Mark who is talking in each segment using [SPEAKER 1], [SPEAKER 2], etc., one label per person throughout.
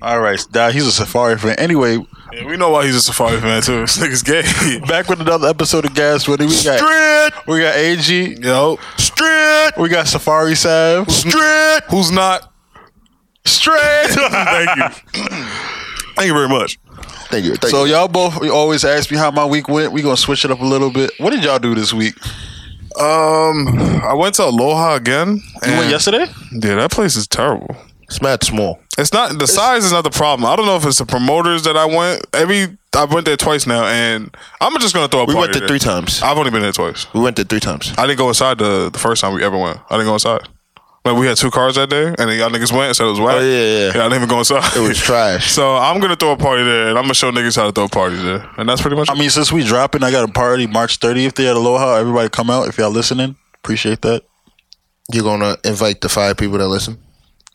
[SPEAKER 1] All right, nah, he's a Safari fan. Anyway,
[SPEAKER 2] Yeah, we know why he's a Safari fan too. This nigga's gay.
[SPEAKER 1] back with another episode of Gas What We got
[SPEAKER 2] Straight,
[SPEAKER 1] we got AG,
[SPEAKER 2] yo, straight,
[SPEAKER 1] we got Safari Sav.
[SPEAKER 2] straight. Who's not?
[SPEAKER 1] Straight.
[SPEAKER 2] Thank you. Thank you very much.
[SPEAKER 3] Thank you. Thank
[SPEAKER 1] so
[SPEAKER 3] you.
[SPEAKER 1] y'all both always ask me how my week went. We gonna switch it up a little bit. What did y'all do this week?
[SPEAKER 2] Um, I went to Aloha again.
[SPEAKER 1] You went
[SPEAKER 2] and-
[SPEAKER 1] yesterday?
[SPEAKER 2] Yeah, that place is terrible.
[SPEAKER 3] It's mad small.
[SPEAKER 2] It's not the size is not the problem. I don't know if it's the promoters that I went. Every I went there twice now,
[SPEAKER 1] Oh,
[SPEAKER 2] and I'm just gonna throw a
[SPEAKER 3] We
[SPEAKER 2] party
[SPEAKER 3] went there
[SPEAKER 2] there.
[SPEAKER 3] three times.
[SPEAKER 1] Ah.
[SPEAKER 2] I've only been there twice.
[SPEAKER 3] We went there three times.
[SPEAKER 2] I didn't go inside the, the first time we ever went. I didn't go inside. Like we had two cars that day, and then y'all niggas went and said it was whack.
[SPEAKER 3] Oh, yeah, yeah, yeah.
[SPEAKER 2] I didn't even go inside.
[SPEAKER 3] It was trash.
[SPEAKER 2] So I'm gonna throw a party there, and I'm gonna show niggas how to throw parties there, and that's pretty much.
[SPEAKER 1] I mean, since we dropping, I got a party March 30th there at Aloha. Everybody come out if y'all listening. Appreciate that.
[SPEAKER 3] You're gonna invite the five people that listen.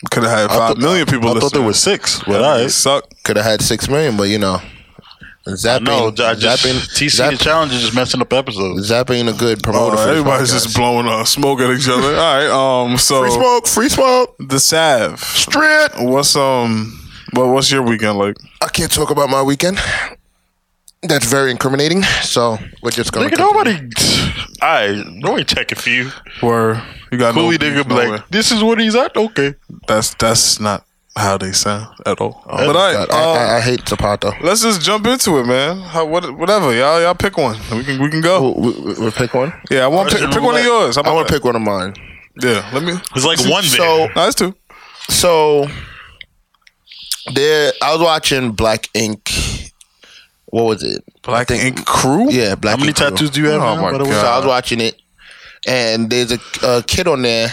[SPEAKER 2] could have had five
[SPEAKER 3] thought-
[SPEAKER 2] million people.
[SPEAKER 1] I
[SPEAKER 2] listening.
[SPEAKER 1] thought there was six, but
[SPEAKER 2] That
[SPEAKER 1] all
[SPEAKER 2] nigga
[SPEAKER 1] right.
[SPEAKER 2] Suck.
[SPEAKER 3] Could have had six million, but you know, zapping,
[SPEAKER 1] No, I just,
[SPEAKER 3] zapping,
[SPEAKER 1] TC the
[SPEAKER 3] zapping,
[SPEAKER 1] challenge is just messing up episodes.
[SPEAKER 3] zapping a good promoter.
[SPEAKER 2] Uh,
[SPEAKER 3] for this
[SPEAKER 2] everybody's
[SPEAKER 3] podcast.
[SPEAKER 2] just blowing uh, smoke at each other. all right. Um. So
[SPEAKER 3] free smoke, free smoke.
[SPEAKER 2] the Sav. Straight. What's um. What, what's your weekend like?
[SPEAKER 3] I can't talk about my weekend. That's very incriminating. So we're just gonna.
[SPEAKER 1] Nigga,
[SPEAKER 3] continue.
[SPEAKER 1] nobody. All right, nobody checking for you.
[SPEAKER 2] Where you got
[SPEAKER 1] Cooley
[SPEAKER 2] no,
[SPEAKER 1] nigga be
[SPEAKER 2] no way.
[SPEAKER 1] like, this is what he's at? Okay.
[SPEAKER 2] That's that's not how they sound at all. but all right.
[SPEAKER 3] God, I,
[SPEAKER 2] uh,
[SPEAKER 3] I, I hate Zapato.
[SPEAKER 2] Let's just jump into it, man. How, what, whatever, y'all, y'all pick one. We can, we can go.
[SPEAKER 3] We, we, we pick one.
[SPEAKER 2] Yeah, I want pick,
[SPEAKER 1] Russian
[SPEAKER 2] pick one
[SPEAKER 1] roulette.
[SPEAKER 2] of yours. How
[SPEAKER 3] I
[SPEAKER 2] about
[SPEAKER 3] want to
[SPEAKER 2] that?
[SPEAKER 3] pick one of mine.
[SPEAKER 2] Yeah, let me.
[SPEAKER 1] It's like one there.
[SPEAKER 3] So
[SPEAKER 2] No, that's two.
[SPEAKER 3] so there I was watching Black Ink. What was it?
[SPEAKER 2] Black
[SPEAKER 3] I think-
[SPEAKER 2] Ink Crew.
[SPEAKER 3] Yeah, Black
[SPEAKER 1] How many
[SPEAKER 3] Ink Crew.
[SPEAKER 1] tattoos do you have?
[SPEAKER 2] Oh
[SPEAKER 1] now,
[SPEAKER 2] my
[SPEAKER 1] by the way?
[SPEAKER 2] God.
[SPEAKER 3] So I was watching it, and there's a, a kid on there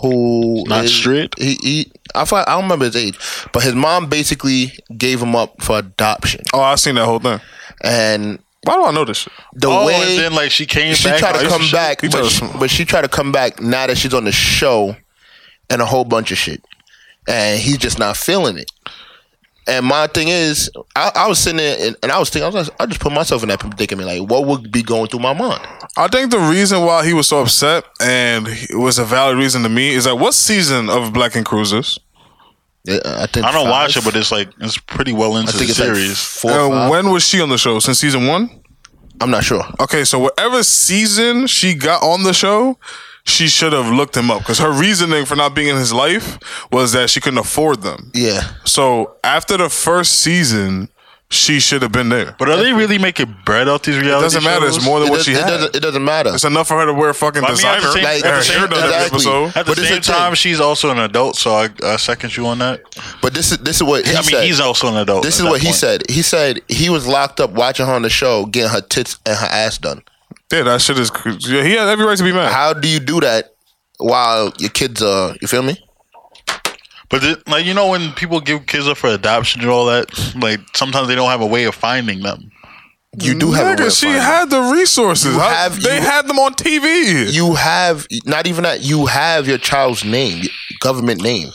[SPEAKER 3] who
[SPEAKER 1] Not
[SPEAKER 3] is-
[SPEAKER 1] straight?
[SPEAKER 3] He, he I forgot, I don't remember his age, but his mom basically gave him up for adoption,
[SPEAKER 2] Oh, I seen that whole thing.
[SPEAKER 3] and
[SPEAKER 2] Why do I know this shit?
[SPEAKER 3] the
[SPEAKER 1] Oh,
[SPEAKER 3] way
[SPEAKER 1] and then like she came
[SPEAKER 3] she
[SPEAKER 1] back.
[SPEAKER 3] tried to
[SPEAKER 1] like,
[SPEAKER 3] come
[SPEAKER 1] she-
[SPEAKER 3] back,
[SPEAKER 2] he
[SPEAKER 3] but
[SPEAKER 2] tried
[SPEAKER 3] she,
[SPEAKER 2] to-
[SPEAKER 3] but she tried to come back now that she's on the show, and a whole bunch of shit, and he's just not feeling it. And my thing is, I, I was sitting there and, and I was thinking, I was like, I just put myself in that predicament. Like, what would be going through my mind?
[SPEAKER 2] I think the reason why he was so upset and it was a valid reason to me is like, what season of Black Ink Cruisers?
[SPEAKER 3] Yeah, I think
[SPEAKER 1] I don't watch
[SPEAKER 3] five.
[SPEAKER 1] it, but it's like it's pretty well into
[SPEAKER 3] I think
[SPEAKER 1] the
[SPEAKER 3] it's series. like
[SPEAKER 1] series.
[SPEAKER 3] four. or
[SPEAKER 2] And
[SPEAKER 3] five.
[SPEAKER 2] when was she on the show? Since season one?
[SPEAKER 3] I'm not sure.
[SPEAKER 2] Okay, so whatever season she got on the show, she should have looked him up because her reasoning for not being in his life was that she couldn't afford them.
[SPEAKER 3] Yeah,
[SPEAKER 2] So after the first season, she should have been there. But
[SPEAKER 1] but are they really making bread out these reality?
[SPEAKER 2] it doesn't matter. It's
[SPEAKER 1] shows?
[SPEAKER 2] more than
[SPEAKER 3] it,
[SPEAKER 2] what
[SPEAKER 3] does,
[SPEAKER 2] she
[SPEAKER 3] it,
[SPEAKER 2] had.
[SPEAKER 3] doesn't, it doesn't matter.
[SPEAKER 2] It's enough for her to wear a fucking
[SPEAKER 1] But I mean, at
[SPEAKER 2] designer.
[SPEAKER 1] the same-
[SPEAKER 3] Like,
[SPEAKER 2] her
[SPEAKER 1] at the
[SPEAKER 2] hair
[SPEAKER 1] same-
[SPEAKER 2] done every
[SPEAKER 3] exactly.
[SPEAKER 2] episode.
[SPEAKER 1] At the
[SPEAKER 3] But
[SPEAKER 1] same
[SPEAKER 3] it's a thing.
[SPEAKER 1] time, she's also an adult, so I, I second you on that.
[SPEAKER 3] but this is this is what he
[SPEAKER 1] I mean,
[SPEAKER 3] said.
[SPEAKER 1] he's also an adult.
[SPEAKER 3] this
[SPEAKER 1] at
[SPEAKER 3] is
[SPEAKER 1] that
[SPEAKER 3] what he
[SPEAKER 1] point.
[SPEAKER 3] said. He said he was locked up watching her on the show, getting her tits and her ass done.
[SPEAKER 2] Yeah, that shit is. cr- Yeah, he has every right to be mad.
[SPEAKER 3] How do you do that while your kids are? You feel me?
[SPEAKER 1] But the, like you know, when people give kids up for adoption and all that, like sometimes they don't have a way of finding them.
[SPEAKER 3] You do have. a way
[SPEAKER 2] Nigga,
[SPEAKER 3] of
[SPEAKER 2] she
[SPEAKER 3] finding-
[SPEAKER 2] had the resources.
[SPEAKER 3] You
[SPEAKER 2] How-
[SPEAKER 3] have-
[SPEAKER 2] they
[SPEAKER 3] you-
[SPEAKER 2] had them on TV.
[SPEAKER 3] You have not even that. You have your child's name, your government name.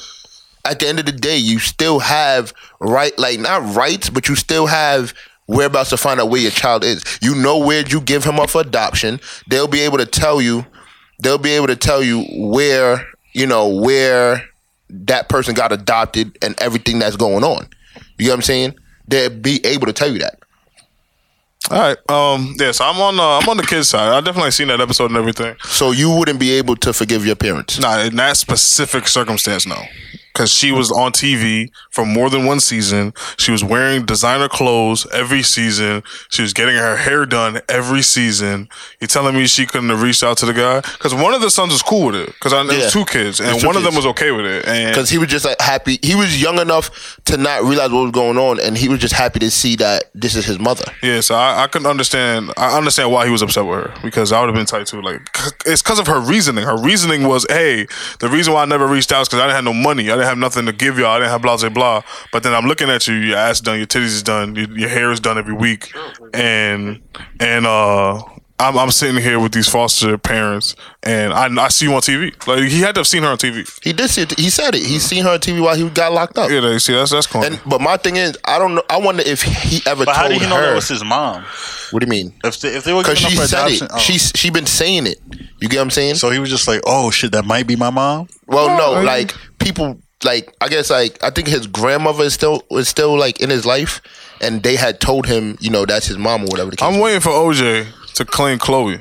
[SPEAKER 3] At the end of the day, you still have right, like not rights, but you still have whereabouts to find out where your child is. You know where you give him up for adoption. They'll be able to tell you. They'll be able to tell you where you know where that person got adopted and everything that's going on. You get what I'm saying? They'll be able to tell you that.
[SPEAKER 2] All right. Um. Yeah. So I'm on. Uh, I'm on the kids side. I definitely seen that episode and everything.
[SPEAKER 3] So you wouldn't be able to forgive your parents.
[SPEAKER 2] Nah, in that specific circumstance, no. Because she was on TV for more than one season. She was wearing designer clothes every season. She was getting her hair done every season. You're telling me she couldn't have reached out to the guy? Because one of the sons was cool with it. Because I know
[SPEAKER 3] Yeah.
[SPEAKER 2] was two kids, and
[SPEAKER 3] It's two
[SPEAKER 2] one of them
[SPEAKER 3] kids.
[SPEAKER 2] was okay with it. And
[SPEAKER 3] because he was just like happy. He was young enough to not realize what was going on, and he was just happy to see that this is his mother.
[SPEAKER 2] yeah, so I, I couldn't understand. I understand why he was upset with her because I would have been tight too. Like c- it's because of her reasoning. Her reasoning was, hey, the reason why I never reached out is because I didn't have no money. I didn't have nothing to give y'all. I didn't have blah blah blah. But then I'm looking at you. Your ass done. Your titties is done. Your, your hair is done every week. And and uh. I'm, I'm sitting here with these foster parents, and I, I see you on TV. Like he had to have seen her on TV.
[SPEAKER 3] He did see it. He said it.
[SPEAKER 1] Mm.
[SPEAKER 3] He seen her on TV while he got locked up.
[SPEAKER 2] Yeah, you see that's that's cool.
[SPEAKER 3] And but my thing is, I don't know. I wonder if he ever
[SPEAKER 1] But how
[SPEAKER 3] told
[SPEAKER 1] did he know
[SPEAKER 3] her.
[SPEAKER 1] that was his mom?
[SPEAKER 3] what do you mean?
[SPEAKER 1] If they, if they were
[SPEAKER 3] Because
[SPEAKER 1] giving up
[SPEAKER 3] she
[SPEAKER 1] for
[SPEAKER 3] said
[SPEAKER 1] adoption,
[SPEAKER 3] it.
[SPEAKER 1] oh.
[SPEAKER 3] She she been saying it. You get what I'm saying?
[SPEAKER 1] so he was just like, oh shit, that might be my mom.
[SPEAKER 3] well,
[SPEAKER 2] I
[SPEAKER 3] no,
[SPEAKER 2] mean-
[SPEAKER 3] like people like I guess like I think his grandmother is still was still like in his life, and they had told him you know that's his mom or whatever. The case.
[SPEAKER 2] I'm waiting for OJ to claim Chloe.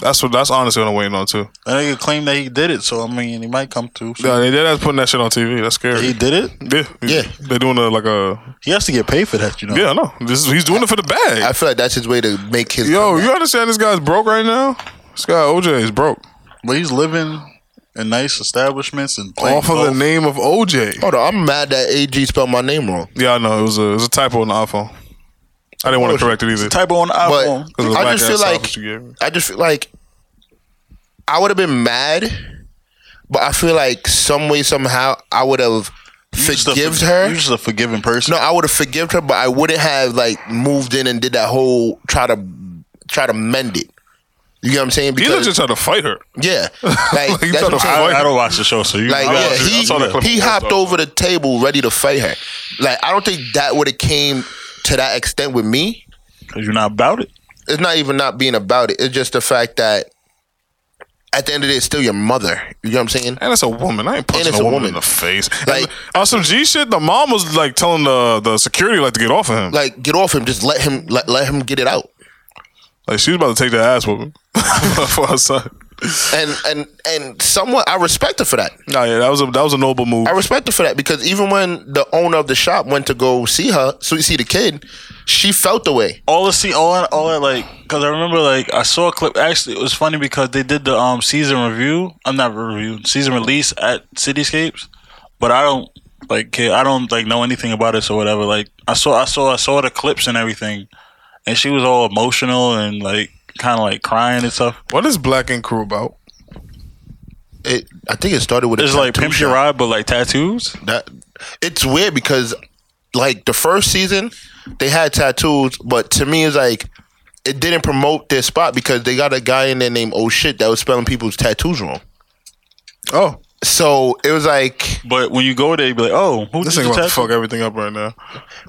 [SPEAKER 2] That's what. That's honestly what I'm waiting on too.
[SPEAKER 1] That nigga claimed that he did it, so I mean, he might come through.
[SPEAKER 2] Yeah, they they're not putting that shit on TV. That's scary.
[SPEAKER 1] He did it.
[SPEAKER 2] yeah,
[SPEAKER 3] Yeah.
[SPEAKER 2] They're doing a like a.
[SPEAKER 1] He has to get paid for that, you know.
[SPEAKER 2] Yeah, I know. This is, he's doing it for the bag.
[SPEAKER 3] I feel like that's his way to make his.
[SPEAKER 2] Yo,
[SPEAKER 3] comeback.
[SPEAKER 2] you understand this guy's broke right now? This guy OJ is broke.
[SPEAKER 1] But he's living in nice establishments and playing
[SPEAKER 2] Off of the
[SPEAKER 1] golf.
[SPEAKER 2] name of OJ.
[SPEAKER 3] hold on. I'm mad that AG spelled my name wrong.
[SPEAKER 2] Yeah, I know. It was a it was a typo on the iPhone. I didn't want to correct it either.
[SPEAKER 1] Typo on the
[SPEAKER 3] But
[SPEAKER 1] iPhone.
[SPEAKER 2] It was a
[SPEAKER 3] I just
[SPEAKER 2] black-ass
[SPEAKER 3] feel
[SPEAKER 2] iPhone
[SPEAKER 3] like
[SPEAKER 2] you gave me.
[SPEAKER 3] I just feel like I would have been mad, but I feel like some way somehow I would have
[SPEAKER 1] You're just a
[SPEAKER 3] forgived
[SPEAKER 1] forg-
[SPEAKER 3] her.
[SPEAKER 1] You're just a forgiving person.
[SPEAKER 3] No, I would have forgived her, but I wouldn't have like moved in and did that whole try to try to mend it. You get what I'm saying?
[SPEAKER 2] He legit tried to fight her.
[SPEAKER 3] yeah, like
[SPEAKER 2] Like, he
[SPEAKER 3] that's what
[SPEAKER 2] tried
[SPEAKER 3] I'm
[SPEAKER 2] to
[SPEAKER 3] saying.
[SPEAKER 2] fight
[SPEAKER 1] I don't watch the show, so you.
[SPEAKER 3] Like
[SPEAKER 1] I
[SPEAKER 3] yeah,
[SPEAKER 1] watch it. I saw that clip.
[SPEAKER 3] he, he
[SPEAKER 2] on
[SPEAKER 3] hopped
[SPEAKER 2] TikTok.
[SPEAKER 3] over the table ready to fight her. Like I don't think that would have came to that extent with me.
[SPEAKER 1] 'Cause you're not about it.
[SPEAKER 3] It's not even not being about it. It's just the fact that at the end of the day, it's still your mother. You know what I'm saying?
[SPEAKER 2] And it's a woman. I ain't punching
[SPEAKER 3] it's
[SPEAKER 2] a
[SPEAKER 3] a
[SPEAKER 2] woman,
[SPEAKER 3] woman.
[SPEAKER 2] in the face.
[SPEAKER 3] Like-
[SPEAKER 2] Like on some G shit, the mom was like telling the the security like to get off of him. Like,
[SPEAKER 3] Like get off him. Just let him let, let him get it out.
[SPEAKER 2] she was about to take that ass whooping for her son.
[SPEAKER 3] And and and someone I respect her for that.
[SPEAKER 2] Nah, yeah, that was a that was a noble move.
[SPEAKER 3] I respect her for that because even when the owner of the shop went to go see her, so you see the kid, she felt the way.
[SPEAKER 1] all the see all all that like because I remember like I saw a clip. Actually, it was funny because they did the um season review. I'm not review season release at Cityscapes, but I don't like care. I don't like know anything about it or whatever. Like I saw I saw I saw the clips and everything, and she was all emotional and like kind of like crying and stuff.
[SPEAKER 2] what is Black Ink Crew about?
[SPEAKER 3] It, I think it started with a
[SPEAKER 1] It's like
[SPEAKER 3] tattoo
[SPEAKER 1] pimp your
[SPEAKER 3] shop.
[SPEAKER 1] ride, but like tattoos.
[SPEAKER 3] That it's weird because like the first season they had tattoos, but to me it's like it didn't promote their spot because they got a guy in there named Oh shit that was spelling people's tattoos wrong.
[SPEAKER 2] Oh,
[SPEAKER 3] So it was like,
[SPEAKER 1] But when you go there, you be like, oh, who
[SPEAKER 2] this
[SPEAKER 1] did
[SPEAKER 2] thing
[SPEAKER 1] you
[SPEAKER 2] about to
[SPEAKER 1] tattoo?
[SPEAKER 2] fuck everything up right now.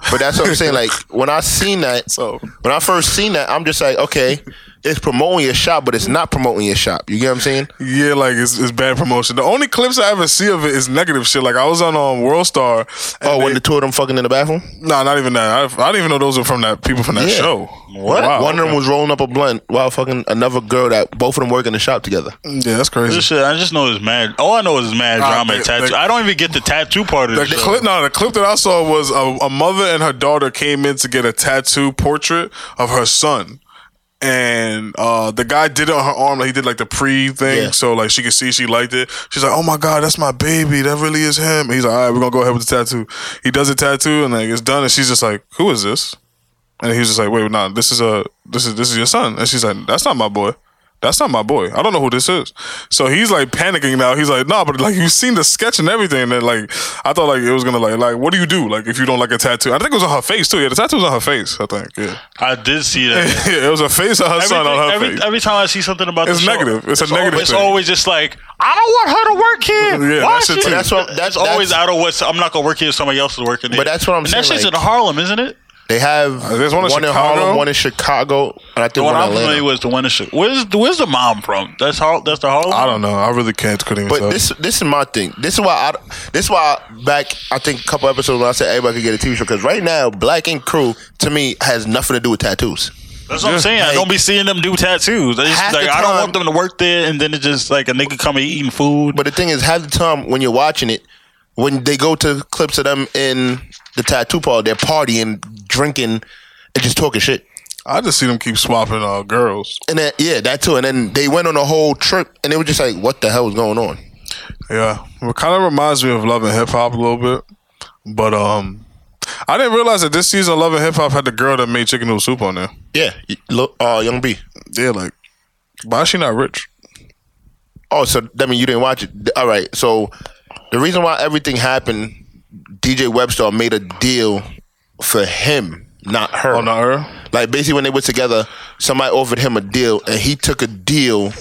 [SPEAKER 3] but that's what I'm saying. Like when I seen that,
[SPEAKER 2] So
[SPEAKER 3] when I first seen that, I'm just like, okay, it's promoting your shop, but it's not promoting your shop. You get what I'm saying?
[SPEAKER 2] Yeah, like it's, it's bad promotion. The only clips I ever see of it is negative shit. Like I was on um, World Star. And
[SPEAKER 3] Oh,
[SPEAKER 2] they-
[SPEAKER 3] when the two of them fucking in the bathroom,
[SPEAKER 2] nah, not even that. I, I didn't even know those were from that people from that
[SPEAKER 3] Yeah.
[SPEAKER 2] show.
[SPEAKER 1] What?
[SPEAKER 2] Wow,
[SPEAKER 3] one of them
[SPEAKER 2] okay.
[SPEAKER 3] was rolling up a blunt while fucking another girl that both of them work in the shop together.
[SPEAKER 2] Yeah, that's
[SPEAKER 1] This
[SPEAKER 2] crazy.
[SPEAKER 1] shit, I just know it's mad. All I know is it's mad
[SPEAKER 2] Ah,
[SPEAKER 1] drama and
[SPEAKER 2] they-
[SPEAKER 1] tattoo.
[SPEAKER 2] they-
[SPEAKER 1] I don't even get the tattoo part of
[SPEAKER 2] The
[SPEAKER 1] the show.
[SPEAKER 2] clip, no, the clip that I saw was a, a mother and her daughter came in to get a tattoo portrait of her son. And uh, the guy did it on her arm, like he did like the pre thing,
[SPEAKER 3] Yeah.
[SPEAKER 2] so like she could see she liked it. She's like, "Oh my god, that's my baby. That really is him." And he's like, "All right, we're gonna go ahead with the tattoo." He does a tattoo, and like it's done, and she's just like, "Who is this?" And he was just like, "Wait, nah, this is a this is this is your son." And she's like, "That's not my boy. That's not my boy. I don't know who this is." So he's like panicking now. He's like, "Nah, but like you've seen the sketch and everything." And then, like I thought like it was gonna like like what do you do like if you don't like a tattoo? I think it was on her face too. Yeah, the tattoo was on her face. I think. Yeah,
[SPEAKER 1] I did see that.
[SPEAKER 2] yeah it was a face of her
[SPEAKER 1] Everything-
[SPEAKER 2] son on her
[SPEAKER 1] every,
[SPEAKER 2] face.
[SPEAKER 1] every time I see something about
[SPEAKER 2] It's
[SPEAKER 1] the show,
[SPEAKER 2] negative. It's a negative
[SPEAKER 1] Always, it's
[SPEAKER 2] thing.
[SPEAKER 1] always just like I don't want her to work here.
[SPEAKER 2] Yeah,
[SPEAKER 1] Why
[SPEAKER 2] that's
[SPEAKER 1] she?
[SPEAKER 2] it too.
[SPEAKER 3] That's what- that's-
[SPEAKER 1] It's always
[SPEAKER 3] that's-
[SPEAKER 1] out of what's. I'm not gonna work here. Somebody else is working. There.
[SPEAKER 3] But that's what I'm
[SPEAKER 1] and That
[SPEAKER 3] saying,
[SPEAKER 1] shit's
[SPEAKER 3] like-
[SPEAKER 1] in Harlem, isn't it?
[SPEAKER 3] They have
[SPEAKER 2] Uh, there's one in Chicago?
[SPEAKER 3] Harlem, one in Chicago, and I
[SPEAKER 1] The
[SPEAKER 3] think
[SPEAKER 1] one
[SPEAKER 3] one in
[SPEAKER 1] I'm
[SPEAKER 3] Atlanta.
[SPEAKER 1] familiar with, is the one in Chi- Where's where's the mom from? That's Har- That's the Harlem.
[SPEAKER 2] I don't know. I really can't. Couldn't even
[SPEAKER 3] But
[SPEAKER 2] tell.
[SPEAKER 3] this this is my thing. This is why I this is why I- back I think a couple episodes when I said everybody could get a TV show because right now Black Ink Crew to me has nothing to do with tattoos.
[SPEAKER 1] That's what I'm saying. I
[SPEAKER 3] Like-
[SPEAKER 1] don't be seeing them do tattoos. I
[SPEAKER 3] Half
[SPEAKER 1] just,
[SPEAKER 3] the
[SPEAKER 1] like I don't
[SPEAKER 3] time-
[SPEAKER 1] want them to work there, and then it's just like a nigga coming eating food.
[SPEAKER 3] But the thing is, half the time when you're watching it, when they go to clips of them in the tattoo parlor, they're partying, drinking, and just talking shit.
[SPEAKER 2] I just see them keep swapping uh, girls.
[SPEAKER 3] And then yeah, that too. And then they went on a whole trip, and it was just like, what the hell was going on?
[SPEAKER 2] Yeah, it kind of reminds me of Love and Hip Hop a little bit, but um, I didn't realize that this season of Love and Hip Hop had the girl that made chicken noodle soup on there.
[SPEAKER 3] Yeah, y- look, uh, Young B.
[SPEAKER 2] Yeah, like, why is she not rich?
[SPEAKER 3] Oh, so that mean you didn't watch it? Th- All right. So the reason why everything happened, DJ Webstar made a deal for him, not her.
[SPEAKER 2] Oh, not her.
[SPEAKER 3] Like basically, when they were together, somebody offered him a deal, and he took a deal,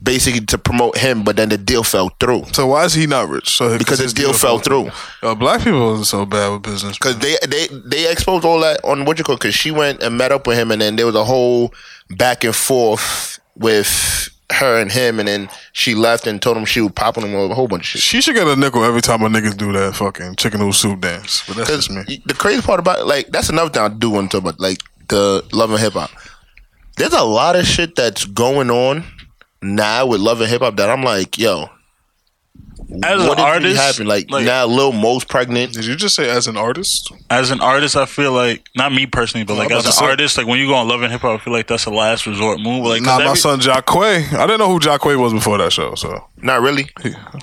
[SPEAKER 3] basically to promote him. But then the deal fell through
[SPEAKER 2] So why is he not rich? So
[SPEAKER 3] because the
[SPEAKER 2] his
[SPEAKER 3] deal fell through.
[SPEAKER 2] Yo, black people are so bad with business.
[SPEAKER 3] Because they they they exposed all that on what you call. Because she went and met up with him, and then there was a whole back and forth with her and him, and then she left and told him she was popping him with a whole bunch of shit.
[SPEAKER 2] She should get a nickel every time a niggas do that fucking chicken noodle soup dance. But that's just me.
[SPEAKER 3] The crazy part about like that's another thing I do want to talk about, like the love and hip hop. There's a lot of shit that's going on now with love and hip hop that I'm like, yo,
[SPEAKER 1] As
[SPEAKER 3] what
[SPEAKER 1] an
[SPEAKER 3] did
[SPEAKER 1] artist,
[SPEAKER 3] happen? Like,
[SPEAKER 1] like-
[SPEAKER 3] now, Lil Mo's pregnant.
[SPEAKER 2] Did you just say as an artist?
[SPEAKER 1] As an artist, I feel like not me personally, but like
[SPEAKER 2] I'm
[SPEAKER 1] as
[SPEAKER 2] about
[SPEAKER 1] an
[SPEAKER 2] to say-
[SPEAKER 1] artist, like when you go on Love and Hip Hop, I feel like that's a last resort move. Like 'cause
[SPEAKER 2] Nah, my
[SPEAKER 1] every-
[SPEAKER 2] son Jacquay. I didn't know who Jacquay was before that show, so
[SPEAKER 3] Not really.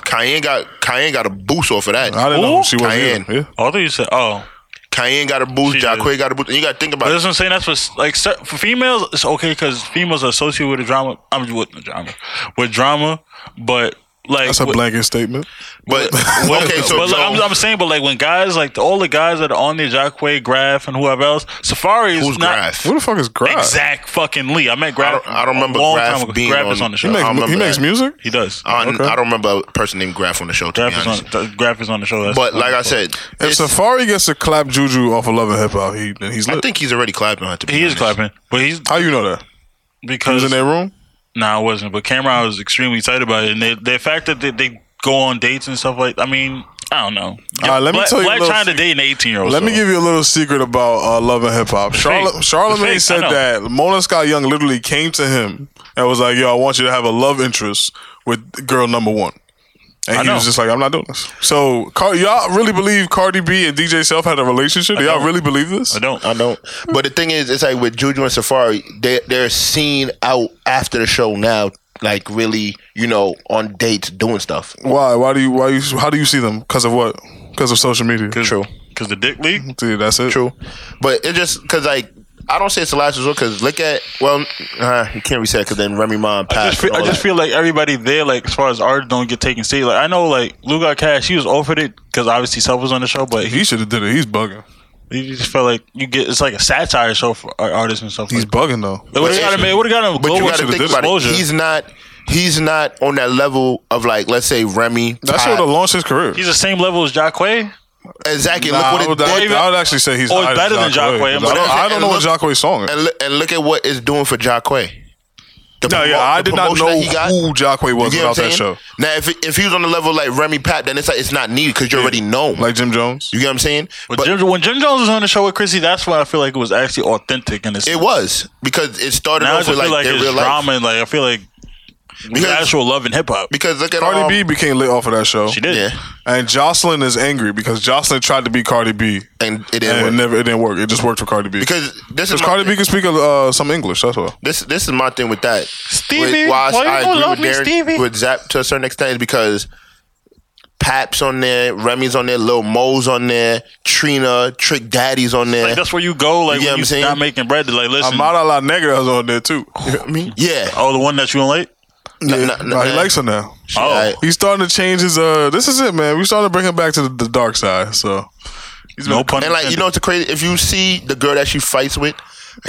[SPEAKER 3] Cayenne got Cayenne got a boost off of that.
[SPEAKER 2] I didn't know
[SPEAKER 1] Who?
[SPEAKER 2] who she was.
[SPEAKER 3] Cayenne.
[SPEAKER 2] either. Yeah.
[SPEAKER 1] Oh, I thought you said oh.
[SPEAKER 3] Cayenne got a boost.
[SPEAKER 1] She
[SPEAKER 3] Jacque got a boost. And you got to think about
[SPEAKER 1] But
[SPEAKER 3] it.
[SPEAKER 1] that's what I'm saying. That's what's like cer- for females. It's okay because females are associated with the drama. I'm mean, with the drama, with drama. But like,
[SPEAKER 2] That's a
[SPEAKER 1] with-
[SPEAKER 2] blanket statement.
[SPEAKER 3] But okay, so,
[SPEAKER 1] but like, I'm,
[SPEAKER 3] so-
[SPEAKER 1] I'm saying, but like when guys, like all the guys that are on there, Jacque, Graf, and whoever else, Safari is
[SPEAKER 3] who's
[SPEAKER 1] not
[SPEAKER 3] Graf?
[SPEAKER 2] Who the fuck is Graf?
[SPEAKER 1] exact fucking Lee. I met Graf.
[SPEAKER 3] I don't- I don't
[SPEAKER 1] a
[SPEAKER 3] remember
[SPEAKER 1] long
[SPEAKER 3] Graf
[SPEAKER 1] time ago.
[SPEAKER 3] being
[SPEAKER 1] Graf is
[SPEAKER 3] on-
[SPEAKER 1] on the
[SPEAKER 2] He
[SPEAKER 1] show.
[SPEAKER 3] I
[SPEAKER 2] makes,
[SPEAKER 3] don't
[SPEAKER 2] he
[SPEAKER 3] remember
[SPEAKER 2] makes
[SPEAKER 3] that.
[SPEAKER 2] music.
[SPEAKER 1] He does.
[SPEAKER 3] I,
[SPEAKER 2] Okay.
[SPEAKER 3] I don't remember a person named Graf on the show. To
[SPEAKER 1] Graf
[SPEAKER 3] be
[SPEAKER 1] is
[SPEAKER 3] honest.
[SPEAKER 1] on. th- Graf is on the show. That's
[SPEAKER 3] But like I said,
[SPEAKER 2] If
[SPEAKER 3] it's-
[SPEAKER 2] Safari gets to clap Juju off of Love and Hip Hop, he then he's
[SPEAKER 3] I
[SPEAKER 2] lit.
[SPEAKER 3] think he's already clapping. huh, To be
[SPEAKER 1] he is
[SPEAKER 3] honest.
[SPEAKER 1] clapping, but he's
[SPEAKER 2] How you know that? He was
[SPEAKER 1] because
[SPEAKER 2] in their room.
[SPEAKER 1] Nah, I wasn't. But Cameron was extremely excited about it, and they, the fact that they, they go on dates and stuff like I mean, I don't know.
[SPEAKER 2] All right, let me
[SPEAKER 1] Black,
[SPEAKER 2] tell you a
[SPEAKER 1] Black
[SPEAKER 2] little
[SPEAKER 1] trying to date an eighteen year old.
[SPEAKER 2] Let me give you a little secret about uh, Love and Hip Hop. Charla-
[SPEAKER 1] fake.
[SPEAKER 2] Charlemagne
[SPEAKER 1] It's fake, I
[SPEAKER 2] said
[SPEAKER 1] know.
[SPEAKER 2] that Mona Scott Young literally came to him and was like, "Yo, I want you to have a love interest with girl number one." And
[SPEAKER 1] I
[SPEAKER 2] he
[SPEAKER 1] know.
[SPEAKER 2] was just like, "I'm not doing this." So, Car- y'all really believe Cardi B and DJ Self had a relationship? Do y'all
[SPEAKER 1] don't.
[SPEAKER 2] really believe this?
[SPEAKER 1] I don't.
[SPEAKER 3] I don't. But the thing is, it's like with Juju and Safari, they they're seen out after the show now, like really, you know, on dates doing stuff.
[SPEAKER 2] Why? Why do you? Why you? How do you see them? Because of what? Because of social media.
[SPEAKER 3] True.
[SPEAKER 1] Because the Dick League.
[SPEAKER 2] Dude, that's it.
[SPEAKER 3] True, but it just because like I don't say it's the last resort because look at well, uh, you can't reset because then Remy Ma passed.
[SPEAKER 1] I just, feel,
[SPEAKER 3] and
[SPEAKER 1] I
[SPEAKER 3] all
[SPEAKER 1] just
[SPEAKER 3] that.
[SPEAKER 1] feel like everybody there, like as far as artists, don't get taken serious. Like I know, like Lou got cash. He was offered it because obviously Self was on the show, but he,
[SPEAKER 2] He should have did it. He's bugging.
[SPEAKER 1] he just felt like you get it's like a satire show for ar- artists and stuff.
[SPEAKER 2] He's
[SPEAKER 1] like,
[SPEAKER 2] bugging though.
[SPEAKER 1] it would have got him. It would have got him.
[SPEAKER 3] But you
[SPEAKER 1] global
[SPEAKER 3] got to
[SPEAKER 1] should've
[SPEAKER 3] think
[SPEAKER 1] did
[SPEAKER 3] about
[SPEAKER 1] exposure.
[SPEAKER 3] it. He's not. He's not on that level of like, let's say Remy.
[SPEAKER 2] That should
[SPEAKER 3] Ty-
[SPEAKER 2] have launched his career.
[SPEAKER 1] He's the same level as Jacque.
[SPEAKER 3] exactly.
[SPEAKER 2] Nah,
[SPEAKER 3] look
[SPEAKER 2] I, would,
[SPEAKER 3] what it
[SPEAKER 2] I
[SPEAKER 3] did.
[SPEAKER 2] would- I would actually say he's
[SPEAKER 1] Or
[SPEAKER 2] higher
[SPEAKER 1] better than Jacque.
[SPEAKER 2] Jacque.
[SPEAKER 1] I'm
[SPEAKER 2] I don't,
[SPEAKER 1] like-
[SPEAKER 2] I don't know what Jacque's song is.
[SPEAKER 3] and, look, and look at what it's doing for Jacque. The
[SPEAKER 2] No,
[SPEAKER 3] promo-
[SPEAKER 2] yeah, I
[SPEAKER 3] the
[SPEAKER 2] did not
[SPEAKER 3] promotion that
[SPEAKER 2] know
[SPEAKER 3] he got.
[SPEAKER 2] who Jacque was
[SPEAKER 3] You get
[SPEAKER 2] without
[SPEAKER 3] what I'm
[SPEAKER 2] that
[SPEAKER 3] saying?
[SPEAKER 2] show.
[SPEAKER 3] Now, if it- if he was on the level like Remy Pat, then it's like it's not needed because you already know.
[SPEAKER 2] Like Jim Jones.
[SPEAKER 3] you get what I'm saying?
[SPEAKER 1] But, Jim, when Jim Jones was on the show with Chrissy, that's why I feel like it was actually authentic and it's
[SPEAKER 3] it was because it started
[SPEAKER 1] Now I
[SPEAKER 3] off
[SPEAKER 1] just
[SPEAKER 3] with like,
[SPEAKER 1] feel like
[SPEAKER 3] their
[SPEAKER 1] it's
[SPEAKER 3] real life.
[SPEAKER 1] drama and like I feel like
[SPEAKER 3] Because-
[SPEAKER 1] actual love in hip hop.
[SPEAKER 3] Because look at
[SPEAKER 2] Cardi
[SPEAKER 3] um,
[SPEAKER 2] B became lit off of that show.
[SPEAKER 1] She did.
[SPEAKER 3] Yeah,
[SPEAKER 2] And Jocelyn is angry because Jocelyn tried to be Cardi B.
[SPEAKER 3] and it didn't
[SPEAKER 2] And it
[SPEAKER 3] work.
[SPEAKER 2] never it didn't work. It just worked for Cardi B.
[SPEAKER 3] because this is
[SPEAKER 2] Because
[SPEAKER 3] my
[SPEAKER 2] Cardi
[SPEAKER 3] thing.
[SPEAKER 2] B can speak uh, some English, that's all.
[SPEAKER 3] this this is my thing with that.
[SPEAKER 1] Stevie,
[SPEAKER 3] With-
[SPEAKER 1] why you gonna love me,
[SPEAKER 3] Darren-
[SPEAKER 1] Stevie?
[SPEAKER 3] with Zap to a certain extent is because Paps on there, Remy's on there, Lil Mo's on there, Trina, Trick Daddy's on there.
[SPEAKER 1] Like that's where you go. Like
[SPEAKER 3] You get what
[SPEAKER 1] when
[SPEAKER 3] I'm
[SPEAKER 1] you
[SPEAKER 3] saying?
[SPEAKER 1] stop making bread. they're Like listen,
[SPEAKER 2] Amara La Negra is on there too. You know what I mean?
[SPEAKER 3] yeah,
[SPEAKER 1] oh the one that you don't like.
[SPEAKER 3] No,
[SPEAKER 2] Yeah.
[SPEAKER 3] no, no,
[SPEAKER 2] Nah, he
[SPEAKER 3] no.
[SPEAKER 2] likes her now.
[SPEAKER 1] Oh.
[SPEAKER 3] Alright.
[SPEAKER 2] He's starting to change his uh this is it, man. We starting to bring him back to the, the dark side, so he's been
[SPEAKER 1] No pun.
[SPEAKER 3] and like you know, it's crazy. If you see the girl that she fights with,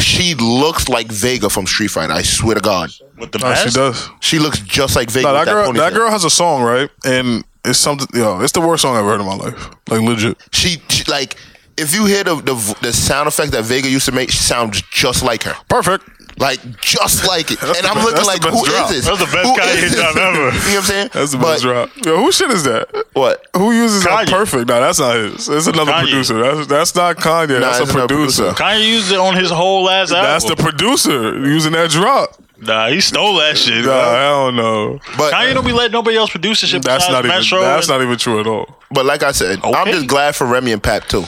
[SPEAKER 3] she looks like Vega from Street Fighter. I swear to God,
[SPEAKER 1] with the
[SPEAKER 2] Oh,
[SPEAKER 1] mask.
[SPEAKER 2] she does.
[SPEAKER 3] she looks just like Vega.
[SPEAKER 2] No,
[SPEAKER 3] with
[SPEAKER 2] that girl,
[SPEAKER 3] ponytail.
[SPEAKER 2] that girl has a song, right? And it's something, yo, it's the worst song I've ever heard in my life. Like, legit.
[SPEAKER 3] she, she like if you hear the, the the sound effects that Vega used to make, she sounds just like her.
[SPEAKER 2] Perfect.
[SPEAKER 3] Like just like it, and
[SPEAKER 2] the
[SPEAKER 3] I'm
[SPEAKER 2] best-
[SPEAKER 3] looking
[SPEAKER 2] that's
[SPEAKER 3] like,
[SPEAKER 2] the best
[SPEAKER 3] who is
[SPEAKER 2] drop.
[SPEAKER 3] this?
[SPEAKER 1] That's the best
[SPEAKER 3] Who
[SPEAKER 1] Kanye
[SPEAKER 3] is this?
[SPEAKER 1] drop ever.
[SPEAKER 3] you know what I'm saying?
[SPEAKER 2] That's the
[SPEAKER 3] But-
[SPEAKER 2] best drop. Yo, whose shit is that?
[SPEAKER 3] What?
[SPEAKER 2] Who uses that?
[SPEAKER 1] Kanye.
[SPEAKER 2] Perfect. No, that's not his. It's another
[SPEAKER 1] Kanye.
[SPEAKER 2] producer. That's that's not
[SPEAKER 3] Nah,
[SPEAKER 2] Kanye. that's
[SPEAKER 3] it's
[SPEAKER 2] a
[SPEAKER 3] another
[SPEAKER 2] producer.
[SPEAKER 1] Kanye used it on his whole last album.
[SPEAKER 2] That's the producer using that drop.
[SPEAKER 1] nah, he stole that shit.
[SPEAKER 2] Nah,
[SPEAKER 1] bro.
[SPEAKER 2] I don't know.
[SPEAKER 3] But
[SPEAKER 1] Kanye don't be letting nobody else produce this shit.
[SPEAKER 2] That's
[SPEAKER 1] besides
[SPEAKER 2] not even.
[SPEAKER 1] Metro
[SPEAKER 2] That's
[SPEAKER 1] and-
[SPEAKER 2] not even true at all.
[SPEAKER 3] but like I said, I'm
[SPEAKER 1] Okay.
[SPEAKER 3] just glad for Remy and Pap too.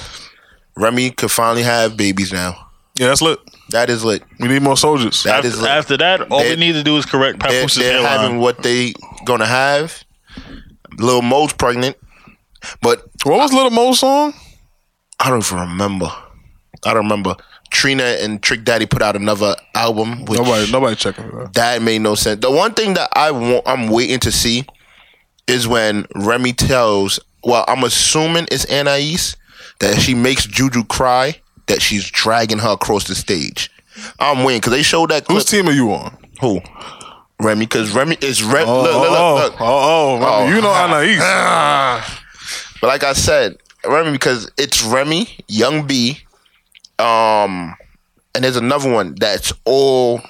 [SPEAKER 3] Remy could finally have babies now.
[SPEAKER 2] Yeah, that's lit.
[SPEAKER 3] That is lit.
[SPEAKER 2] We need more soldiers.
[SPEAKER 3] That
[SPEAKER 1] After,
[SPEAKER 3] is lit.
[SPEAKER 1] after that, all
[SPEAKER 3] They-
[SPEAKER 1] we need to do is correct
[SPEAKER 3] they're,
[SPEAKER 1] Papoose'
[SPEAKER 3] they're having
[SPEAKER 1] hairline.
[SPEAKER 3] what they gonna have. Lil Mo's pregnant, but
[SPEAKER 2] What was Little Mo's song?
[SPEAKER 3] I don't even remember. I don't remember. Trina and Trick Daddy put out another album, which
[SPEAKER 2] Nobody, nobody checking. for that.
[SPEAKER 3] that made no sense. The one thing that I want, I'm waiting to see is when Remy tells. Well, I'm assuming it's Anais that she makes Juju cry that she's dragging her across the stage. I'm waiting because they showed that clip.
[SPEAKER 2] Whose team are you on?
[SPEAKER 3] Who? Remy? Because Remy is Remy.
[SPEAKER 2] Oh,
[SPEAKER 3] look, look,
[SPEAKER 2] oh,
[SPEAKER 3] look, look.
[SPEAKER 2] oh, oh,
[SPEAKER 3] Oh.
[SPEAKER 2] you know Anais.
[SPEAKER 3] But like I said, Remy because it's Remy, Young B, um, and there's another one that's all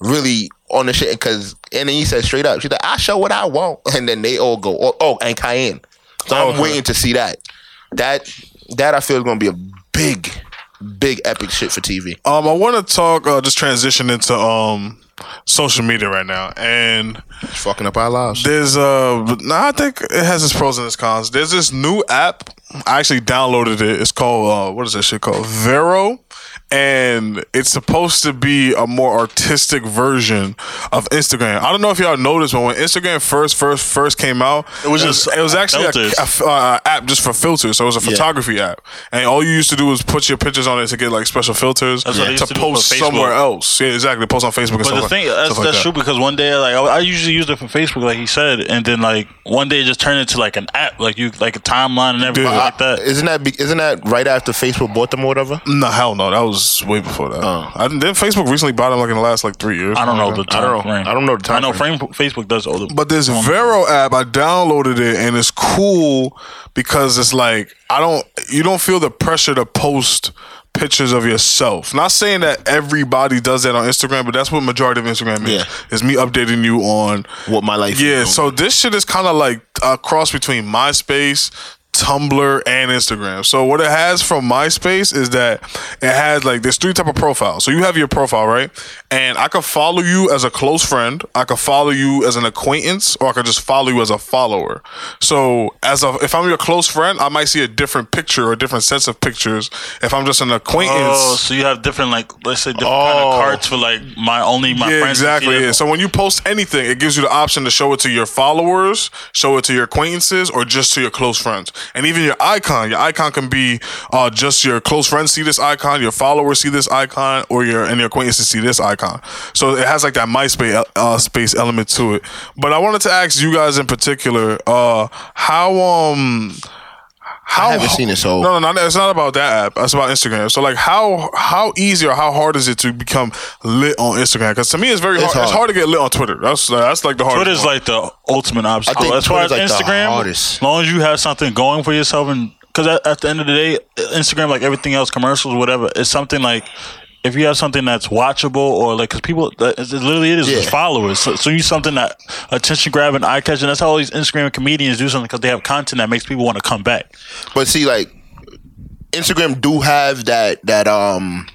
[SPEAKER 3] really on the shit because And then he said straight up, she's like, I show what I want. And then they all go, oh, oh and Cayenne. So I'm
[SPEAKER 2] Okay.
[SPEAKER 3] waiting to see that. That that I feel is gonna be a big, big epic shit for TV.
[SPEAKER 2] Um, I want to talk. Uh, just transition into um social media right now, and
[SPEAKER 3] It's fucking up our lives.
[SPEAKER 2] there's uh, but nah, I think it has its pros and its cons. There's this new app. I actually downloaded it. It's called uh, what is that shit called? Vero, and it's supposed to be a more artistic version of Instagram. I don't know if y'all noticed, but when Instagram first first first came out, it
[SPEAKER 1] was just
[SPEAKER 2] it was actually a,
[SPEAKER 1] filters.
[SPEAKER 2] a f- uh, app just for filters. So it was a photography app, and all you used to do was put your pictures on it to get like special filters
[SPEAKER 1] That's what they used to
[SPEAKER 2] to
[SPEAKER 1] do for
[SPEAKER 2] post
[SPEAKER 1] Facebook.
[SPEAKER 2] somewhere else. Yeah, exactly. Post on Facebook. and
[SPEAKER 1] But
[SPEAKER 2] stuff
[SPEAKER 1] the thing
[SPEAKER 2] like,
[SPEAKER 1] that's,
[SPEAKER 2] stuff like
[SPEAKER 1] that's
[SPEAKER 2] that.
[SPEAKER 1] true because one day like I, I usually use it from Facebook like he said and then like one day it just turned into like an app like you like a timeline and everything
[SPEAKER 2] Dude.
[SPEAKER 1] like that.
[SPEAKER 3] Isn't that be- isn't that right after Facebook bought them or whatever?
[SPEAKER 2] No, hell no. That was way before that. I didn't, didn't Facebook recently bought them like in the last like three years.
[SPEAKER 1] Oh. I don't know the
[SPEAKER 2] Like that.
[SPEAKER 1] time
[SPEAKER 3] I don't-
[SPEAKER 1] frame.
[SPEAKER 3] I don't know the time
[SPEAKER 1] I know frame, Facebook does all the
[SPEAKER 2] But this Vero app, I downloaded it and it's cool because it's like I don't you don't feel the pressure to post pictures of yourself. Not saying that everybody does that on Instagram, but that's what majority of Instagram is.
[SPEAKER 3] Yeah.
[SPEAKER 2] Is me updating you on
[SPEAKER 3] What my life
[SPEAKER 2] Yeah,
[SPEAKER 3] is.
[SPEAKER 2] so this shit is kind of like a cross between MySpace, Tumblr, and Instagram. So what it has from MySpace is that it has like there's three type of profiles. So you have your profile, right? And I could follow you as a close friend, I could follow you as an acquaintance, or I could just follow you as a follower. So as a if I'm your close friend, I might see a different picture or different sets of pictures. If I'm just an acquaintance,
[SPEAKER 1] Oh, so you have different like let's say different kind
[SPEAKER 3] Oh.
[SPEAKER 1] of cards for like my only my
[SPEAKER 2] yeah,
[SPEAKER 1] friends can see
[SPEAKER 2] exactly.
[SPEAKER 1] it.
[SPEAKER 2] Yeah. So when you post anything, it gives you the option to show it to your followers, show it to your acquaintances, or just to your close friends. And even your icon, your icon can be uh, just your close friends see this icon, your followers see this icon, or your and your acquaintances see this icon. So it has like that MySpace uh, space element to it. But I wanted to ask you guys in particular, uh, how um. How,
[SPEAKER 3] haven't seen it, so-
[SPEAKER 2] no, no, no. It's not about that app. It's about Instagram. So, like, how how easy or how hard is it to become lit on Instagram? Because to me, it's very hard.
[SPEAKER 3] hard.
[SPEAKER 2] It's hard to get lit on Twitter. That's that's like the hardest.
[SPEAKER 1] Twitter's
[SPEAKER 2] one.
[SPEAKER 1] like the ultimate obstacle.
[SPEAKER 3] think
[SPEAKER 1] As far as
[SPEAKER 3] Twitter's like the
[SPEAKER 1] Instagram,
[SPEAKER 3] hardest.
[SPEAKER 1] as long as you have something going for yourself, and because at, at the end of the day, Instagram, like everything else, commercials, whatever, is something like if you have something that's watchable or like because people, that is- it literally it is just
[SPEAKER 3] Yeah.
[SPEAKER 1] followers. So, so you something that attention grabbing, eye catching. That's how all these Instagram comedians do something because they have content that makes people want to come back.
[SPEAKER 3] But see, like Instagram do have that that um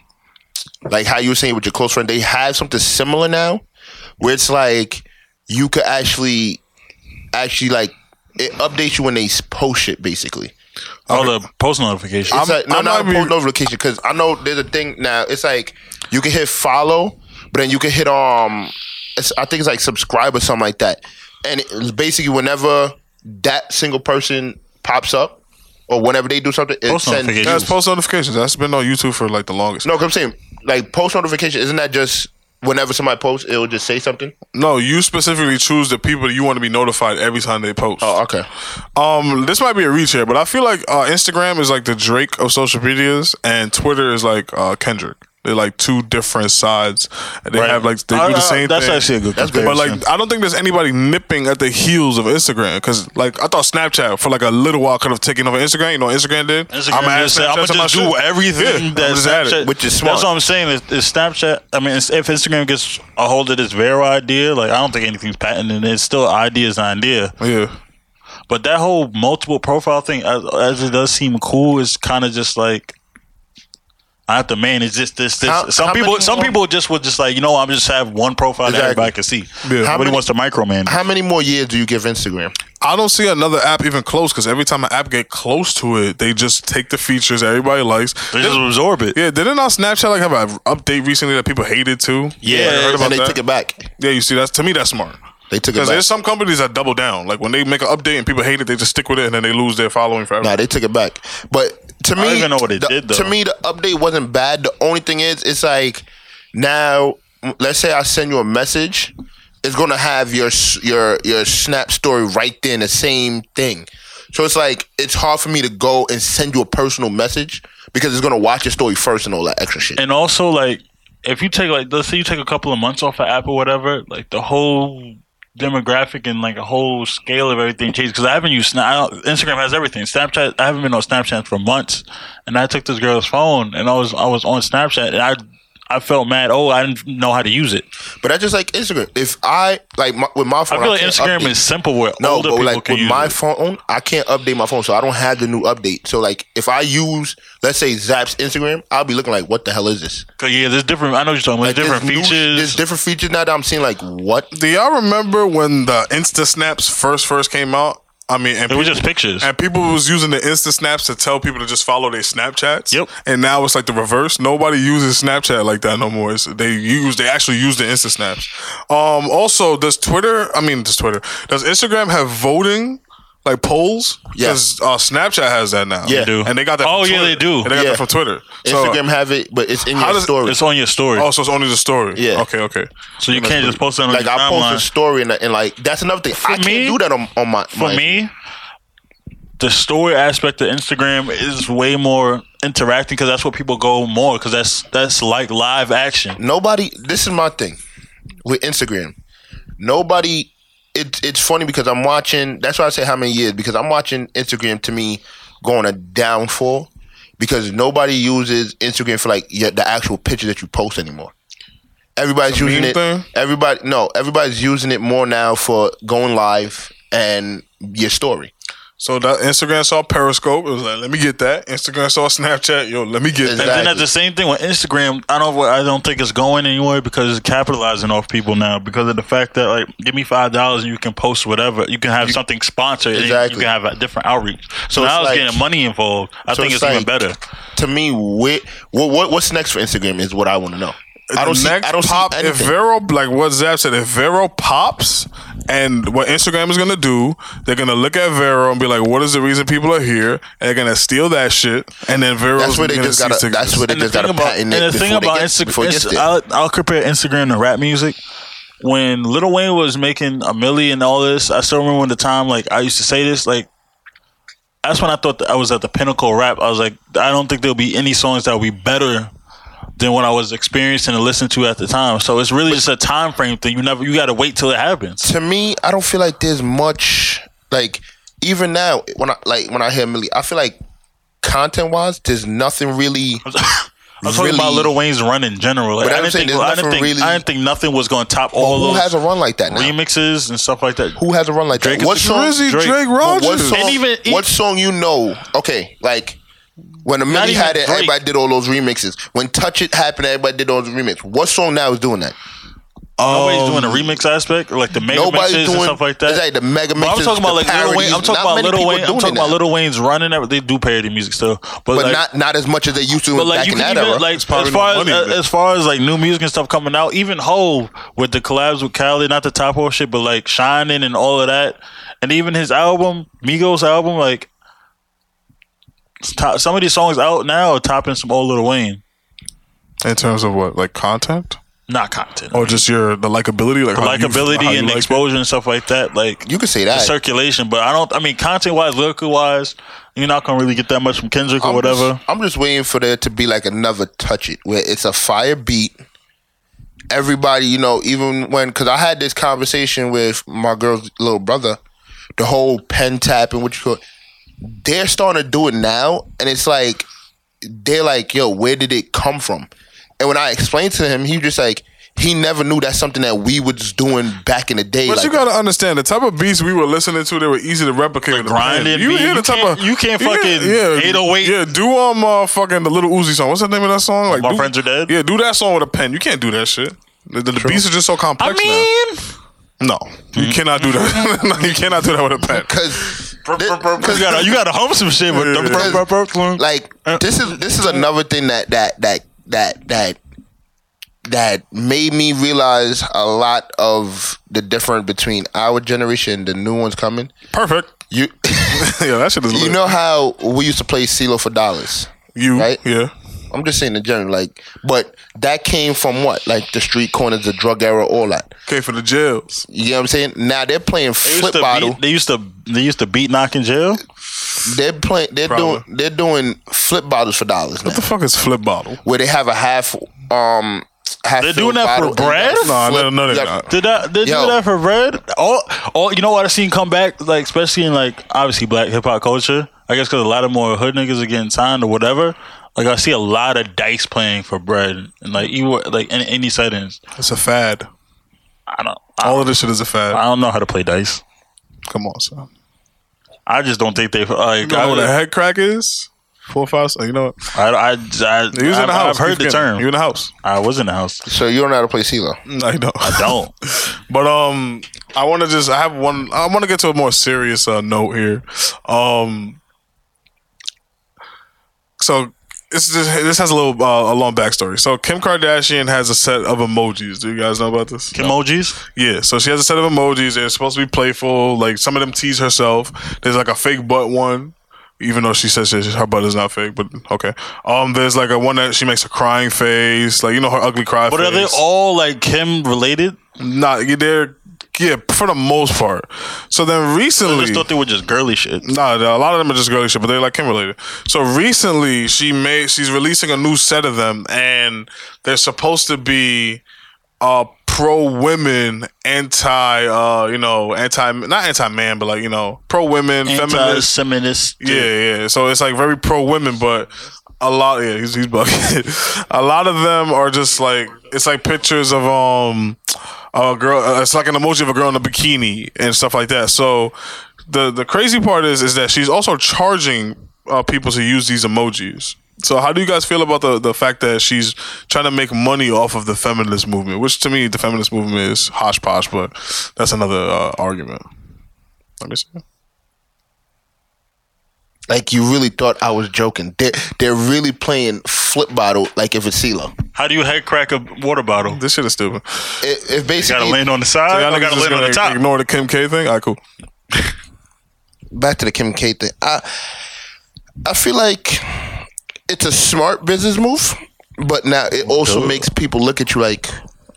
[SPEAKER 3] like how you were saying with your close friend, they have something similar now where it's like you could actually actually like it updates you when they s- post shit basically.
[SPEAKER 1] All the post notifications.
[SPEAKER 3] It's like, no,
[SPEAKER 2] I'm
[SPEAKER 3] not
[SPEAKER 2] not
[SPEAKER 3] a post
[SPEAKER 2] be-
[SPEAKER 3] notification because I know there's a thing now. It's like you can hit follow, but then you can hit um, it's, I think it's like subscribe or something like that. And it's basically whenever that single person pops up or whenever they do something, it
[SPEAKER 1] Post
[SPEAKER 3] sends.
[SPEAKER 1] notification.
[SPEAKER 2] that's post notifications. That's been on YouTube for like the longest.
[SPEAKER 3] No, 'cause I'm saying like post notification. Isn't that just whenever somebody posts, it'll just say something?
[SPEAKER 2] No, you specifically choose the people that you want to be notified every time they post.
[SPEAKER 3] Oh, okay.
[SPEAKER 2] Um, this might be a reach here, but I feel like uh, Instagram is like the Drake of social medias, and Twitter is like uh, Kendrick. They're like two different sides. They have like they
[SPEAKER 1] I-
[SPEAKER 2] do
[SPEAKER 1] I-
[SPEAKER 2] the same
[SPEAKER 1] Uh, That's
[SPEAKER 2] thing.
[SPEAKER 1] actually a good.
[SPEAKER 3] That's good.
[SPEAKER 2] But
[SPEAKER 1] comparison.
[SPEAKER 2] like, I don't think there's anybody nipping at the heels of Instagram because, like, I thought Snapchat for like a little while could have taken over Instagram. You know, what Instagram did.
[SPEAKER 1] Instagram I'm
[SPEAKER 2] add
[SPEAKER 1] just, say,
[SPEAKER 2] Snapchat
[SPEAKER 1] I'm gonna
[SPEAKER 2] to my
[SPEAKER 1] just
[SPEAKER 2] shit.
[SPEAKER 1] do everything
[SPEAKER 2] Yeah,
[SPEAKER 1] that
[SPEAKER 2] I'm just at it.
[SPEAKER 1] Snapchat,
[SPEAKER 3] which is smart.
[SPEAKER 1] That's what I'm saying. Is, is Snapchat? I mean, it's, if Instagram gets a hold of this Vero idea, like I don't think anything's patented. It's still ideas, idea.
[SPEAKER 2] Yeah,
[SPEAKER 1] But that whole multiple profile thing, as, as it does seem cool, is kind of just like. I have to manage this, this, this.
[SPEAKER 3] How-
[SPEAKER 1] some
[SPEAKER 3] how
[SPEAKER 1] people,
[SPEAKER 3] many
[SPEAKER 1] some
[SPEAKER 3] more-
[SPEAKER 1] people just would just like, you know, I'm just have one profile
[SPEAKER 3] Exactly.
[SPEAKER 1] that everybody can see.
[SPEAKER 2] Yeah. How
[SPEAKER 1] Nobody
[SPEAKER 3] many-
[SPEAKER 1] wants to micromanage.
[SPEAKER 3] How many more years do you give Instagram?
[SPEAKER 2] I don't see another app even close because every time an app get close to it, they just take the features that everybody likes.
[SPEAKER 1] they just absorb it.
[SPEAKER 2] yeah, didn't our Snapchat like have an update recently that people hated too?
[SPEAKER 1] Yeah,
[SPEAKER 2] Like, I heard about
[SPEAKER 3] and they
[SPEAKER 2] that.
[SPEAKER 3] took it back.
[SPEAKER 2] Yeah, you see, that's to me that's smart.
[SPEAKER 3] They took it
[SPEAKER 2] Because
[SPEAKER 3] back.
[SPEAKER 2] there's some companies that double down. Like when they make an update and people hate it, they just stick with it and then they lose their following forever.
[SPEAKER 3] Nah, they took it back. But to me,
[SPEAKER 1] don't even know what it
[SPEAKER 3] the-
[SPEAKER 1] did, though.
[SPEAKER 3] To me, the update wasn't bad. The only thing is, it's like now, m- let's say I send you a message, it's gonna have your s- your your snap story right there in the same thing. So it's like it's hard for me to go and send you a personal message because it's gonna watch your story first and all that extra shit.
[SPEAKER 1] and also like if you take like let's say you take a couple of months off of app or whatever like the whole demographic and like a whole scale of everything changes because i haven't used Sna- I don't- instagram has everything snapchat i haven't been on snapchat for months and i took this girl's phone and i was i was on snapchat and i I felt mad. Oh, I didn't know how to use it.
[SPEAKER 3] But that's just like Instagram. If I like my, with my
[SPEAKER 1] I
[SPEAKER 3] phone,
[SPEAKER 1] feel like
[SPEAKER 3] can't
[SPEAKER 1] Instagram
[SPEAKER 3] update.
[SPEAKER 1] is simple where
[SPEAKER 3] no,
[SPEAKER 1] older
[SPEAKER 3] but
[SPEAKER 1] people
[SPEAKER 3] like
[SPEAKER 1] can
[SPEAKER 3] with
[SPEAKER 1] use
[SPEAKER 3] my
[SPEAKER 1] it.
[SPEAKER 3] phone, I can't update my phone, so I don't have the new update. So like, if I use, let's say Zap's Instagram, I'll be looking like, what the hell is this?
[SPEAKER 1] 'Cause, yeah, there's different. I know what you're talking about.
[SPEAKER 3] Like,
[SPEAKER 1] There's different
[SPEAKER 3] new-
[SPEAKER 1] features.
[SPEAKER 3] there's different features now that I'm seeing. Like what?
[SPEAKER 2] Do y'all remember when the Insta Snaps first first came out? I mean, and
[SPEAKER 1] it
[SPEAKER 2] people,
[SPEAKER 1] was just pictures.
[SPEAKER 2] and people was using the Insta Snaps to tell people to just follow their Snapchats.
[SPEAKER 1] Yep.
[SPEAKER 2] And now it's like the reverse. Nobody uses Snapchat like that no more. It's, they use they actually use the Insta Snaps. Um. Also, does Twitter? I mean, does Twitter? Does Instagram have voting? Like polls,
[SPEAKER 3] Yeah.
[SPEAKER 2] Because uh, Snapchat has that now.
[SPEAKER 3] Yeah. They
[SPEAKER 1] do.
[SPEAKER 2] and they got that. From
[SPEAKER 1] Oh, yeah,
[SPEAKER 2] Twitter.
[SPEAKER 1] they do.
[SPEAKER 2] And they got
[SPEAKER 3] Yeah.
[SPEAKER 2] that from Twitter. So-
[SPEAKER 3] Instagram have it, but it's in
[SPEAKER 2] How
[SPEAKER 3] your
[SPEAKER 2] does-
[SPEAKER 3] story.
[SPEAKER 1] It's on your story,
[SPEAKER 2] Oh, so it's only the story.
[SPEAKER 3] Yeah.
[SPEAKER 2] Okay. Okay.
[SPEAKER 1] so you can't just post that on
[SPEAKER 3] Like
[SPEAKER 1] your
[SPEAKER 3] I post
[SPEAKER 1] timeline.
[SPEAKER 3] a story and, and like that's another thing.
[SPEAKER 1] me-
[SPEAKER 3] I can't do that on, on my
[SPEAKER 1] For me, the story aspect of Instagram is way more interacting because that's what people go more because that's that's like live action.
[SPEAKER 3] nobody this is my thing with instagram nobody it, it's funny because i'm watching that's why i say how many years because i'm watching instagram to me going a downfall because nobody uses instagram for like your, the actual picture that you post anymore everybody's using
[SPEAKER 2] meme
[SPEAKER 3] it
[SPEAKER 2] thing?
[SPEAKER 3] everybody no everybody's using it more now for going live and your story
[SPEAKER 2] So that Instagram saw Periscope. It was like, let me get that. Instagram saw Snapchat. Yo, let me get
[SPEAKER 1] And
[SPEAKER 3] Exactly.
[SPEAKER 1] then that's the same thing with Instagram. I don't I don't think it's going anywhere because it's capitalizing off people now because of the fact that like give me five dollars and you can post whatever. You can have something sponsored. and you-
[SPEAKER 3] Exactly.
[SPEAKER 1] you can have a different outreach. So,
[SPEAKER 3] So it's
[SPEAKER 1] now it's
[SPEAKER 3] like-
[SPEAKER 1] getting money involved. I
[SPEAKER 3] so
[SPEAKER 1] think
[SPEAKER 3] it's
[SPEAKER 1] it's, even
[SPEAKER 3] like-
[SPEAKER 1] better.
[SPEAKER 3] to me what, what what- what's next for instagram is what i want to know
[SPEAKER 2] that.
[SPEAKER 3] I don't
[SPEAKER 2] The
[SPEAKER 3] see.
[SPEAKER 2] next
[SPEAKER 3] I don't
[SPEAKER 2] pop.
[SPEAKER 3] see
[SPEAKER 2] if
[SPEAKER 3] anything.
[SPEAKER 2] Vero, like what Zap said, if Vero pops, and what Instagram is gonna do, they're gonna look at Vero and be like, what is the reason people are here? And they're gonna steal that shit. And then Vero's
[SPEAKER 3] That's where they
[SPEAKER 2] gonna
[SPEAKER 3] just
[SPEAKER 2] cease
[SPEAKER 3] gotta-
[SPEAKER 2] to
[SPEAKER 3] that's where they
[SPEAKER 2] exist.
[SPEAKER 1] and the
[SPEAKER 3] just got
[SPEAKER 1] thing
[SPEAKER 3] to
[SPEAKER 1] about and
[SPEAKER 3] patent it
[SPEAKER 1] the
[SPEAKER 3] before
[SPEAKER 1] thing
[SPEAKER 3] they
[SPEAKER 1] about
[SPEAKER 3] get- before it gets
[SPEAKER 1] Instagram,
[SPEAKER 3] there.
[SPEAKER 1] I'll, I'll compare Instagram to rap music. When Lil Wayne was making a million and all this, I still remember when the time like I used to say this like. That's when I thought that I was at the pinnacle of rap. I was like, I don't think there'll be any songs that'll be better than what I was experiencing and listening to at the time. So it's really just a time frame thing. You never, you got to wait till it happens.
[SPEAKER 3] to me, I don't feel like there's much like even now when I like when I hear Millie, I feel like content wise, there's nothing really.
[SPEAKER 1] I'm talking about
[SPEAKER 3] Really?
[SPEAKER 1] Lil Wayne's run in general. Like,
[SPEAKER 3] But
[SPEAKER 1] I
[SPEAKER 3] I'm
[SPEAKER 1] didn't
[SPEAKER 3] saying
[SPEAKER 1] think,
[SPEAKER 3] there's
[SPEAKER 1] I didn't
[SPEAKER 3] nothing
[SPEAKER 1] think,
[SPEAKER 3] really-
[SPEAKER 1] I didn't think nothing was going to top all
[SPEAKER 3] Who
[SPEAKER 1] those
[SPEAKER 3] has a run like that now?
[SPEAKER 1] remixes and stuff like that.
[SPEAKER 3] Who has a run like that?
[SPEAKER 1] is
[SPEAKER 3] What
[SPEAKER 1] the
[SPEAKER 3] song?
[SPEAKER 2] Drizzy, Drake,
[SPEAKER 1] Drake-
[SPEAKER 3] but What
[SPEAKER 2] Rogers.
[SPEAKER 3] song?
[SPEAKER 1] And even- e-
[SPEAKER 3] what song you know? Okay, like. When the Millie
[SPEAKER 1] even
[SPEAKER 3] had it,
[SPEAKER 1] Drake.
[SPEAKER 3] everybody did all those remixes. When Touch It happened, everybody did all those remixes. What song now is doing that?
[SPEAKER 1] Nobody's doing the remix aspect, like the mega
[SPEAKER 3] Oh. Nobody's
[SPEAKER 1] mixes
[SPEAKER 3] doing
[SPEAKER 1] and stuff like that.
[SPEAKER 3] It's like the mega
[SPEAKER 1] But I'm
[SPEAKER 3] mixes,
[SPEAKER 1] talking about
[SPEAKER 3] the
[SPEAKER 1] like Lil Wayne. I'm
[SPEAKER 3] parodies. Not
[SPEAKER 1] talking about
[SPEAKER 3] many
[SPEAKER 1] Lil
[SPEAKER 3] people
[SPEAKER 1] Wayne. I'm
[SPEAKER 3] doing
[SPEAKER 1] talking
[SPEAKER 3] it
[SPEAKER 1] about
[SPEAKER 3] now.
[SPEAKER 1] Lil Wayne's running. every- They do parody music still, but,
[SPEAKER 3] but
[SPEAKER 1] like,
[SPEAKER 3] not not as much as they used to
[SPEAKER 1] But
[SPEAKER 3] back
[SPEAKER 1] like you
[SPEAKER 3] in
[SPEAKER 1] can
[SPEAKER 3] that
[SPEAKER 1] even,
[SPEAKER 3] era.
[SPEAKER 1] like
[SPEAKER 2] probably
[SPEAKER 1] as far
[SPEAKER 2] no
[SPEAKER 1] as uh,
[SPEAKER 2] money in it.
[SPEAKER 1] as far as like new music and stuff coming out, even Hove with the collabs with Khaled, not the top off shit, but like Shining and all of that, and even his album Migos album, like it's top, some of these songs out now are topping some old Lil Wayne,
[SPEAKER 2] In terms of what, like content,
[SPEAKER 1] not content,
[SPEAKER 2] or just your the likability, like how you-
[SPEAKER 1] likability
[SPEAKER 2] how you
[SPEAKER 1] and
[SPEAKER 2] like it?
[SPEAKER 1] exposure and stuff like that. Like
[SPEAKER 3] you can say
[SPEAKER 1] the
[SPEAKER 3] that.
[SPEAKER 1] circulation, but I don't. I mean, content wise, lyrical wise, you're not gonna really get that much from Kendrick or
[SPEAKER 3] I'm
[SPEAKER 1] whatever.
[SPEAKER 3] Just, I'm just waiting for there to be like another touch it where it's a fire beat. Everybody, you know, even when because I had this conversation with my girl's little brother, the whole pen tap and what you call it, they're starting to do it now, and it's like they're like, yo, where did it come from? And when I explained to him, he just like he never knew that's something that we was doing back in the day.
[SPEAKER 2] But
[SPEAKER 3] like
[SPEAKER 2] you gotta understand the type of beats we were listening to. They were easy to replicate. with the pen.
[SPEAKER 1] grinding
[SPEAKER 2] You
[SPEAKER 1] beat.
[SPEAKER 2] hear the
[SPEAKER 1] You
[SPEAKER 2] type
[SPEAKER 1] can't-
[SPEAKER 2] of
[SPEAKER 1] you can't
[SPEAKER 2] hear-
[SPEAKER 1] fucking 808.
[SPEAKER 2] Yeah, do um uh, fucking the little Uzi song. What's the name of that song? Like
[SPEAKER 1] My
[SPEAKER 2] do-
[SPEAKER 1] Friends Are Dead?
[SPEAKER 2] Yeah, do that song with a pen. You can't do that shit. The, the, the beats are just so complex now. No, you cannot do that. No, you cannot do that with a pen.
[SPEAKER 3] because
[SPEAKER 1] you gotta you gotta hump some shit, but
[SPEAKER 3] like
[SPEAKER 1] Uh,
[SPEAKER 3] this is this is another thing that that that that that that made me realize a lot of the difference between our generation and the new ones coming.
[SPEAKER 2] Perfect.
[SPEAKER 3] You
[SPEAKER 2] yeah, that shit is.
[SPEAKER 3] you
[SPEAKER 2] lit.
[SPEAKER 3] know how we used to play CeeLo for dollars.
[SPEAKER 2] you
[SPEAKER 3] right?
[SPEAKER 2] Yeah.
[SPEAKER 3] I'm just saying in general, like, but that came from what? Like the street corners, the drug era, all that.
[SPEAKER 2] Okay, for the jails.
[SPEAKER 3] You know what I'm saying? Now they're playing
[SPEAKER 1] They
[SPEAKER 3] flip
[SPEAKER 1] used, to
[SPEAKER 3] bottle.
[SPEAKER 1] beat, they used to they used to beat knock in jail.
[SPEAKER 3] they're playing. They're
[SPEAKER 2] Probably.
[SPEAKER 3] doing. They're doing flip bottles for dollars now.
[SPEAKER 2] What the fuck is flip bottle?
[SPEAKER 3] where they have a half um half
[SPEAKER 1] They're doing that for bread?
[SPEAKER 2] Nah, no, no, they're not.
[SPEAKER 1] Did that did
[SPEAKER 3] Yo.
[SPEAKER 1] do that for bread? All all you know what I seen come back like especially in like obviously black hip hop culture. I guess because a lot of more hood niggas are getting signed or whatever. Like I see a lot of dice playing for bread, and like you were like in any settings.
[SPEAKER 2] It's a fad.
[SPEAKER 1] I don't. I,
[SPEAKER 2] All of this shit is a
[SPEAKER 1] I
[SPEAKER 2] fad.
[SPEAKER 1] don't know how to play dice.
[SPEAKER 2] Come on, son.
[SPEAKER 1] I just don't think they like.
[SPEAKER 2] You know what a
[SPEAKER 1] I,
[SPEAKER 2] head crack is? Four five. You know,
[SPEAKER 1] I, I, I,
[SPEAKER 2] you was in
[SPEAKER 1] I've-
[SPEAKER 2] the house.
[SPEAKER 1] I've heard
[SPEAKER 2] Keep
[SPEAKER 1] the
[SPEAKER 2] getting-
[SPEAKER 1] term.
[SPEAKER 2] You in the house?
[SPEAKER 1] I was in the house.
[SPEAKER 3] So you don't know how to play CeeLo.
[SPEAKER 2] No, you don't.
[SPEAKER 1] I don't.
[SPEAKER 2] But um, I want to just I have one. I want to get to a more serious uh, note here. Um, so this is, this has a little uh, a long backstory. So Kim Kardashian has a set of emojis. Do you guys know about this?
[SPEAKER 1] Emojis.
[SPEAKER 2] Yeah, so she has a set of emojis. They're supposed to be playful. Like some of them tease herself. There's like a fake butt one, even though she says that her butt is not fake. But okay. Um, there's like a one that she makes a crying face. Like you know her ugly cry.
[SPEAKER 1] But
[SPEAKER 2] face.
[SPEAKER 1] are they all like Kim related?
[SPEAKER 2] Nah, you- they're yeah for the most part. So then
[SPEAKER 1] I
[SPEAKER 2] recently,
[SPEAKER 1] just thought they were just girly shit.
[SPEAKER 2] Nah, a lot of them are just girly shit, but they're like Kim related. So recently, she made she's releasing a new set of them, and they're supposed to be uh pro women, anti uh you know anti not anti man, but like you know pro women, feminist.
[SPEAKER 1] Anti-Semitist.
[SPEAKER 2] Yeah, yeah. So it's like very pro women, but a lot. Yeah, he's he's bugging. a lot of them are just like it's like pictures of um a girl. uh, It's like an emoji of a girl in a bikini and stuff like that. So the the crazy part is is that she's also charging uh, people to use these emojis. So how do you guys feel about the, the fact that she's trying to make money off of the feminist movement? Which to me, the feminist movement is hosh posh, but that's another uh, argument. Let me see.
[SPEAKER 3] Like you really thought I was joking. They're, they're really playing flip bottle like if it's CeeLo.
[SPEAKER 1] How do you head crack a water bottle?
[SPEAKER 2] This shit is stupid.
[SPEAKER 3] If, if
[SPEAKER 1] Got to
[SPEAKER 3] basically
[SPEAKER 1] land on the side.
[SPEAKER 2] y'all
[SPEAKER 1] or
[SPEAKER 2] niggas
[SPEAKER 1] got to
[SPEAKER 2] just
[SPEAKER 1] land on the
[SPEAKER 2] gonna
[SPEAKER 1] top.
[SPEAKER 2] Ignore the Kim K thing. All right, cool.
[SPEAKER 3] back to the Kim K thing. I I feel like it's a smart business move, but now it also makes people look at you like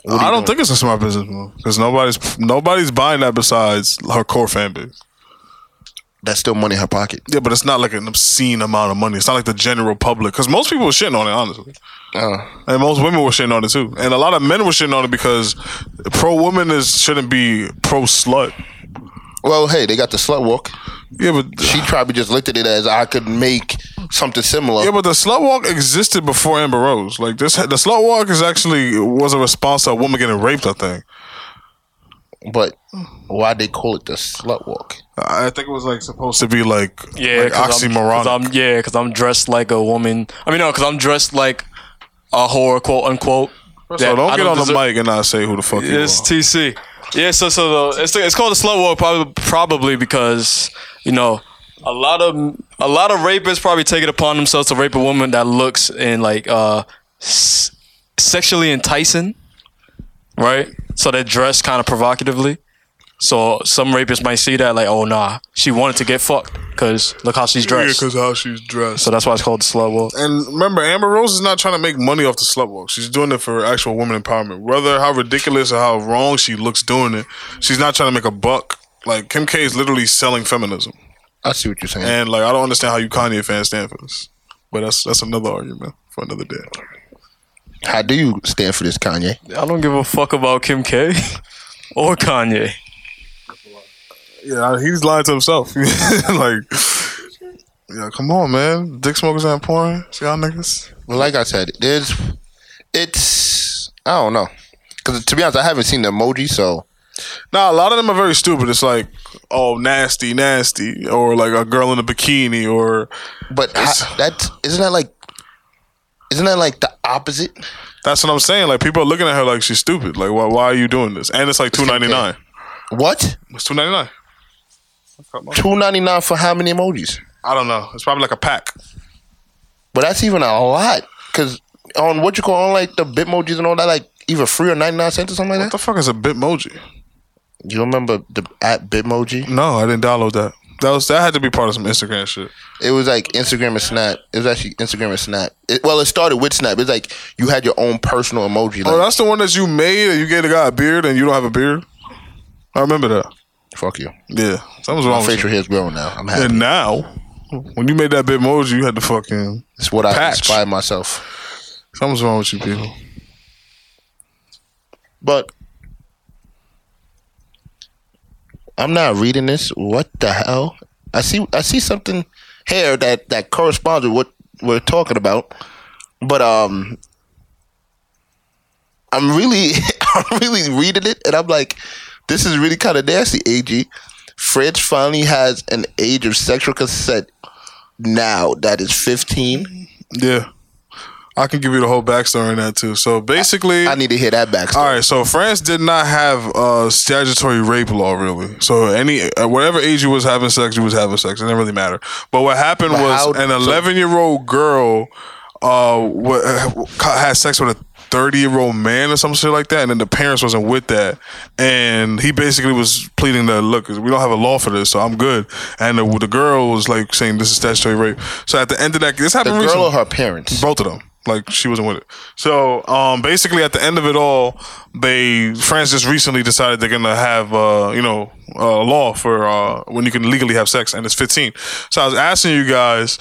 [SPEAKER 2] I don't think it's a smart business move because nobody's nobody's buying that besides her core fan base.
[SPEAKER 3] that's still money in her pocket.
[SPEAKER 2] Yeah, but it's not like an obscene amount of money. It's not like the general public because most people were shitting on it honestly,
[SPEAKER 3] Uh,
[SPEAKER 2] and most women were shitting on it too, and a lot of men were shitting on it because pro woman is shouldn't be pro slut.
[SPEAKER 3] well, hey, they got the slut walk.
[SPEAKER 2] Yeah, but
[SPEAKER 3] She probably just looked at it as I could make something similar.
[SPEAKER 2] Yeah, but the slut walk existed before Amber Rose. Like this, the slut walk is actually was a response to a woman getting raped. I think.
[SPEAKER 3] but why they call it the slut walk?
[SPEAKER 2] I I think it was like supposed to be like
[SPEAKER 4] Yeah,
[SPEAKER 2] like
[SPEAKER 4] 'cause I'm-
[SPEAKER 2] oxymoronic.
[SPEAKER 4] 'cause I'm, yeah, because I'm dressed like a woman. I mean, no, because I'm dressed like a whore, quote unquote.
[SPEAKER 2] So
[SPEAKER 4] that
[SPEAKER 2] don't
[SPEAKER 4] I
[SPEAKER 2] get on
[SPEAKER 4] deserve-
[SPEAKER 2] the mic and not say who the fuck you
[SPEAKER 4] It's
[SPEAKER 2] are.
[SPEAKER 4] TC. Yeah, so so the, it's it's called a slow walk probably probably because you know a lot of a lot of rapists probably take it upon themselves to rape a woman that looks and like uh s- sexually enticing, right? So they're dressed kind of provocatively. So some rapists might see that like, oh nah, she wanted to get fucked because look how she's dressed.
[SPEAKER 2] how she's dressed.
[SPEAKER 4] so that's why it's called the slow walk.
[SPEAKER 2] and remember, Amber Rose is not trying to make money off the slut walk. She's doing it for actual woman empowerment. Whether how ridiculous or how wrong she looks doing it, she's not trying to make a buck. Like Kim K is literally selling feminism,
[SPEAKER 3] I see what you're saying.
[SPEAKER 2] and like I don't understand how you Kanye fans stand for this. But that's that's another argument for another day.
[SPEAKER 3] How do you stand for this, Kanye?
[SPEAKER 4] I don't give a fuck about Kim K or Kanye.
[SPEAKER 2] Yeah, he's lying to himself. like, yeah, come on, man. Dick smokers ain't porn. See y'all niggas.
[SPEAKER 3] Well, like I said, there's it's I don't know because to be honest, I haven't seen the emoji, so
[SPEAKER 2] Nah, a lot of them are very stupid. It's like, oh, nasty, nasty, or like a girl in a bikini, or
[SPEAKER 3] but how, that isn't that like isn't that like the opposite?
[SPEAKER 2] that's what I'm saying. Like people are looking at her like she's stupid. Like, why, why are you doing this? And it's like two ninety nine.
[SPEAKER 3] What
[SPEAKER 2] It's two ninety nine.
[SPEAKER 3] two ninety nine for how many emojis?
[SPEAKER 2] I don't know. It's probably like a pack.
[SPEAKER 3] But that's even a lot because on what you call on like the Bitmojis and all that, like either free or ninety nine cents or something like
[SPEAKER 2] What the
[SPEAKER 3] that.
[SPEAKER 2] fuck is a Bitmoji?
[SPEAKER 3] You remember the at Bitmoji?
[SPEAKER 2] No, I didn't download that. That was that had to be part of some Instagram shit.
[SPEAKER 3] It was like Instagram and Snap. It was actually Instagram and Snap. It, well, it started with Snap. It's like you had your own personal emoji. Like,
[SPEAKER 2] Oh, that's the one that you made and you gave the guy a beard and you don't have a beard. I remember that.
[SPEAKER 3] fuck you.
[SPEAKER 2] Yeah, something's wrong.
[SPEAKER 3] My
[SPEAKER 2] with you.
[SPEAKER 3] facial hair is growing now. I'm happy.
[SPEAKER 2] And now, when you made that Bitmoji, you had to fucking
[SPEAKER 3] It's what I
[SPEAKER 2] Patch.
[SPEAKER 3] inspired myself.
[SPEAKER 2] something's wrong with you people.
[SPEAKER 3] But I'm not reading this. What the hell? I see. I see something here that that corresponds with what we're talking about. But um, I'm really, I'm really reading it, and I'm like, this is really kind of nasty, AG. France finally has an age of sexual consent now that is 15.
[SPEAKER 2] Yeah. I can give you the whole backstory on that too. So basically,
[SPEAKER 3] I need to hear that backstory.
[SPEAKER 2] All right, so France did not have a statutory rape law, really. So any at whatever age you was having sex, you was having sex. It didn't really matter. But what happened
[SPEAKER 3] But
[SPEAKER 2] was
[SPEAKER 3] how-
[SPEAKER 2] an
[SPEAKER 3] so-
[SPEAKER 2] 11 year old girl uh, wa- had sex with a 30 year old man or some shit like that, and then the parents wasn't with that, and he basically was pleading that look, we don't have a law for this, so I'm good. And the, the girl was like saying this is statutory rape. So at the end of that, this
[SPEAKER 3] The
[SPEAKER 2] happened.
[SPEAKER 3] girl
[SPEAKER 2] recently.
[SPEAKER 3] or her parents?
[SPEAKER 2] Both of them. Like she wasn't with it. So um, basically, at the end of it all, they France just recently decided they're gonna have uh, you know a law for uh, when you can legally have sex, and it's 15. So I was asking you guys.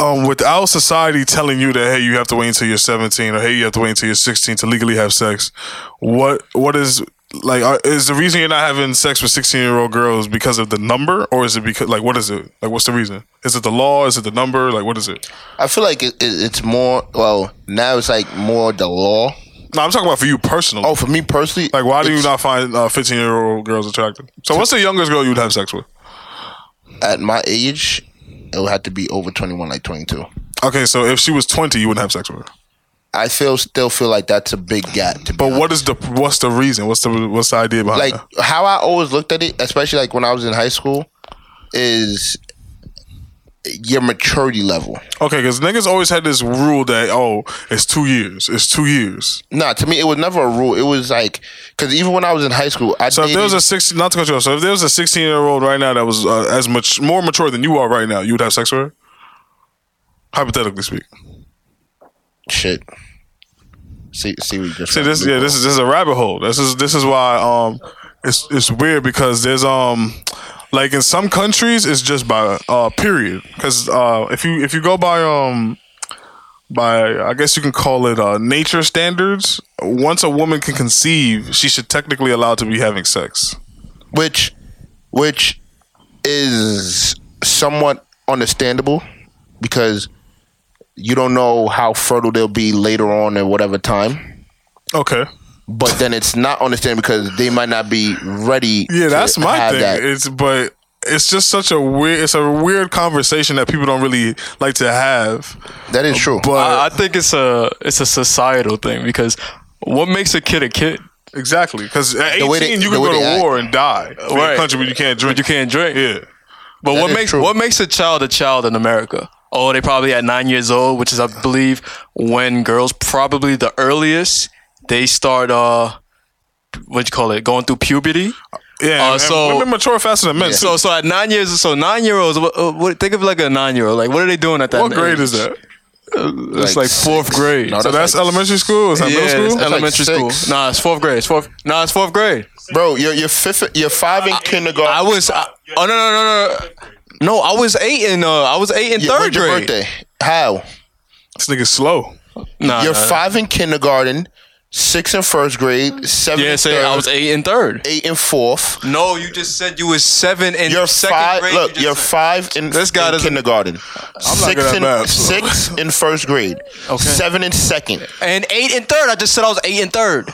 [SPEAKER 2] Um, without society telling you that hey you have to wait until you're 17 or hey you have to wait until you're 16 to legally have sex, what what is like are, is the reason you're not having sex with 16 year old girls because of the number or is it because like what is it like what's the reason is it the law is it the number like what is it
[SPEAKER 3] I feel like it, it, it's more. Well, now it's like more the law.
[SPEAKER 2] No, I'm talking about for you personally.
[SPEAKER 3] Oh, for me personally,
[SPEAKER 2] like, why do you
[SPEAKER 3] it's
[SPEAKER 2] not find uh, 15 year old girls attractive? So, what's the youngest girl you'd have sex with?
[SPEAKER 3] At my age, it would have to be over twenty one, like twenty two.
[SPEAKER 2] Okay, so if she was 20, you wouldn't have sex with her.
[SPEAKER 3] I feel still feel like that's a big gap. To be
[SPEAKER 2] But
[SPEAKER 3] honest.
[SPEAKER 2] what is the what's the reason? What's the what's the idea behind
[SPEAKER 3] like
[SPEAKER 2] that?
[SPEAKER 3] how I always looked at it, especially like when I was in high school, is your maturity level.
[SPEAKER 2] Okay, because niggas always had this rule that oh, it's two years, it's two years.
[SPEAKER 3] Nah, to me it was never a rule. It was like because even when I was in high school, I
[SPEAKER 2] So if there was a
[SPEAKER 3] dated-
[SPEAKER 2] 16, not to cut you off. So if there was a 16 year old right now that was uh, as much more mature than you are right now, you would have sex with her. Hypothetically speak.
[SPEAKER 3] shit. See, see, we just
[SPEAKER 2] See this, yeah, this is this is a rabbit hole. This is this is why um, it's it's weird because there's um, like in some countries it's just by uh period because uh if you if you go by um by I guess you can call it uh nature standards. Once a woman can conceive, she should technically allowed to be having sex.
[SPEAKER 3] which which is somewhat understandable because you don't know how fertile they'll be later on at whatever time.
[SPEAKER 2] Okay.
[SPEAKER 3] But then it's not understandable because they might not be ready.
[SPEAKER 2] Yeah,
[SPEAKER 3] to
[SPEAKER 2] that's my
[SPEAKER 3] have
[SPEAKER 2] thing.
[SPEAKER 3] that.
[SPEAKER 2] It's but it's just such a weird it's a weird conversation that people don't really like to have.
[SPEAKER 3] that is true.
[SPEAKER 2] But
[SPEAKER 4] I, I think it's a it's a societal thing because what makes a kid a kid?
[SPEAKER 2] Exactly, because at 18
[SPEAKER 3] way they-
[SPEAKER 2] you
[SPEAKER 3] the
[SPEAKER 2] can go
[SPEAKER 3] way
[SPEAKER 2] to
[SPEAKER 3] they act.
[SPEAKER 2] war and die for your
[SPEAKER 4] Uh, Right.
[SPEAKER 2] country, but you can't drink.
[SPEAKER 4] But you can't drink.
[SPEAKER 2] Yeah,
[SPEAKER 4] But
[SPEAKER 3] That
[SPEAKER 4] what
[SPEAKER 3] is
[SPEAKER 4] makes
[SPEAKER 3] true.
[SPEAKER 4] what makes a child a child in America? Oh, they probably at nine years old, which is I believe when girls probably the earliest they start uh what you call it, going through puberty.
[SPEAKER 2] yeah.
[SPEAKER 4] Uh,
[SPEAKER 2] and
[SPEAKER 4] so-
[SPEAKER 2] women mature faster than men. So
[SPEAKER 4] So so at nine years, so nine year olds, what, uh, what, think of like a nine year old. Like what are they doing at that?
[SPEAKER 2] what grade
[SPEAKER 4] age?
[SPEAKER 2] is that?
[SPEAKER 4] It's like, fourth grade.
[SPEAKER 3] No,
[SPEAKER 2] So that's
[SPEAKER 3] like-
[SPEAKER 2] elementary school. Is that
[SPEAKER 4] yeah,
[SPEAKER 2] middle
[SPEAKER 4] it's
[SPEAKER 2] school?
[SPEAKER 3] like
[SPEAKER 4] elementary school.
[SPEAKER 3] six.
[SPEAKER 4] Nah, it's fourth grade. It's fourth. Nah, it's fourth grade.
[SPEAKER 3] bro. You're you're fifth. You're five in kindergarten.
[SPEAKER 4] I was. I, oh no no no no. No, I was eight in. Uh, I was eight in
[SPEAKER 3] Yeah,
[SPEAKER 4] third
[SPEAKER 3] when's your
[SPEAKER 4] grade.
[SPEAKER 3] birthday? How?
[SPEAKER 2] This nigga's slow.
[SPEAKER 4] Nah,
[SPEAKER 3] You're
[SPEAKER 4] nah.
[SPEAKER 3] five in kindergarten, six in first grade, seven.
[SPEAKER 4] Yeah,
[SPEAKER 3] in
[SPEAKER 4] say
[SPEAKER 3] third,
[SPEAKER 4] I was eight in third.
[SPEAKER 3] eight in fourth.
[SPEAKER 4] No, you just said you was seven in
[SPEAKER 3] You're
[SPEAKER 4] second
[SPEAKER 3] five.
[SPEAKER 4] grade.
[SPEAKER 3] look,
[SPEAKER 4] you
[SPEAKER 3] you're
[SPEAKER 4] just
[SPEAKER 3] five in,
[SPEAKER 4] This guy
[SPEAKER 3] in
[SPEAKER 4] doesn't-
[SPEAKER 3] kindergarten. six
[SPEAKER 2] good at
[SPEAKER 3] in
[SPEAKER 2] math, so.
[SPEAKER 3] six in first grade.
[SPEAKER 4] Okay.
[SPEAKER 3] Seven in second.
[SPEAKER 4] and eight in third. I just said I was eight in third.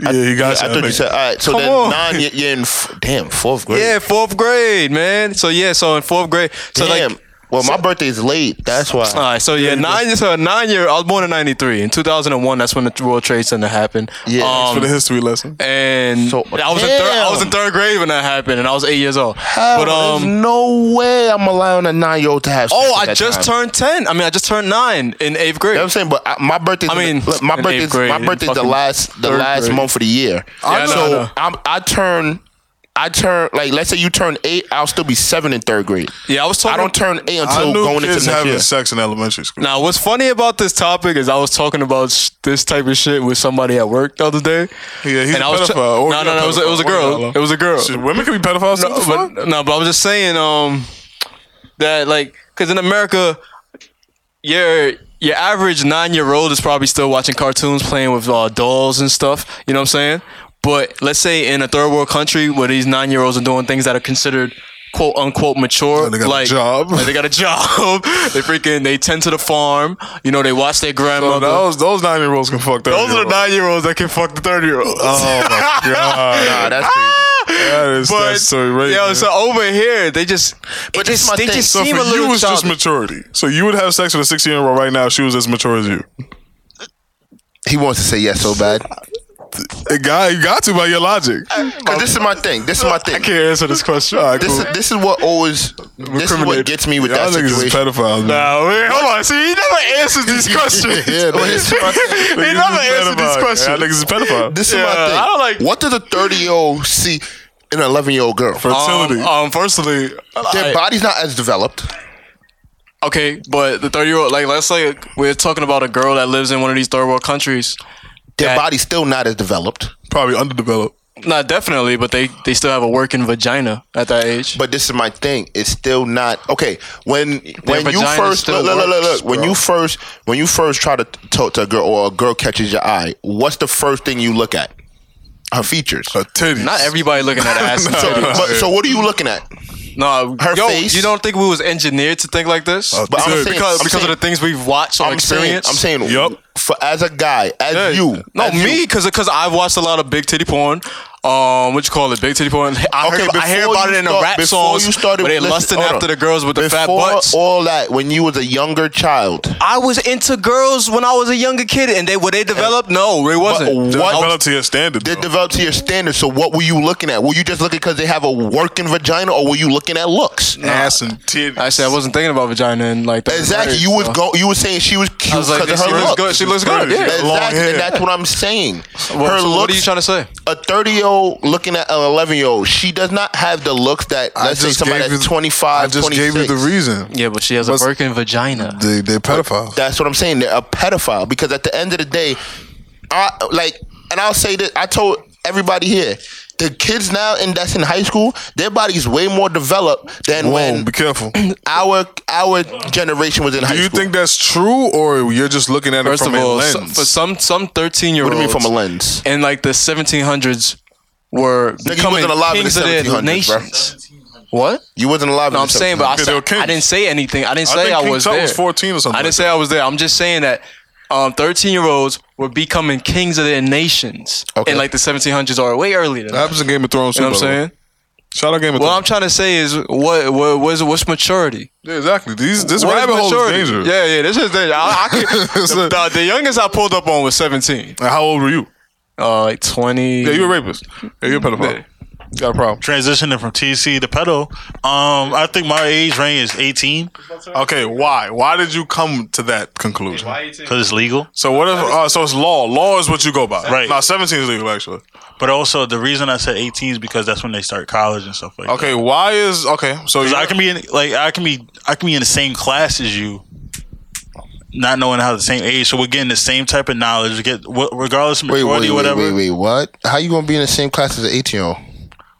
[SPEAKER 2] Yeah, you got
[SPEAKER 3] I
[SPEAKER 2] that
[SPEAKER 3] thought you
[SPEAKER 2] nigga.
[SPEAKER 3] said all right. So
[SPEAKER 4] Come
[SPEAKER 3] then
[SPEAKER 4] on.
[SPEAKER 3] nine. You're, you're in f- damn fourth grade.
[SPEAKER 4] Yeah, fourth grade, man. So yeah, so in fourth grade. So
[SPEAKER 3] damn.
[SPEAKER 4] like
[SPEAKER 3] well, my birthday's late. That's why.
[SPEAKER 4] all right, so yeah, nine so a nine year I was born in ninety three. In two thousand and one, that's when the World Trade Center happened.
[SPEAKER 3] Yeah.
[SPEAKER 2] for the
[SPEAKER 4] Um,
[SPEAKER 2] history lesson.
[SPEAKER 4] and
[SPEAKER 3] So-
[SPEAKER 4] I was in third I was in
[SPEAKER 3] Damn.
[SPEAKER 4] third grade when that happened and I was eight years old.
[SPEAKER 3] Hell,
[SPEAKER 4] but um
[SPEAKER 3] Oh, there's no way I'm allowing a nine year old to have. sex
[SPEAKER 4] Oh,
[SPEAKER 3] at
[SPEAKER 4] I
[SPEAKER 3] that
[SPEAKER 4] just
[SPEAKER 3] time.
[SPEAKER 4] turned ten. I mean I just turned nine in eighth grade.
[SPEAKER 3] You know what I'm saying, but I, my birthday.
[SPEAKER 4] I mean,
[SPEAKER 3] look, my
[SPEAKER 4] in eighth
[SPEAKER 3] birthday's
[SPEAKER 4] grade,
[SPEAKER 3] my birthday's the
[SPEAKER 4] fucking
[SPEAKER 3] last the
[SPEAKER 4] third
[SPEAKER 3] last
[SPEAKER 4] grade.
[SPEAKER 3] month of the year.
[SPEAKER 4] I know,
[SPEAKER 3] so
[SPEAKER 4] I know.
[SPEAKER 3] I'm, I turn, I turn like let's say you turn eight, I'll still be seven in third grade.
[SPEAKER 4] yeah, I was talking
[SPEAKER 3] I don't turn eight
[SPEAKER 2] I
[SPEAKER 3] until
[SPEAKER 2] knew
[SPEAKER 3] going into
[SPEAKER 2] kids
[SPEAKER 3] next
[SPEAKER 2] having
[SPEAKER 3] year.
[SPEAKER 2] sex in elementary school.
[SPEAKER 4] Now, what's funny about this topic is I was talking about sh- this type of shit with somebody at work the other day.
[SPEAKER 2] Yeah, he's
[SPEAKER 4] and
[SPEAKER 2] a
[SPEAKER 4] I was tr-
[SPEAKER 2] pedophile. or
[SPEAKER 4] no,
[SPEAKER 2] you're
[SPEAKER 4] no, no, it was,
[SPEAKER 2] pedophile.
[SPEAKER 4] it was a
[SPEAKER 2] What
[SPEAKER 4] girl.
[SPEAKER 2] about-
[SPEAKER 4] It was a girl.
[SPEAKER 2] Shit, women can be pedophiles. too?
[SPEAKER 4] No,
[SPEAKER 2] What the
[SPEAKER 4] but, no, but I was just saying um that like because in America, your your average nine year old is probably still watching cartoons, playing with uh, dolls and stuff. You know what I'm saying? But let's say in a third world country where these nine year olds are doing things that are considered quote unquote mature.
[SPEAKER 2] And they got a
[SPEAKER 4] like,
[SPEAKER 2] job.
[SPEAKER 4] like, they got a job. they freaking they tend to the farm. You know, they watch their
[SPEAKER 2] So
[SPEAKER 4] grandmother.
[SPEAKER 2] those those nine year olds can fuck.
[SPEAKER 4] Those are
[SPEAKER 2] 30-year-olds.
[SPEAKER 4] the nine year olds that can fuck the thirty year olds.
[SPEAKER 2] Oh my god,
[SPEAKER 3] Nah, that's crazy.
[SPEAKER 2] that is
[SPEAKER 4] but
[SPEAKER 2] that's so right.
[SPEAKER 4] yo,
[SPEAKER 2] man.
[SPEAKER 4] so over here they just but
[SPEAKER 3] this is my
[SPEAKER 4] they
[SPEAKER 3] thing.
[SPEAKER 4] just
[SPEAKER 3] So
[SPEAKER 4] seem
[SPEAKER 2] for
[SPEAKER 4] a little
[SPEAKER 2] you, it's just
[SPEAKER 4] childish.
[SPEAKER 2] maturity. So you would have sex with a sixteen year old right now. if She was as mature as you.
[SPEAKER 3] He wants to say yes so bad.
[SPEAKER 2] A guy, you got to by your logic.
[SPEAKER 3] Cause this is my thing. This is my
[SPEAKER 2] I
[SPEAKER 3] thing.
[SPEAKER 2] can't answer this question. All right,
[SPEAKER 3] This
[SPEAKER 2] cool.
[SPEAKER 3] is this is what always this is what
[SPEAKER 2] Incriminate.
[SPEAKER 3] gets me with
[SPEAKER 2] Y'all
[SPEAKER 3] that
[SPEAKER 2] niggas is
[SPEAKER 3] situation.
[SPEAKER 2] pedophiles. man.
[SPEAKER 4] Nah, wait, Uh, hold on. See, he never answers these questions.
[SPEAKER 2] Yeah,
[SPEAKER 3] Well,
[SPEAKER 2] niggas-
[SPEAKER 3] this is my thing.
[SPEAKER 2] niggas
[SPEAKER 4] He
[SPEAKER 2] is
[SPEAKER 4] never answered these
[SPEAKER 2] pedophile.
[SPEAKER 4] questions.
[SPEAKER 2] Y'all niggas is pedophile.
[SPEAKER 3] This
[SPEAKER 4] Yeah,
[SPEAKER 3] is my thing.
[SPEAKER 4] I don't like-
[SPEAKER 3] what does a thirty year old see in an eleven year old girl?
[SPEAKER 2] fertility.
[SPEAKER 4] Um, um, firstly,
[SPEAKER 3] Their
[SPEAKER 4] I-
[SPEAKER 3] body's not as developed.
[SPEAKER 4] okay, but the thirty year old, like, let's say we're talking about a girl that lives in one of these third world countries.
[SPEAKER 3] Their
[SPEAKER 4] That-
[SPEAKER 3] body's still not as developed.
[SPEAKER 2] Probably underdeveloped.
[SPEAKER 4] Not definitely, but they they still have a working vagina at that age.
[SPEAKER 3] But this is my thing. It's still not okay. When when you
[SPEAKER 4] vagina
[SPEAKER 3] first
[SPEAKER 4] still
[SPEAKER 3] look, look, look, look,
[SPEAKER 4] works,
[SPEAKER 3] look. when
[SPEAKER 4] bro.
[SPEAKER 3] you first when you first try to talk to a girl or a girl catches your eye, what's the first thing you look at? Her features.
[SPEAKER 2] Her titties.
[SPEAKER 4] not everybody looking at ass. and
[SPEAKER 3] So,
[SPEAKER 4] titties.
[SPEAKER 3] but, so what are you looking at?
[SPEAKER 4] No,
[SPEAKER 3] Her
[SPEAKER 4] yo,
[SPEAKER 3] face.
[SPEAKER 4] You don't think we was engineered to think like this?
[SPEAKER 2] Uh,
[SPEAKER 3] But I'm
[SPEAKER 2] Dude,
[SPEAKER 3] saying,
[SPEAKER 4] because
[SPEAKER 3] I'm
[SPEAKER 4] because
[SPEAKER 3] saying,
[SPEAKER 4] of the things we've watched or
[SPEAKER 3] I'm saying,
[SPEAKER 4] experienced.
[SPEAKER 3] I'm saying,
[SPEAKER 2] Yup.
[SPEAKER 3] for as a guy, as
[SPEAKER 2] Yeah.
[SPEAKER 3] you,
[SPEAKER 4] no,
[SPEAKER 3] as
[SPEAKER 4] me
[SPEAKER 3] you.
[SPEAKER 4] because because I've watched a lot of big titty porn. Um, what you call it? Big titty porn. I, heard, I hear
[SPEAKER 3] before
[SPEAKER 4] about
[SPEAKER 3] you
[SPEAKER 4] it in
[SPEAKER 3] start-
[SPEAKER 4] the rap
[SPEAKER 3] before
[SPEAKER 4] songs
[SPEAKER 3] you started
[SPEAKER 4] where they
[SPEAKER 3] listen,
[SPEAKER 4] lusting
[SPEAKER 3] hold
[SPEAKER 4] after
[SPEAKER 3] on.
[SPEAKER 4] the girls with the fat
[SPEAKER 3] Before
[SPEAKER 4] butts.
[SPEAKER 3] All that when you was a younger child.
[SPEAKER 4] I was into girls when I was a younger kid, and they were they developed? No, it wasn't.
[SPEAKER 3] But
[SPEAKER 2] They're
[SPEAKER 3] what-
[SPEAKER 2] developed to your standard.
[SPEAKER 3] They
[SPEAKER 2] though.
[SPEAKER 3] developed to your standards. So what were you looking at? Were you just looking because they have a working vagina, or were you looking at looks?
[SPEAKER 2] ass and titties.
[SPEAKER 4] Actually, I wasn't thinking about vagina and like that.
[SPEAKER 3] Exactly. You was go. You were saying she was cute
[SPEAKER 4] I was
[SPEAKER 3] because
[SPEAKER 4] like,
[SPEAKER 3] of
[SPEAKER 4] she
[SPEAKER 3] her
[SPEAKER 4] looks
[SPEAKER 3] looks.
[SPEAKER 4] good. She looks
[SPEAKER 2] Right.
[SPEAKER 4] good. Yeah.
[SPEAKER 2] Long
[SPEAKER 3] Exactly.
[SPEAKER 2] hair.
[SPEAKER 3] And that's what I'm saying.
[SPEAKER 4] What,
[SPEAKER 3] her
[SPEAKER 4] so
[SPEAKER 3] looks.
[SPEAKER 4] what are you trying to say?
[SPEAKER 3] a 30 year old looking at an 11 year old, she does not have the looks that
[SPEAKER 2] I
[SPEAKER 3] let's say
[SPEAKER 2] just
[SPEAKER 3] somebody
[SPEAKER 2] gave
[SPEAKER 3] that's
[SPEAKER 2] you-
[SPEAKER 3] 25,
[SPEAKER 2] I just
[SPEAKER 3] 26.
[SPEAKER 2] gave you the reason.
[SPEAKER 4] Yeah, but she has
[SPEAKER 2] What's-
[SPEAKER 4] a working vagina.
[SPEAKER 2] They they pedophiles.
[SPEAKER 3] That's what I'm saying. They're a pedophile because at the end of the day, I like, and I'll say this. I told everybody here, the kids now in that's in high school, their body's way more developed than
[SPEAKER 2] Whoa,
[SPEAKER 3] when
[SPEAKER 2] be careful. Do
[SPEAKER 3] our our generation was in high
[SPEAKER 2] you
[SPEAKER 3] school.
[SPEAKER 2] think that's true, or you're just looking at
[SPEAKER 4] First
[SPEAKER 2] it from
[SPEAKER 4] of all,
[SPEAKER 2] a lens?
[SPEAKER 4] so- for some some thirteen year
[SPEAKER 3] what
[SPEAKER 4] olds,
[SPEAKER 3] do you mean from a lens?
[SPEAKER 4] in like the 1700s were
[SPEAKER 3] you
[SPEAKER 4] becoming
[SPEAKER 3] wasn't alive in
[SPEAKER 4] kings
[SPEAKER 3] the
[SPEAKER 4] of their
[SPEAKER 3] 1700s, bruh.
[SPEAKER 4] nations. What?
[SPEAKER 3] You wasn't alive.
[SPEAKER 4] No,
[SPEAKER 3] in
[SPEAKER 4] I'm
[SPEAKER 3] the
[SPEAKER 4] saying, but I,
[SPEAKER 2] 'Cause they were
[SPEAKER 4] said, I
[SPEAKER 2] kings.
[SPEAKER 4] didn't say anything. I didn't
[SPEAKER 2] I
[SPEAKER 4] say
[SPEAKER 2] think
[SPEAKER 4] I
[SPEAKER 2] King
[SPEAKER 4] was
[SPEAKER 2] Tut
[SPEAKER 4] there.
[SPEAKER 2] was 14 or something
[SPEAKER 4] I
[SPEAKER 2] like
[SPEAKER 4] didn't say I was there. I'm just saying that um, 13 year olds were becoming kings of their nations
[SPEAKER 3] Okay.
[SPEAKER 4] in like the 1700s or way earlier than
[SPEAKER 2] That
[SPEAKER 4] that.
[SPEAKER 2] happens in Game of Thrones.
[SPEAKER 4] You know
[SPEAKER 2] too,
[SPEAKER 4] what I'm
[SPEAKER 2] by the way.
[SPEAKER 4] saying?
[SPEAKER 2] Shout out Game of
[SPEAKER 4] What I'm
[SPEAKER 2] Thrones.
[SPEAKER 4] trying to say is what what what's, what's maturity?
[SPEAKER 2] yeah, exactly. These this
[SPEAKER 4] What is
[SPEAKER 2] rabbit hole is
[SPEAKER 4] maturity?
[SPEAKER 2] dangerous.
[SPEAKER 4] Yeah, yeah, this is dangerous. I, I could,
[SPEAKER 2] It's a-
[SPEAKER 4] the, the youngest I pulled up on was 17.
[SPEAKER 2] Like, how old were you?
[SPEAKER 4] Uh, like 20.
[SPEAKER 2] Yeah,
[SPEAKER 1] Mm-hmm.
[SPEAKER 2] you're a rapist. Yeah, you're a pedophile. Got a problem.
[SPEAKER 1] Transitioning from TC to pedal. Um, I think my age range is 18
[SPEAKER 2] Okay, why? Why did you come to that conclusion?
[SPEAKER 1] because it's legal.
[SPEAKER 2] So what if? Uh, so it's law. Law is what you go by.
[SPEAKER 1] Right.
[SPEAKER 2] Now, 17 is legal actually.
[SPEAKER 1] But also, the reason I said 18 is because that's when they start college and stuff like that.
[SPEAKER 2] Okay, why is okay? So
[SPEAKER 1] 'Cause
[SPEAKER 2] you're-
[SPEAKER 1] I can be in, like I can be I can be in the same class as you, not knowing how the same age. So we're getting the same type of knowledge. We get wh- regardless of
[SPEAKER 3] Wait,
[SPEAKER 1] maturity,
[SPEAKER 3] wait, wait,
[SPEAKER 1] whatever.
[SPEAKER 3] wait, wait, what? How you gonna be in the same class as an 18 year old?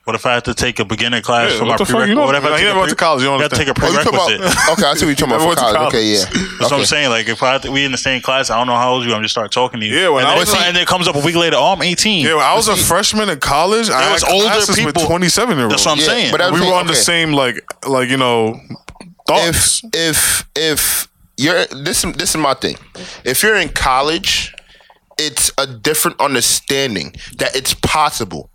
[SPEAKER 1] What if I have to take a beginner class
[SPEAKER 2] Yeah,
[SPEAKER 1] for
[SPEAKER 2] what
[SPEAKER 1] my
[SPEAKER 2] the fuck? You
[SPEAKER 1] prerequisite?
[SPEAKER 2] don't-
[SPEAKER 1] What if
[SPEAKER 2] like,
[SPEAKER 1] I
[SPEAKER 2] he
[SPEAKER 1] take a
[SPEAKER 2] never went to college. You don't
[SPEAKER 1] Got to take a
[SPEAKER 2] understand.
[SPEAKER 3] Oh, you talking about?
[SPEAKER 1] prerequisite. That's
[SPEAKER 3] Okay, I see what you're talking
[SPEAKER 2] Never
[SPEAKER 3] about. For
[SPEAKER 2] went to
[SPEAKER 3] college.
[SPEAKER 2] college.
[SPEAKER 3] Okay, yeah.
[SPEAKER 1] what I'm
[SPEAKER 3] Okay.
[SPEAKER 1] saying. Like if I we in the same class, I don't know how old you. are. I'm just start talking to you.
[SPEAKER 2] Yeah, when
[SPEAKER 1] and
[SPEAKER 2] I
[SPEAKER 1] then
[SPEAKER 2] was-
[SPEAKER 1] it's like- and then it comes up a week later. Oh, I'm 18.
[SPEAKER 2] Yeah, when I was a freshman in college. I
[SPEAKER 1] was
[SPEAKER 2] had
[SPEAKER 1] older
[SPEAKER 2] classes
[SPEAKER 1] people.
[SPEAKER 2] with 27 year olds.
[SPEAKER 1] That's what I'm
[SPEAKER 3] Yeah,
[SPEAKER 1] saying.
[SPEAKER 3] but I-
[SPEAKER 2] we
[SPEAKER 3] saying,
[SPEAKER 2] were on the
[SPEAKER 3] okay.
[SPEAKER 2] same like like you know
[SPEAKER 3] if
[SPEAKER 2] thoughts.
[SPEAKER 3] if if you're this this is my thing. If you're in college, it's a different understanding that it's possible.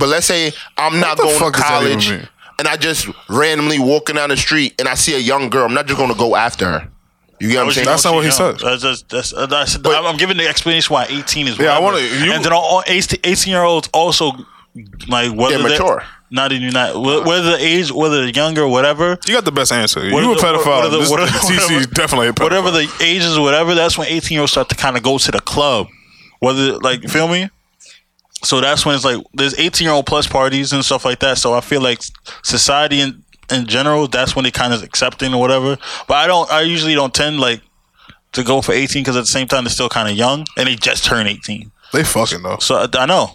[SPEAKER 3] But let's say I'm not
[SPEAKER 2] the
[SPEAKER 3] going
[SPEAKER 2] fuck
[SPEAKER 3] to
[SPEAKER 2] does that even
[SPEAKER 3] college
[SPEAKER 2] mean?
[SPEAKER 3] and I just randomly walking down the street and I see a young girl, I'm not just going to go after her. You get
[SPEAKER 1] Oh,
[SPEAKER 3] what I'm saying?
[SPEAKER 2] That's not what he
[SPEAKER 1] young.
[SPEAKER 2] said.
[SPEAKER 1] That's, that's, that's, uh, that's, I'm- I'm giving the explanation why 18 is.
[SPEAKER 2] Yeah, I
[SPEAKER 1] whatever.
[SPEAKER 2] wanna- you-
[SPEAKER 1] and then all 18 year olds also like whether
[SPEAKER 3] They're mature.
[SPEAKER 1] Not even not wh- whether the age, whether the younger, whatever.
[SPEAKER 2] you got the best answer.
[SPEAKER 1] What
[SPEAKER 2] you
[SPEAKER 1] are
[SPEAKER 2] a
[SPEAKER 1] the-
[SPEAKER 2] pedophile.
[SPEAKER 1] what are the-
[SPEAKER 2] This-
[SPEAKER 1] what are-
[SPEAKER 2] TC is
[SPEAKER 1] whatever-
[SPEAKER 2] definitely a pedophile.
[SPEAKER 1] whatever the ages or whatever, that's when 18 year olds start to kind of go to the club. Whether, like, you feel me? So that's when it's like, there's 18 year old plus parties and stuff like that. So I feel like society in, in general, that's when they kind of accepting or whatever. But I don't, I usually don't tend, like, to go for 18 because at the same time, they're still kind of young and they just turned 18.
[SPEAKER 2] they fucking though.
[SPEAKER 1] So I, I know.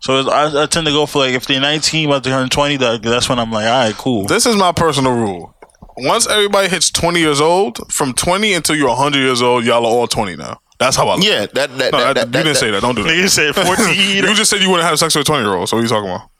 [SPEAKER 1] So it's- I, I tend to go for, like, if they're 19, about to turn 20, that, that's when I'm like, all right, cool.
[SPEAKER 2] This is my personal rule. Once everybody hits 20 years old, from 20 until you're 100 years old, y'all are all 20 now. That's how I look.
[SPEAKER 3] Yeah, that that,
[SPEAKER 2] No,
[SPEAKER 3] that,
[SPEAKER 2] that-
[SPEAKER 3] that,
[SPEAKER 2] you didn't say that. Don't do that.
[SPEAKER 1] Nigga said 14.
[SPEAKER 2] you just said you wouldn't have sex with a 20 year old. So what are you talking about?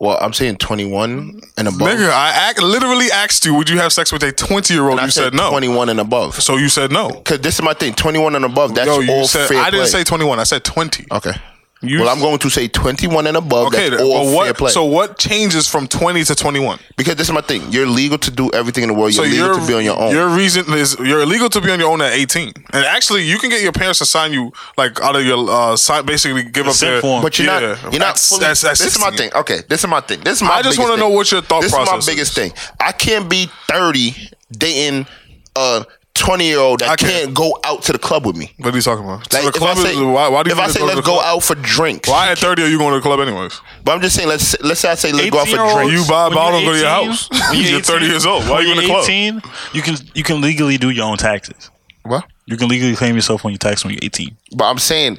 [SPEAKER 3] Well, I'm saying 21 and above.
[SPEAKER 2] Nigga, I act, literally asked you, would you have sex with a 20 year old?
[SPEAKER 3] And I
[SPEAKER 2] You said no.
[SPEAKER 3] 21 and above.
[SPEAKER 2] So you said no.
[SPEAKER 3] Because this is my thing 21 and above. That's
[SPEAKER 2] No, you
[SPEAKER 3] all
[SPEAKER 2] said,
[SPEAKER 3] fair
[SPEAKER 2] I didn't
[SPEAKER 3] play.
[SPEAKER 2] say 21. I said 20.
[SPEAKER 3] Okay.
[SPEAKER 2] You-
[SPEAKER 3] well, I'm going to say 21 and above.
[SPEAKER 2] Okay,
[SPEAKER 3] that's
[SPEAKER 2] then,
[SPEAKER 3] all
[SPEAKER 2] well,
[SPEAKER 3] fair
[SPEAKER 2] what,
[SPEAKER 3] play.
[SPEAKER 2] so what changes from 20 to 21?
[SPEAKER 3] because this is my thing. You're legal to do everything in the world.
[SPEAKER 2] So
[SPEAKER 3] You're
[SPEAKER 2] your
[SPEAKER 3] legal to be on your own.
[SPEAKER 2] Your reason is you're illegal to be on your own at 18, and actually you can get your parents to sign you like out of your uh, sign, basically give up
[SPEAKER 1] Consent
[SPEAKER 2] their.
[SPEAKER 1] form.
[SPEAKER 3] But you're
[SPEAKER 2] yeah,
[SPEAKER 3] not. You're not.
[SPEAKER 2] that's-
[SPEAKER 3] fully,
[SPEAKER 2] that's- that's
[SPEAKER 3] this is my
[SPEAKER 2] 16.
[SPEAKER 3] thing. Okay, this is my thing. This is my.
[SPEAKER 2] I just
[SPEAKER 3] biggest
[SPEAKER 2] wanna know
[SPEAKER 3] thing.
[SPEAKER 2] what your thought
[SPEAKER 3] this
[SPEAKER 2] process
[SPEAKER 3] This
[SPEAKER 2] is.
[SPEAKER 3] is my biggest thing. I can't be thirty dating a twenty year old that
[SPEAKER 2] I can't.
[SPEAKER 3] can't. go out to the club with me.
[SPEAKER 2] What are you talking about? So
[SPEAKER 3] Like
[SPEAKER 2] the
[SPEAKER 3] if I
[SPEAKER 2] club is-
[SPEAKER 3] say,
[SPEAKER 2] why, why do you
[SPEAKER 3] if I
[SPEAKER 2] want to
[SPEAKER 3] say
[SPEAKER 2] go to
[SPEAKER 3] let's
[SPEAKER 2] the
[SPEAKER 3] go
[SPEAKER 2] club?
[SPEAKER 3] out for drinks,
[SPEAKER 2] Why at 30 are you going to the club anyways?
[SPEAKER 3] but I'm just saying let's let's say I say let's go out for
[SPEAKER 1] 18-year-olds,
[SPEAKER 2] You
[SPEAKER 3] drinks.
[SPEAKER 2] buy a
[SPEAKER 1] when
[SPEAKER 2] bottle
[SPEAKER 1] you're
[SPEAKER 2] and go to
[SPEAKER 1] 18,
[SPEAKER 2] your house.
[SPEAKER 1] when
[SPEAKER 2] You're 30 years old. Why
[SPEAKER 1] when
[SPEAKER 2] you in the
[SPEAKER 1] you're
[SPEAKER 2] club?
[SPEAKER 1] 18, you can you can legally do your own taxes.
[SPEAKER 3] What?
[SPEAKER 1] You can legally claim yourself when you tax when you're 18.
[SPEAKER 3] But I'm saying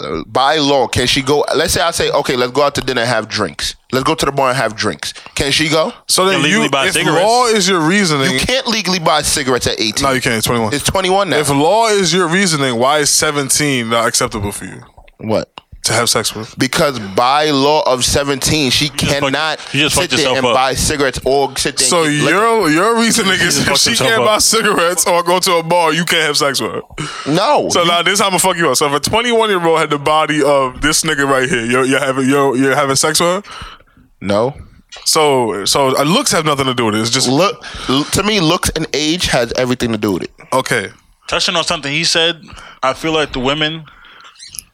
[SPEAKER 3] uh, by law, can she go? Let's say I say okay, let's go out to dinner and have drinks. Let's go to the bar and have drinks. Can she go?
[SPEAKER 2] So then
[SPEAKER 1] Can
[SPEAKER 2] you,
[SPEAKER 1] legally buy
[SPEAKER 2] if
[SPEAKER 1] cigarettes.
[SPEAKER 2] law is your reasoning,
[SPEAKER 3] You can't legally buy cigarettes at 18.
[SPEAKER 2] no, you can't. 21.
[SPEAKER 3] It's 21 now.
[SPEAKER 2] If law is your reasoning, why is 17 not acceptable for you
[SPEAKER 3] what?
[SPEAKER 2] to have sex with?
[SPEAKER 3] Because by law of 17, she cannot
[SPEAKER 1] fucked- you just
[SPEAKER 3] sit
[SPEAKER 1] fucked
[SPEAKER 3] there
[SPEAKER 1] yourself
[SPEAKER 3] and
[SPEAKER 1] up.
[SPEAKER 3] buy cigarettes or sit there.
[SPEAKER 2] So
[SPEAKER 3] and get liquor.
[SPEAKER 2] your your reasoning is
[SPEAKER 1] just
[SPEAKER 2] if
[SPEAKER 1] fucked
[SPEAKER 2] she
[SPEAKER 1] himself
[SPEAKER 2] can't
[SPEAKER 1] up.
[SPEAKER 2] buy cigarettes or go to a bar, you can't have sex with her.
[SPEAKER 3] no.
[SPEAKER 2] So
[SPEAKER 3] you-
[SPEAKER 2] now this how I'm gonna fuck you up. So if a 21 year old had the body of this nigga right here, you're, you're having you're, you're having sex with her.
[SPEAKER 3] no.
[SPEAKER 2] So so uh, looks have nothing to do with it. It's just
[SPEAKER 3] Look l- to me, looks and age has everything to do with it.
[SPEAKER 2] okay.
[SPEAKER 1] Touching on something he said, I feel like the women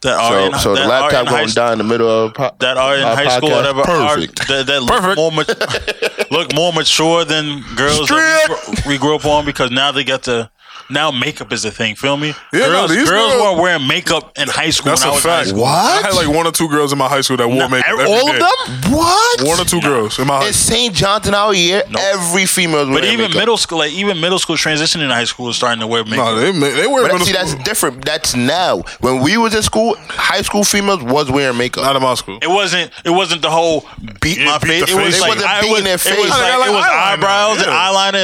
[SPEAKER 1] that are
[SPEAKER 3] So,
[SPEAKER 1] in,
[SPEAKER 3] so
[SPEAKER 1] Oh, that
[SPEAKER 3] the
[SPEAKER 1] are in
[SPEAKER 3] laptop
[SPEAKER 1] high
[SPEAKER 3] going down in the middle of po-
[SPEAKER 1] that are in
[SPEAKER 3] our
[SPEAKER 1] high school or
[SPEAKER 3] podcast.
[SPEAKER 1] whatever
[SPEAKER 3] Perfect.
[SPEAKER 1] are that, that
[SPEAKER 2] Perfect.
[SPEAKER 1] look more mat- look more mature than girls that we, gr- we grew up on because now they got to now makeup is a thing. Feel me?
[SPEAKER 2] Yeah, no,
[SPEAKER 1] girls,
[SPEAKER 2] these
[SPEAKER 1] girls
[SPEAKER 2] girls-
[SPEAKER 1] were wearing makeup in high school.
[SPEAKER 2] That's
[SPEAKER 1] when I
[SPEAKER 2] a
[SPEAKER 1] was in high
[SPEAKER 2] fact.
[SPEAKER 1] school.
[SPEAKER 2] I had like one or two girls in my high school that wore makeup. every
[SPEAKER 3] all
[SPEAKER 2] day.
[SPEAKER 3] of them? What?
[SPEAKER 2] One or two girls in my high
[SPEAKER 3] In St. John's in our year, every female.
[SPEAKER 1] But even middle school, like even middle school transitioning to high school is starting to wear makeup.
[SPEAKER 2] No, they ma- they wear
[SPEAKER 3] But
[SPEAKER 2] middle
[SPEAKER 3] see, that's
[SPEAKER 2] school.
[SPEAKER 3] different. That's now. When we was in school, high school females was wearing makeup.
[SPEAKER 2] Not in my school.
[SPEAKER 1] It wasn't. It wasn't the whole beat
[SPEAKER 2] Yeah,
[SPEAKER 1] my
[SPEAKER 2] beat the
[SPEAKER 1] face. It was
[SPEAKER 2] face.
[SPEAKER 1] like
[SPEAKER 3] They wasn't
[SPEAKER 1] I
[SPEAKER 3] beating
[SPEAKER 1] was.
[SPEAKER 3] their
[SPEAKER 1] It was
[SPEAKER 3] face.
[SPEAKER 1] like,
[SPEAKER 2] They got
[SPEAKER 1] it was
[SPEAKER 2] like eyeliner,
[SPEAKER 1] eyebrows and
[SPEAKER 2] yeah.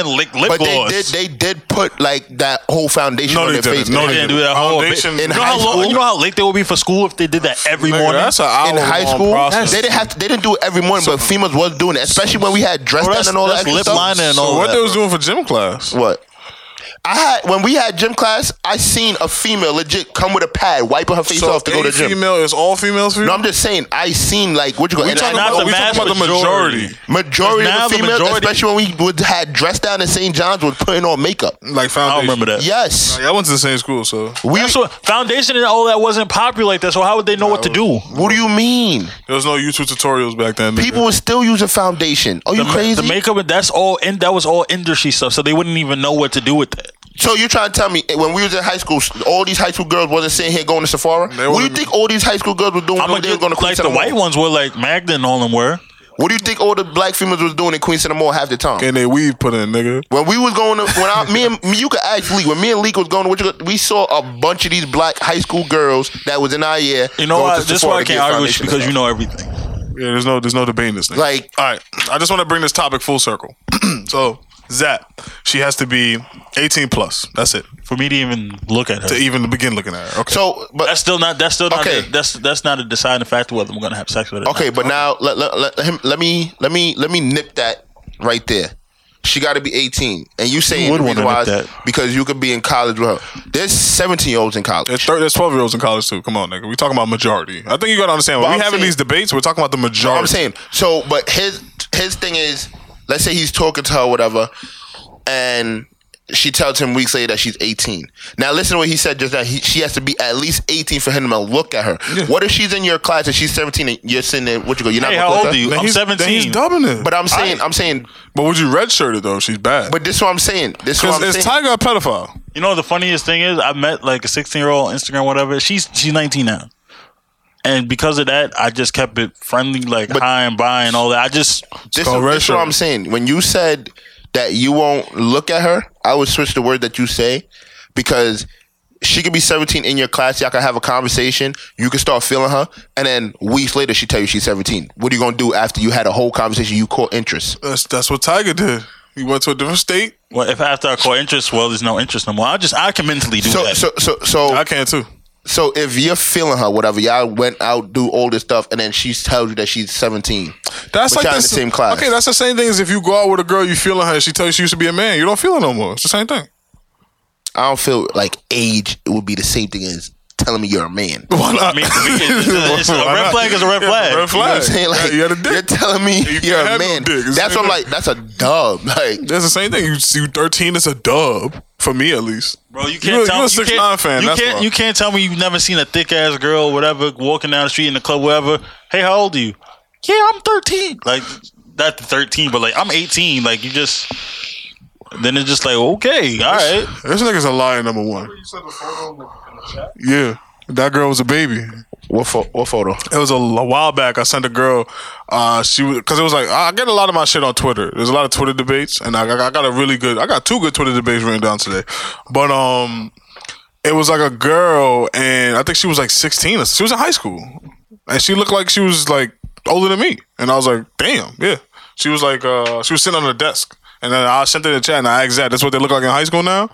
[SPEAKER 1] eyeliner and lip, lip
[SPEAKER 3] but they
[SPEAKER 1] gloss.
[SPEAKER 3] did. They did put like that whole foundation
[SPEAKER 2] No,
[SPEAKER 3] on
[SPEAKER 2] they
[SPEAKER 3] their face.
[SPEAKER 2] didn't. No,
[SPEAKER 1] They
[SPEAKER 2] they
[SPEAKER 1] didn't do that whole. bit.
[SPEAKER 2] Foundation-
[SPEAKER 1] You
[SPEAKER 3] In
[SPEAKER 1] know
[SPEAKER 3] high
[SPEAKER 1] how
[SPEAKER 3] school-
[SPEAKER 1] long, you know how late they would be for school if they did that every
[SPEAKER 2] Nigga,
[SPEAKER 1] morning.
[SPEAKER 2] That's an hour
[SPEAKER 3] in high
[SPEAKER 2] long
[SPEAKER 3] school,
[SPEAKER 2] process.
[SPEAKER 3] they didn't have to, they didn't do it every morning, but females was doing it, especially when we had dress
[SPEAKER 1] Bro,
[SPEAKER 3] down
[SPEAKER 1] that's-
[SPEAKER 3] and all
[SPEAKER 1] that's
[SPEAKER 3] that extra
[SPEAKER 1] lip
[SPEAKER 3] stuff.
[SPEAKER 1] liner and
[SPEAKER 2] So
[SPEAKER 1] all
[SPEAKER 2] what
[SPEAKER 1] that,
[SPEAKER 2] they was
[SPEAKER 1] bro.
[SPEAKER 2] doing for gym class?
[SPEAKER 3] What? I had when we had gym class, I seen a female legit come with a pad, wiping her face
[SPEAKER 2] So
[SPEAKER 3] off to go to
[SPEAKER 2] a
[SPEAKER 3] gym.
[SPEAKER 2] female is all females for you?
[SPEAKER 3] No, I'm just saying, I seen like what you going.
[SPEAKER 2] we
[SPEAKER 3] and
[SPEAKER 2] talking
[SPEAKER 3] I
[SPEAKER 1] not
[SPEAKER 2] about,
[SPEAKER 3] know
[SPEAKER 1] the
[SPEAKER 2] we talking
[SPEAKER 1] mass
[SPEAKER 2] about the majority.
[SPEAKER 1] majority.
[SPEAKER 3] majority
[SPEAKER 1] now
[SPEAKER 3] of
[SPEAKER 1] the
[SPEAKER 3] the females,
[SPEAKER 1] majority-
[SPEAKER 3] especially when we would had dress down in St. John's, was putting on makeup.
[SPEAKER 2] Like
[SPEAKER 1] I
[SPEAKER 2] foundation.
[SPEAKER 1] don't remember that.
[SPEAKER 3] Yes,
[SPEAKER 2] Like, I went to the same school, so
[SPEAKER 3] we.
[SPEAKER 1] That's what foundation and all that wasn't popular like that. So how would they know what to do?
[SPEAKER 3] What do you mean?
[SPEAKER 2] there was no YouTube tutorials back then. nigga.
[SPEAKER 3] People were still using foundation. Are you
[SPEAKER 1] The ma-
[SPEAKER 3] crazy?
[SPEAKER 1] The makeup and that's all. And that was all industry stuff. So they wouldn't even know what to do with that.
[SPEAKER 3] So you trying to tell me eh, when we was in high school, all these high school girls wasn't sitting here going to Sephora? What
[SPEAKER 2] They
[SPEAKER 3] do you
[SPEAKER 2] wasn't-
[SPEAKER 3] think all these high school girls were doing?
[SPEAKER 1] I'm
[SPEAKER 3] when
[SPEAKER 1] like,
[SPEAKER 3] they were going to Queen
[SPEAKER 1] like
[SPEAKER 3] Center
[SPEAKER 1] the white
[SPEAKER 3] Mall?
[SPEAKER 1] ones were like Magda and all them were.
[SPEAKER 3] What do you think all the black females was doing in Queen Center Mall half the time?
[SPEAKER 2] and they weave put in, nigga.
[SPEAKER 3] When we was going to, when I, me and me- you could ask Lee, when me and Leek was going to, what you got- we saw a bunch of these black high school girls that was in our year.
[SPEAKER 1] You know
[SPEAKER 3] going
[SPEAKER 1] why?
[SPEAKER 3] to
[SPEAKER 1] This is
[SPEAKER 3] Sephora
[SPEAKER 1] why I
[SPEAKER 3] to
[SPEAKER 1] can't
[SPEAKER 3] get
[SPEAKER 1] argue with
[SPEAKER 3] foundation
[SPEAKER 1] you because you
[SPEAKER 3] and
[SPEAKER 1] know everything.
[SPEAKER 2] Yeah, there's no there's no debating this thing.
[SPEAKER 3] Like-
[SPEAKER 2] all right, I just want to bring this topic full circle. so Zat, she has to be 18 plus. That's it
[SPEAKER 1] For me to even look at her.
[SPEAKER 2] to even begin looking at her. Okay.
[SPEAKER 3] stuff. So, but
[SPEAKER 1] that's still not. That's still not.
[SPEAKER 3] e- Okay.
[SPEAKER 1] A, that's that's not a deciding factor whether I'm gonna have sex with her. or
[SPEAKER 3] okay, but now let, let, let him let me let me let me nip that right there. She got to be 18, and you saying
[SPEAKER 1] would
[SPEAKER 3] the
[SPEAKER 1] wanna
[SPEAKER 3] reason why
[SPEAKER 1] nip
[SPEAKER 3] is
[SPEAKER 1] that.
[SPEAKER 3] because you could be in college with her. There's 17 year olds in college.
[SPEAKER 2] there's, thir- there's 12 year olds in college too. Come on, nigga. We talking about majority. I think you gotta understand.
[SPEAKER 3] But
[SPEAKER 2] When we
[SPEAKER 3] I'm
[SPEAKER 2] having
[SPEAKER 3] saying-
[SPEAKER 2] these debates, we're talking about the majority.
[SPEAKER 3] I'm saying so, but his his thing is, let's say he's talking to her, or whatever, and she tells him weeks later that she's 18. Now listen to what he said just now. He, she has to be at least 18 for him to look at her. What if she's in your class and she's 17 and you're sitting there? What you go? You're not.
[SPEAKER 1] Hey,
[SPEAKER 3] gonna
[SPEAKER 1] how
[SPEAKER 3] look
[SPEAKER 1] old
[SPEAKER 3] at
[SPEAKER 1] are you?
[SPEAKER 2] Then
[SPEAKER 1] I'm
[SPEAKER 2] he's- then
[SPEAKER 1] 17.
[SPEAKER 2] He's dubbing it.
[SPEAKER 3] her? But I'm saying, I, am saying,
[SPEAKER 2] But would you redshirt it though? if She's bad.
[SPEAKER 3] but this is what I'm saying. This is what
[SPEAKER 2] Because
[SPEAKER 3] I'm
[SPEAKER 2] is
[SPEAKER 3] saying.
[SPEAKER 2] Tiger a pedophile?
[SPEAKER 1] You know the funniest thing is I met like a 16 year old on Instagram whatever. She's she's 19 now, and because of that, I just kept it friendly, like high and by and all that. I just
[SPEAKER 3] This,
[SPEAKER 2] called
[SPEAKER 3] is- this is what
[SPEAKER 2] redshirt.
[SPEAKER 3] I'm saying. When you said that you won't look at her, I would switch the word that you say because she could be 17 in your class. Y'all can have a conversation. You can start feeling her, and then weeks later she tell you she's 17. What are you gonna do after you had a whole conversation? You caught interest.
[SPEAKER 2] That's that's what Tiger did. He went to a different state.
[SPEAKER 1] well, if after I call interest, well, there's no interest no more. I just I can mentally do
[SPEAKER 3] So
[SPEAKER 1] that.
[SPEAKER 3] so so so
[SPEAKER 2] I can too.
[SPEAKER 3] So if you're feeling her, whatever, y'all went out, do all this stuff, and then she tells you that she's 17. But
[SPEAKER 2] That's like
[SPEAKER 3] y'all in
[SPEAKER 2] this-
[SPEAKER 3] the same class.
[SPEAKER 2] Okay, that's the same thing as if you go out with a girl, you feeling her, and she tells you she used to be a man. You don't feel her no more. It's the same thing.
[SPEAKER 3] I don't feel like age would be the same thing as telling me you're a man.
[SPEAKER 2] Why not?
[SPEAKER 1] mean, to me, it's- it's a- it's a
[SPEAKER 2] Why
[SPEAKER 1] red
[SPEAKER 2] not?
[SPEAKER 1] flag is a red
[SPEAKER 2] Yeah,
[SPEAKER 1] flag.
[SPEAKER 2] Red
[SPEAKER 1] You
[SPEAKER 2] flag.
[SPEAKER 3] I'm saying like
[SPEAKER 2] you had a
[SPEAKER 3] you're
[SPEAKER 2] dick.
[SPEAKER 3] telling me
[SPEAKER 2] You
[SPEAKER 3] you are
[SPEAKER 2] can't
[SPEAKER 3] a
[SPEAKER 2] have no
[SPEAKER 3] man.
[SPEAKER 2] dick. It's
[SPEAKER 3] That's what I'm
[SPEAKER 2] different.
[SPEAKER 3] like. That's a dub. Like
[SPEAKER 2] That's the same thing. You see, thirteen is a dub for me at least.
[SPEAKER 1] Bro, you
[SPEAKER 2] You're-
[SPEAKER 1] can't tell
[SPEAKER 2] you're a
[SPEAKER 1] me you
[SPEAKER 2] 6ix9ine
[SPEAKER 1] can't,
[SPEAKER 2] fan,
[SPEAKER 1] You
[SPEAKER 2] that's
[SPEAKER 1] can't,
[SPEAKER 2] why.
[SPEAKER 1] you can't tell me you've never seen a thick ass girl, whatever, walking down the street in the club, whatever. Hey, how old are you? Yeah, I'm 13. Like, not 13, but like I'm 18. Like you just, then it's just like okay, all right.
[SPEAKER 2] This nigga's a liar. Number one. Yeah, that girl was a baby.
[SPEAKER 3] what? Fo- what photo?
[SPEAKER 2] It was a, l- a while back. I sent a girl. Uh, she was because it was like I get a lot of my shit on Twitter. There's a lot of Twitter debates, and I, I got a really good. I got two good Twitter debates written down today. But um, it was like a girl, and I think she was like 16. She was in high school, and she looked like she was like older than me. And I was like, damn, yeah. She was like, uh, she was sitting on her desk, and then I sent it in the chat, and I asked that. That's what they look like in high school now.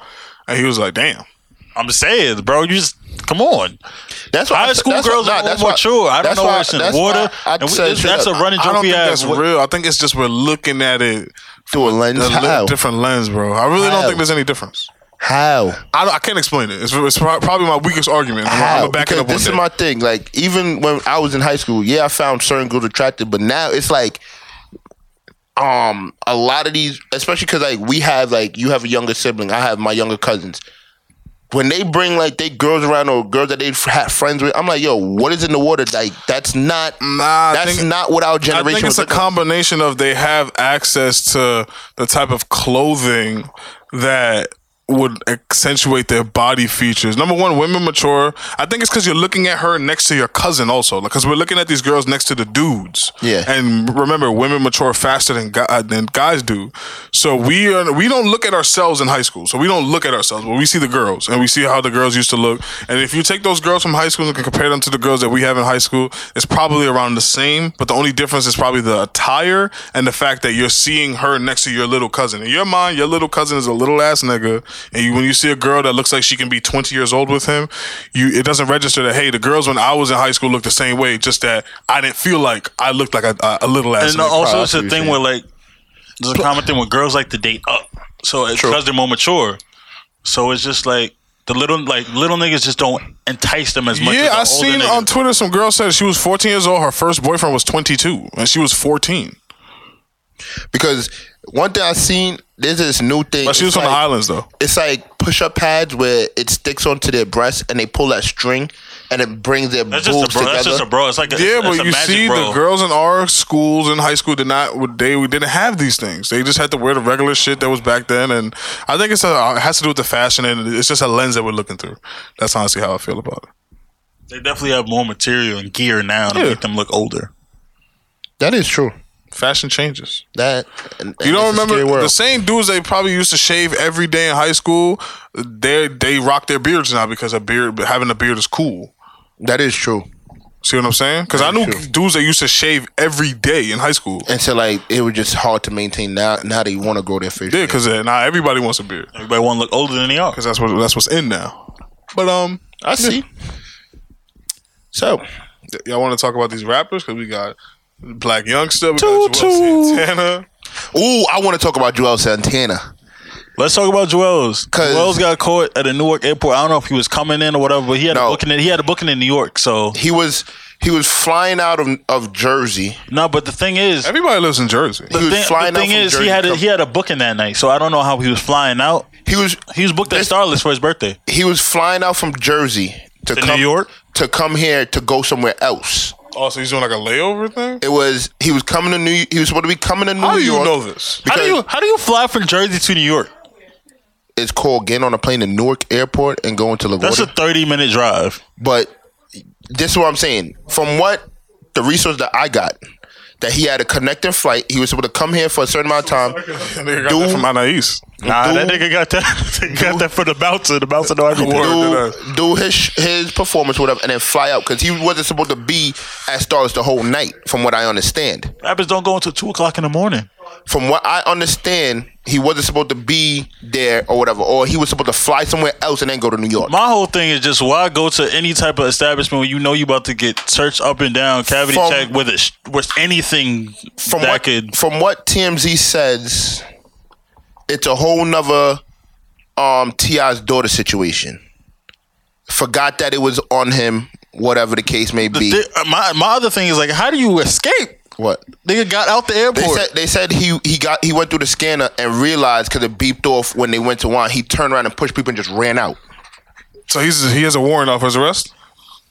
[SPEAKER 2] And he was like, damn.
[SPEAKER 1] I'm saying, bro, you just come on.
[SPEAKER 3] That's why
[SPEAKER 1] High
[SPEAKER 3] I said-
[SPEAKER 1] school
[SPEAKER 3] that's
[SPEAKER 1] girls
[SPEAKER 3] why-
[SPEAKER 1] are
[SPEAKER 3] nah,
[SPEAKER 1] more
[SPEAKER 3] that's why-
[SPEAKER 1] mature. I don't
[SPEAKER 3] that's
[SPEAKER 1] know
[SPEAKER 3] why-
[SPEAKER 1] where it's in
[SPEAKER 3] that's
[SPEAKER 1] the
[SPEAKER 3] why
[SPEAKER 1] water.
[SPEAKER 3] I
[SPEAKER 1] and we-
[SPEAKER 3] said
[SPEAKER 1] this-
[SPEAKER 3] straight
[SPEAKER 1] that's a
[SPEAKER 3] up,
[SPEAKER 1] running
[SPEAKER 2] I don't
[SPEAKER 1] joke.
[SPEAKER 2] think that's
[SPEAKER 1] ass. What-
[SPEAKER 2] real. I think it's just we're looking at it
[SPEAKER 3] Through a lens.
[SPEAKER 2] a li-
[SPEAKER 3] How?
[SPEAKER 2] different lens, bro. I really don't
[SPEAKER 3] How?
[SPEAKER 2] think there's any difference.
[SPEAKER 3] How?
[SPEAKER 2] I, don't- I can't explain it. It's, it's pro- probably my weakest argument. I'm,
[SPEAKER 3] How?
[SPEAKER 2] I'm backing
[SPEAKER 3] Because
[SPEAKER 2] up on
[SPEAKER 3] this
[SPEAKER 2] that.
[SPEAKER 3] is my thing. Like even when I was in high school, yeah, I found certain girls attractive, but now it's like, um, a lot of these, especially because like we have like you have a younger sibling, I have my younger cousins. When they bring like they girls around or girls that they f- had friends with, I'm like, yo, what is in the water? Like that's not
[SPEAKER 2] Nah, Mm, I
[SPEAKER 3] that's
[SPEAKER 2] think-
[SPEAKER 3] not what our
[SPEAKER 2] I
[SPEAKER 3] generation.
[SPEAKER 2] think
[SPEAKER 3] was
[SPEAKER 2] it's a
[SPEAKER 3] looking-
[SPEAKER 2] combination of they have access to the type of clothing that would accentuate their body features. Number one, women mature. I think it's because you're looking at her next to your cousin also, because we're looking at these girls next to the dudes.
[SPEAKER 3] Yeah.
[SPEAKER 2] And remember, women mature faster than gu- uh, than guys do. So we are we don't look at ourselves in high school. So we don't look at ourselves, but we see the girls and we see how the girls used to look. And if you take those girls from high school and can compare them to the girls that we have in high school, it's probably around the same. But the only difference is probably the attire and the fact that you're seeing her next to your little cousin. In your mind, your little cousin is a little ass nigga, and you, when you see a girl that looks like she can be 20 years old with him, you it doesn't register that hey, the girls when I was in high school looked the same way. Just that I didn't feel like I looked like a, a, a little ass.
[SPEAKER 1] And
[SPEAKER 2] nigga.
[SPEAKER 1] also, it's
[SPEAKER 3] I see
[SPEAKER 1] a
[SPEAKER 3] what
[SPEAKER 1] thing
[SPEAKER 3] you're
[SPEAKER 1] where like there's a common thing where girls like to date up, so it's because they're more mature. So it's just like the little like little niggas just don't entice them as much.
[SPEAKER 2] Yeah, I
[SPEAKER 1] as the older
[SPEAKER 2] seen
[SPEAKER 1] niggas.
[SPEAKER 2] on Twitter some girl said she was 14 years old. Her first boyfriend was 22, and she was 14.
[SPEAKER 3] because one thing I seen there's this new thing.
[SPEAKER 2] But she
[SPEAKER 3] It's
[SPEAKER 2] was from the
[SPEAKER 3] like-
[SPEAKER 2] islands though.
[SPEAKER 3] it's like push-up pads where it sticks onto their breast and they pull that string and it brings their
[SPEAKER 1] That's just
[SPEAKER 3] boobs
[SPEAKER 1] a bro. That's just
[SPEAKER 3] together.
[SPEAKER 1] a bro. It's like a,
[SPEAKER 2] Yeah,
[SPEAKER 1] it's, it's
[SPEAKER 2] but
[SPEAKER 1] a
[SPEAKER 2] you
[SPEAKER 1] magic
[SPEAKER 2] see,
[SPEAKER 1] bro.
[SPEAKER 2] the girls in our schools in high school did not. They we didn't have these things. They just had to wear the regular shit that was back then, and I think it's a, it has to do with the fashion and it's just a lens that we're looking through. That's honestly how I feel about it.
[SPEAKER 1] They definitely have more material and gear now to
[SPEAKER 2] Yeah.
[SPEAKER 1] make them look older.
[SPEAKER 3] that is true.
[SPEAKER 2] Fashion changes.
[SPEAKER 3] That and, and
[SPEAKER 2] You don't
[SPEAKER 3] it's a scary
[SPEAKER 2] remember
[SPEAKER 3] world.
[SPEAKER 2] the same dudes they probably used to shave every day in high school. They they rock their beards now because a beard having a beard is cool.
[SPEAKER 3] that is true.
[SPEAKER 2] See what I'm saying? Because I knew
[SPEAKER 3] Very true.
[SPEAKER 2] dudes that used to shave every day in high school.
[SPEAKER 3] And so like it was just hard to maintain. Now now they want to grow their facial.
[SPEAKER 2] Yeah,
[SPEAKER 3] hair.
[SPEAKER 2] because uh, now everybody wants a beard
[SPEAKER 1] Everybody want to look older than they are.
[SPEAKER 2] because that's what that's what's in now. But um,
[SPEAKER 3] I see. So
[SPEAKER 2] y- y'all want to talk about these rappers because we got Black Youngster, we got Joel Santana.
[SPEAKER 3] ooh, I want to talk about Joel Santana.
[SPEAKER 1] Let's talk about Joel's.
[SPEAKER 3] 'Cause-
[SPEAKER 1] Joel's got caught at a Newark airport. I don't know if he was coming in or whatever, but he had
[SPEAKER 3] No.
[SPEAKER 1] a booking. In, he had a booking in New York. So
[SPEAKER 3] He was he was flying out of of Jersey.
[SPEAKER 1] no, but the thing is,
[SPEAKER 2] Everybody lives in Jersey.
[SPEAKER 1] the
[SPEAKER 3] he was
[SPEAKER 1] thing,
[SPEAKER 3] flying
[SPEAKER 1] the
[SPEAKER 3] out
[SPEAKER 1] thing
[SPEAKER 3] from
[SPEAKER 1] is,
[SPEAKER 3] Jersey
[SPEAKER 1] he had
[SPEAKER 3] to
[SPEAKER 1] a,
[SPEAKER 3] come-
[SPEAKER 1] he had a booking that night. So I don't know how he was flying out.
[SPEAKER 3] He was
[SPEAKER 1] He was booked at
[SPEAKER 3] This-
[SPEAKER 1] Starless for his birthday.
[SPEAKER 3] he was flying out from Jersey to,
[SPEAKER 1] To New
[SPEAKER 3] come
[SPEAKER 1] York?
[SPEAKER 3] to come here to go somewhere else.
[SPEAKER 2] Also, he's doing like a layover thing.
[SPEAKER 3] It was he was coming to New. He was supposed to be coming to New
[SPEAKER 2] How do you
[SPEAKER 3] York.
[SPEAKER 2] know this?
[SPEAKER 1] How do you
[SPEAKER 3] Because
[SPEAKER 1] how do you fly from Jersey to New York?
[SPEAKER 3] it's called getting on a plane to Newark Airport and going to
[SPEAKER 1] That's
[SPEAKER 3] LaGuardia.
[SPEAKER 1] a thirty minute drive.
[SPEAKER 3] but this is what I'm saying. From what the resource that I got, that he had a connecting flight. He was supposed to come here for a certain amount of time.
[SPEAKER 2] Nigga got that from Anais.
[SPEAKER 1] Nah,
[SPEAKER 3] Dude.
[SPEAKER 1] that nigga got that they got that for the bouncer. The bouncer know everything.
[SPEAKER 2] Word.
[SPEAKER 3] Do, do his sh- his performance, whatever, and then fly out because he wasn't supposed to be at Stars the whole night, from what I understand.
[SPEAKER 1] Rappers don't go until two o'clock in the morning.
[SPEAKER 3] from what I understand, he wasn't supposed to be there or whatever, or he was supposed to fly somewhere else and then go to New York.
[SPEAKER 1] My whole thing is just why go to any type of establishment when you know you about to get searched up and down, cavity
[SPEAKER 3] From-
[SPEAKER 1] checked with a, sh- with anything
[SPEAKER 3] from
[SPEAKER 1] that
[SPEAKER 3] what
[SPEAKER 1] could.
[SPEAKER 3] from what TMZ says, it's a whole nother um Ti's daughter situation. Forgot that it was on him, whatever the case may be.
[SPEAKER 1] Th- uh, my my other thing is like, how do you escape?
[SPEAKER 3] what
[SPEAKER 1] Nigga got out the
[SPEAKER 3] they
[SPEAKER 1] airport.
[SPEAKER 3] said? They said he he got he went through the scanner and realized because it beeped off when they went to one. He turned around and pushed people and just ran out.
[SPEAKER 2] So he's he has a warrant out for his arrest.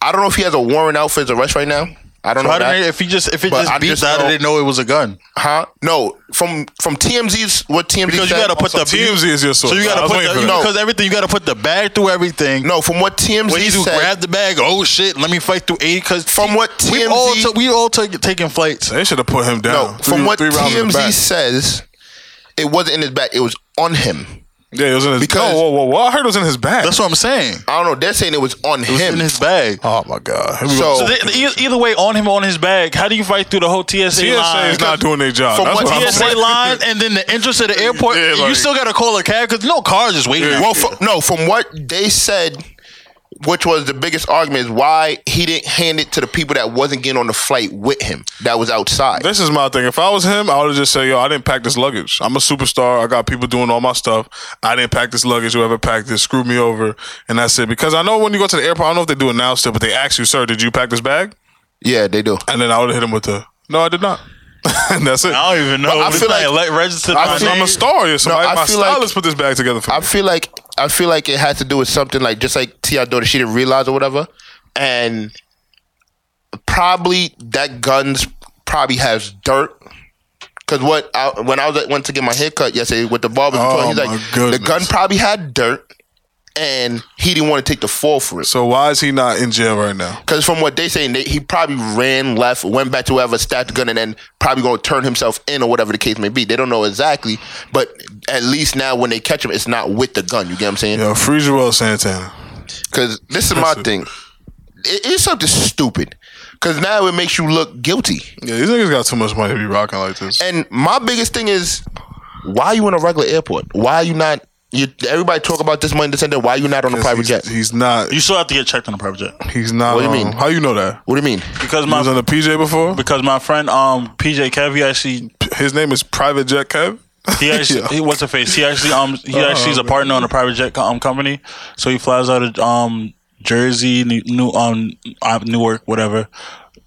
[SPEAKER 3] I don't know if he has a warrant out for his arrest right now. I don't know.
[SPEAKER 1] how did
[SPEAKER 3] that.
[SPEAKER 1] they, if he just if it
[SPEAKER 3] But
[SPEAKER 1] just
[SPEAKER 3] I
[SPEAKER 1] beeped
[SPEAKER 3] just
[SPEAKER 1] out,
[SPEAKER 3] know-
[SPEAKER 1] they didn't know it was a gun.
[SPEAKER 3] huh? No, from from TMZ's what TMZ
[SPEAKER 1] Because you
[SPEAKER 3] said-
[SPEAKER 1] gotta put the
[SPEAKER 2] TMZ is your source.
[SPEAKER 1] So you
[SPEAKER 2] I
[SPEAKER 1] gotta
[SPEAKER 2] was
[SPEAKER 1] put
[SPEAKER 2] waiting
[SPEAKER 1] the,
[SPEAKER 2] for that.
[SPEAKER 1] because everything you gotta put the bag through everything.
[SPEAKER 3] no from what TMZ
[SPEAKER 1] What he do?
[SPEAKER 3] said.
[SPEAKER 1] Grab the bag. Oh shit! Let me fight through eight. Because
[SPEAKER 3] From what
[SPEAKER 1] we all
[SPEAKER 3] TMZ
[SPEAKER 1] took, we all took taking flights.
[SPEAKER 2] They should have put him
[SPEAKER 3] No,
[SPEAKER 2] down. Three-
[SPEAKER 3] from what
[SPEAKER 2] three rounds in
[SPEAKER 3] TMZ
[SPEAKER 2] the back.
[SPEAKER 3] says, it wasn't in his back. It was on him.
[SPEAKER 2] Yeah, it was in his.
[SPEAKER 3] Because-
[SPEAKER 2] Because, whoa, whoa, whoa! I heard it was in his bag.
[SPEAKER 1] That's what I'm saying.
[SPEAKER 3] I don't know. They're saying it was on
[SPEAKER 1] It was
[SPEAKER 3] him.
[SPEAKER 1] in his bag.
[SPEAKER 2] oh my god! Here we
[SPEAKER 3] So-
[SPEAKER 2] go.
[SPEAKER 1] So they, they- e- either way, on him or on his bag. How do you fight through the whole TSA,
[SPEAKER 2] TSA
[SPEAKER 1] line?
[SPEAKER 2] is not doing their job.
[SPEAKER 3] From
[SPEAKER 2] That's
[SPEAKER 3] what
[SPEAKER 2] what I'm
[SPEAKER 1] TSA
[SPEAKER 2] saying.
[SPEAKER 1] line, and then the entrance of the airport.
[SPEAKER 2] Yeah,
[SPEAKER 1] you
[SPEAKER 2] like-
[SPEAKER 1] still gotta call a cab because no cars is waiting. out
[SPEAKER 3] well,
[SPEAKER 1] there.
[SPEAKER 3] fro- no, from what they said, which was the biggest argument, is why he didn't hand it to the people that wasn't getting on the flight with him that was outside.
[SPEAKER 2] This is my thing. If I was him, I would have just said, "Yo, I didn't pack this luggage. I'm a superstar. I got people doing all my stuff. I didn't pack this luggage. Whoever packed it screwed me over, and that's it." Because I know when you go to the airport, I don't know if they do it now still, but they ask you, "Sir, did you pack this bag?"
[SPEAKER 3] yeah, they do.
[SPEAKER 2] And then I would have hit him with the, "No, I did not." and that's it.
[SPEAKER 1] I don't even know.
[SPEAKER 3] I
[SPEAKER 1] It's
[SPEAKER 3] feel
[SPEAKER 1] not
[SPEAKER 3] like-
[SPEAKER 1] elect- registered.
[SPEAKER 3] I
[SPEAKER 1] by
[SPEAKER 3] feel-
[SPEAKER 2] I'm
[SPEAKER 1] name.
[SPEAKER 2] a star. Yeah, somebody,
[SPEAKER 3] I
[SPEAKER 2] my
[SPEAKER 3] feel like-
[SPEAKER 2] stylist put this bag together for me.
[SPEAKER 3] I feel like I feel like it had to do with something like just like T.I. daughter she didn't realize or whatever, and probably that guns probably has dirt. Cause what I, when I was at, went to get my haircut yesterday with the barber,
[SPEAKER 2] Oh,
[SPEAKER 3] he's
[SPEAKER 2] my
[SPEAKER 3] like
[SPEAKER 2] goodness.
[SPEAKER 3] the gun probably had dirt, and he didn't want to take the fall for it.
[SPEAKER 2] so why is he not in jail right now?
[SPEAKER 3] Cause from what they saying, they, he probably ran left, went back to whoever stacked the gun, and then probably gonna turn himself in or whatever the case may be. They don't know exactly, but at least now when they catch him, it's not with the gun. You get what I'm saying?
[SPEAKER 2] Yo, free Joel Santana.
[SPEAKER 3] Because this is my
[SPEAKER 2] Listen.
[SPEAKER 3] thing. It, it's something stupid. Because now it makes you look guilty.
[SPEAKER 2] Yeah, these niggas got too much money to be rocking like this.
[SPEAKER 3] And my biggest thing is, why you in a regular airport? Why are you not? You, everybody talk about this money, this and that. Why you not on a private
[SPEAKER 2] he's,
[SPEAKER 3] jet?
[SPEAKER 2] He's not.
[SPEAKER 1] You still have to get checked on a private jet
[SPEAKER 2] He's not.
[SPEAKER 3] What do you
[SPEAKER 2] um,
[SPEAKER 3] mean?
[SPEAKER 2] How you know that?
[SPEAKER 3] What do you mean?
[SPEAKER 1] because
[SPEAKER 2] He was on
[SPEAKER 1] my
[SPEAKER 2] the PJ before.
[SPEAKER 1] because my friend um PJ Kev he actually
[SPEAKER 2] His name is Private Jet Kev.
[SPEAKER 1] he actually
[SPEAKER 2] Yeah.
[SPEAKER 1] he what's the face he actually um he actually is a partner on a private jet co- um, company so he flies out of um Jersey New, New um uh, Newark whatever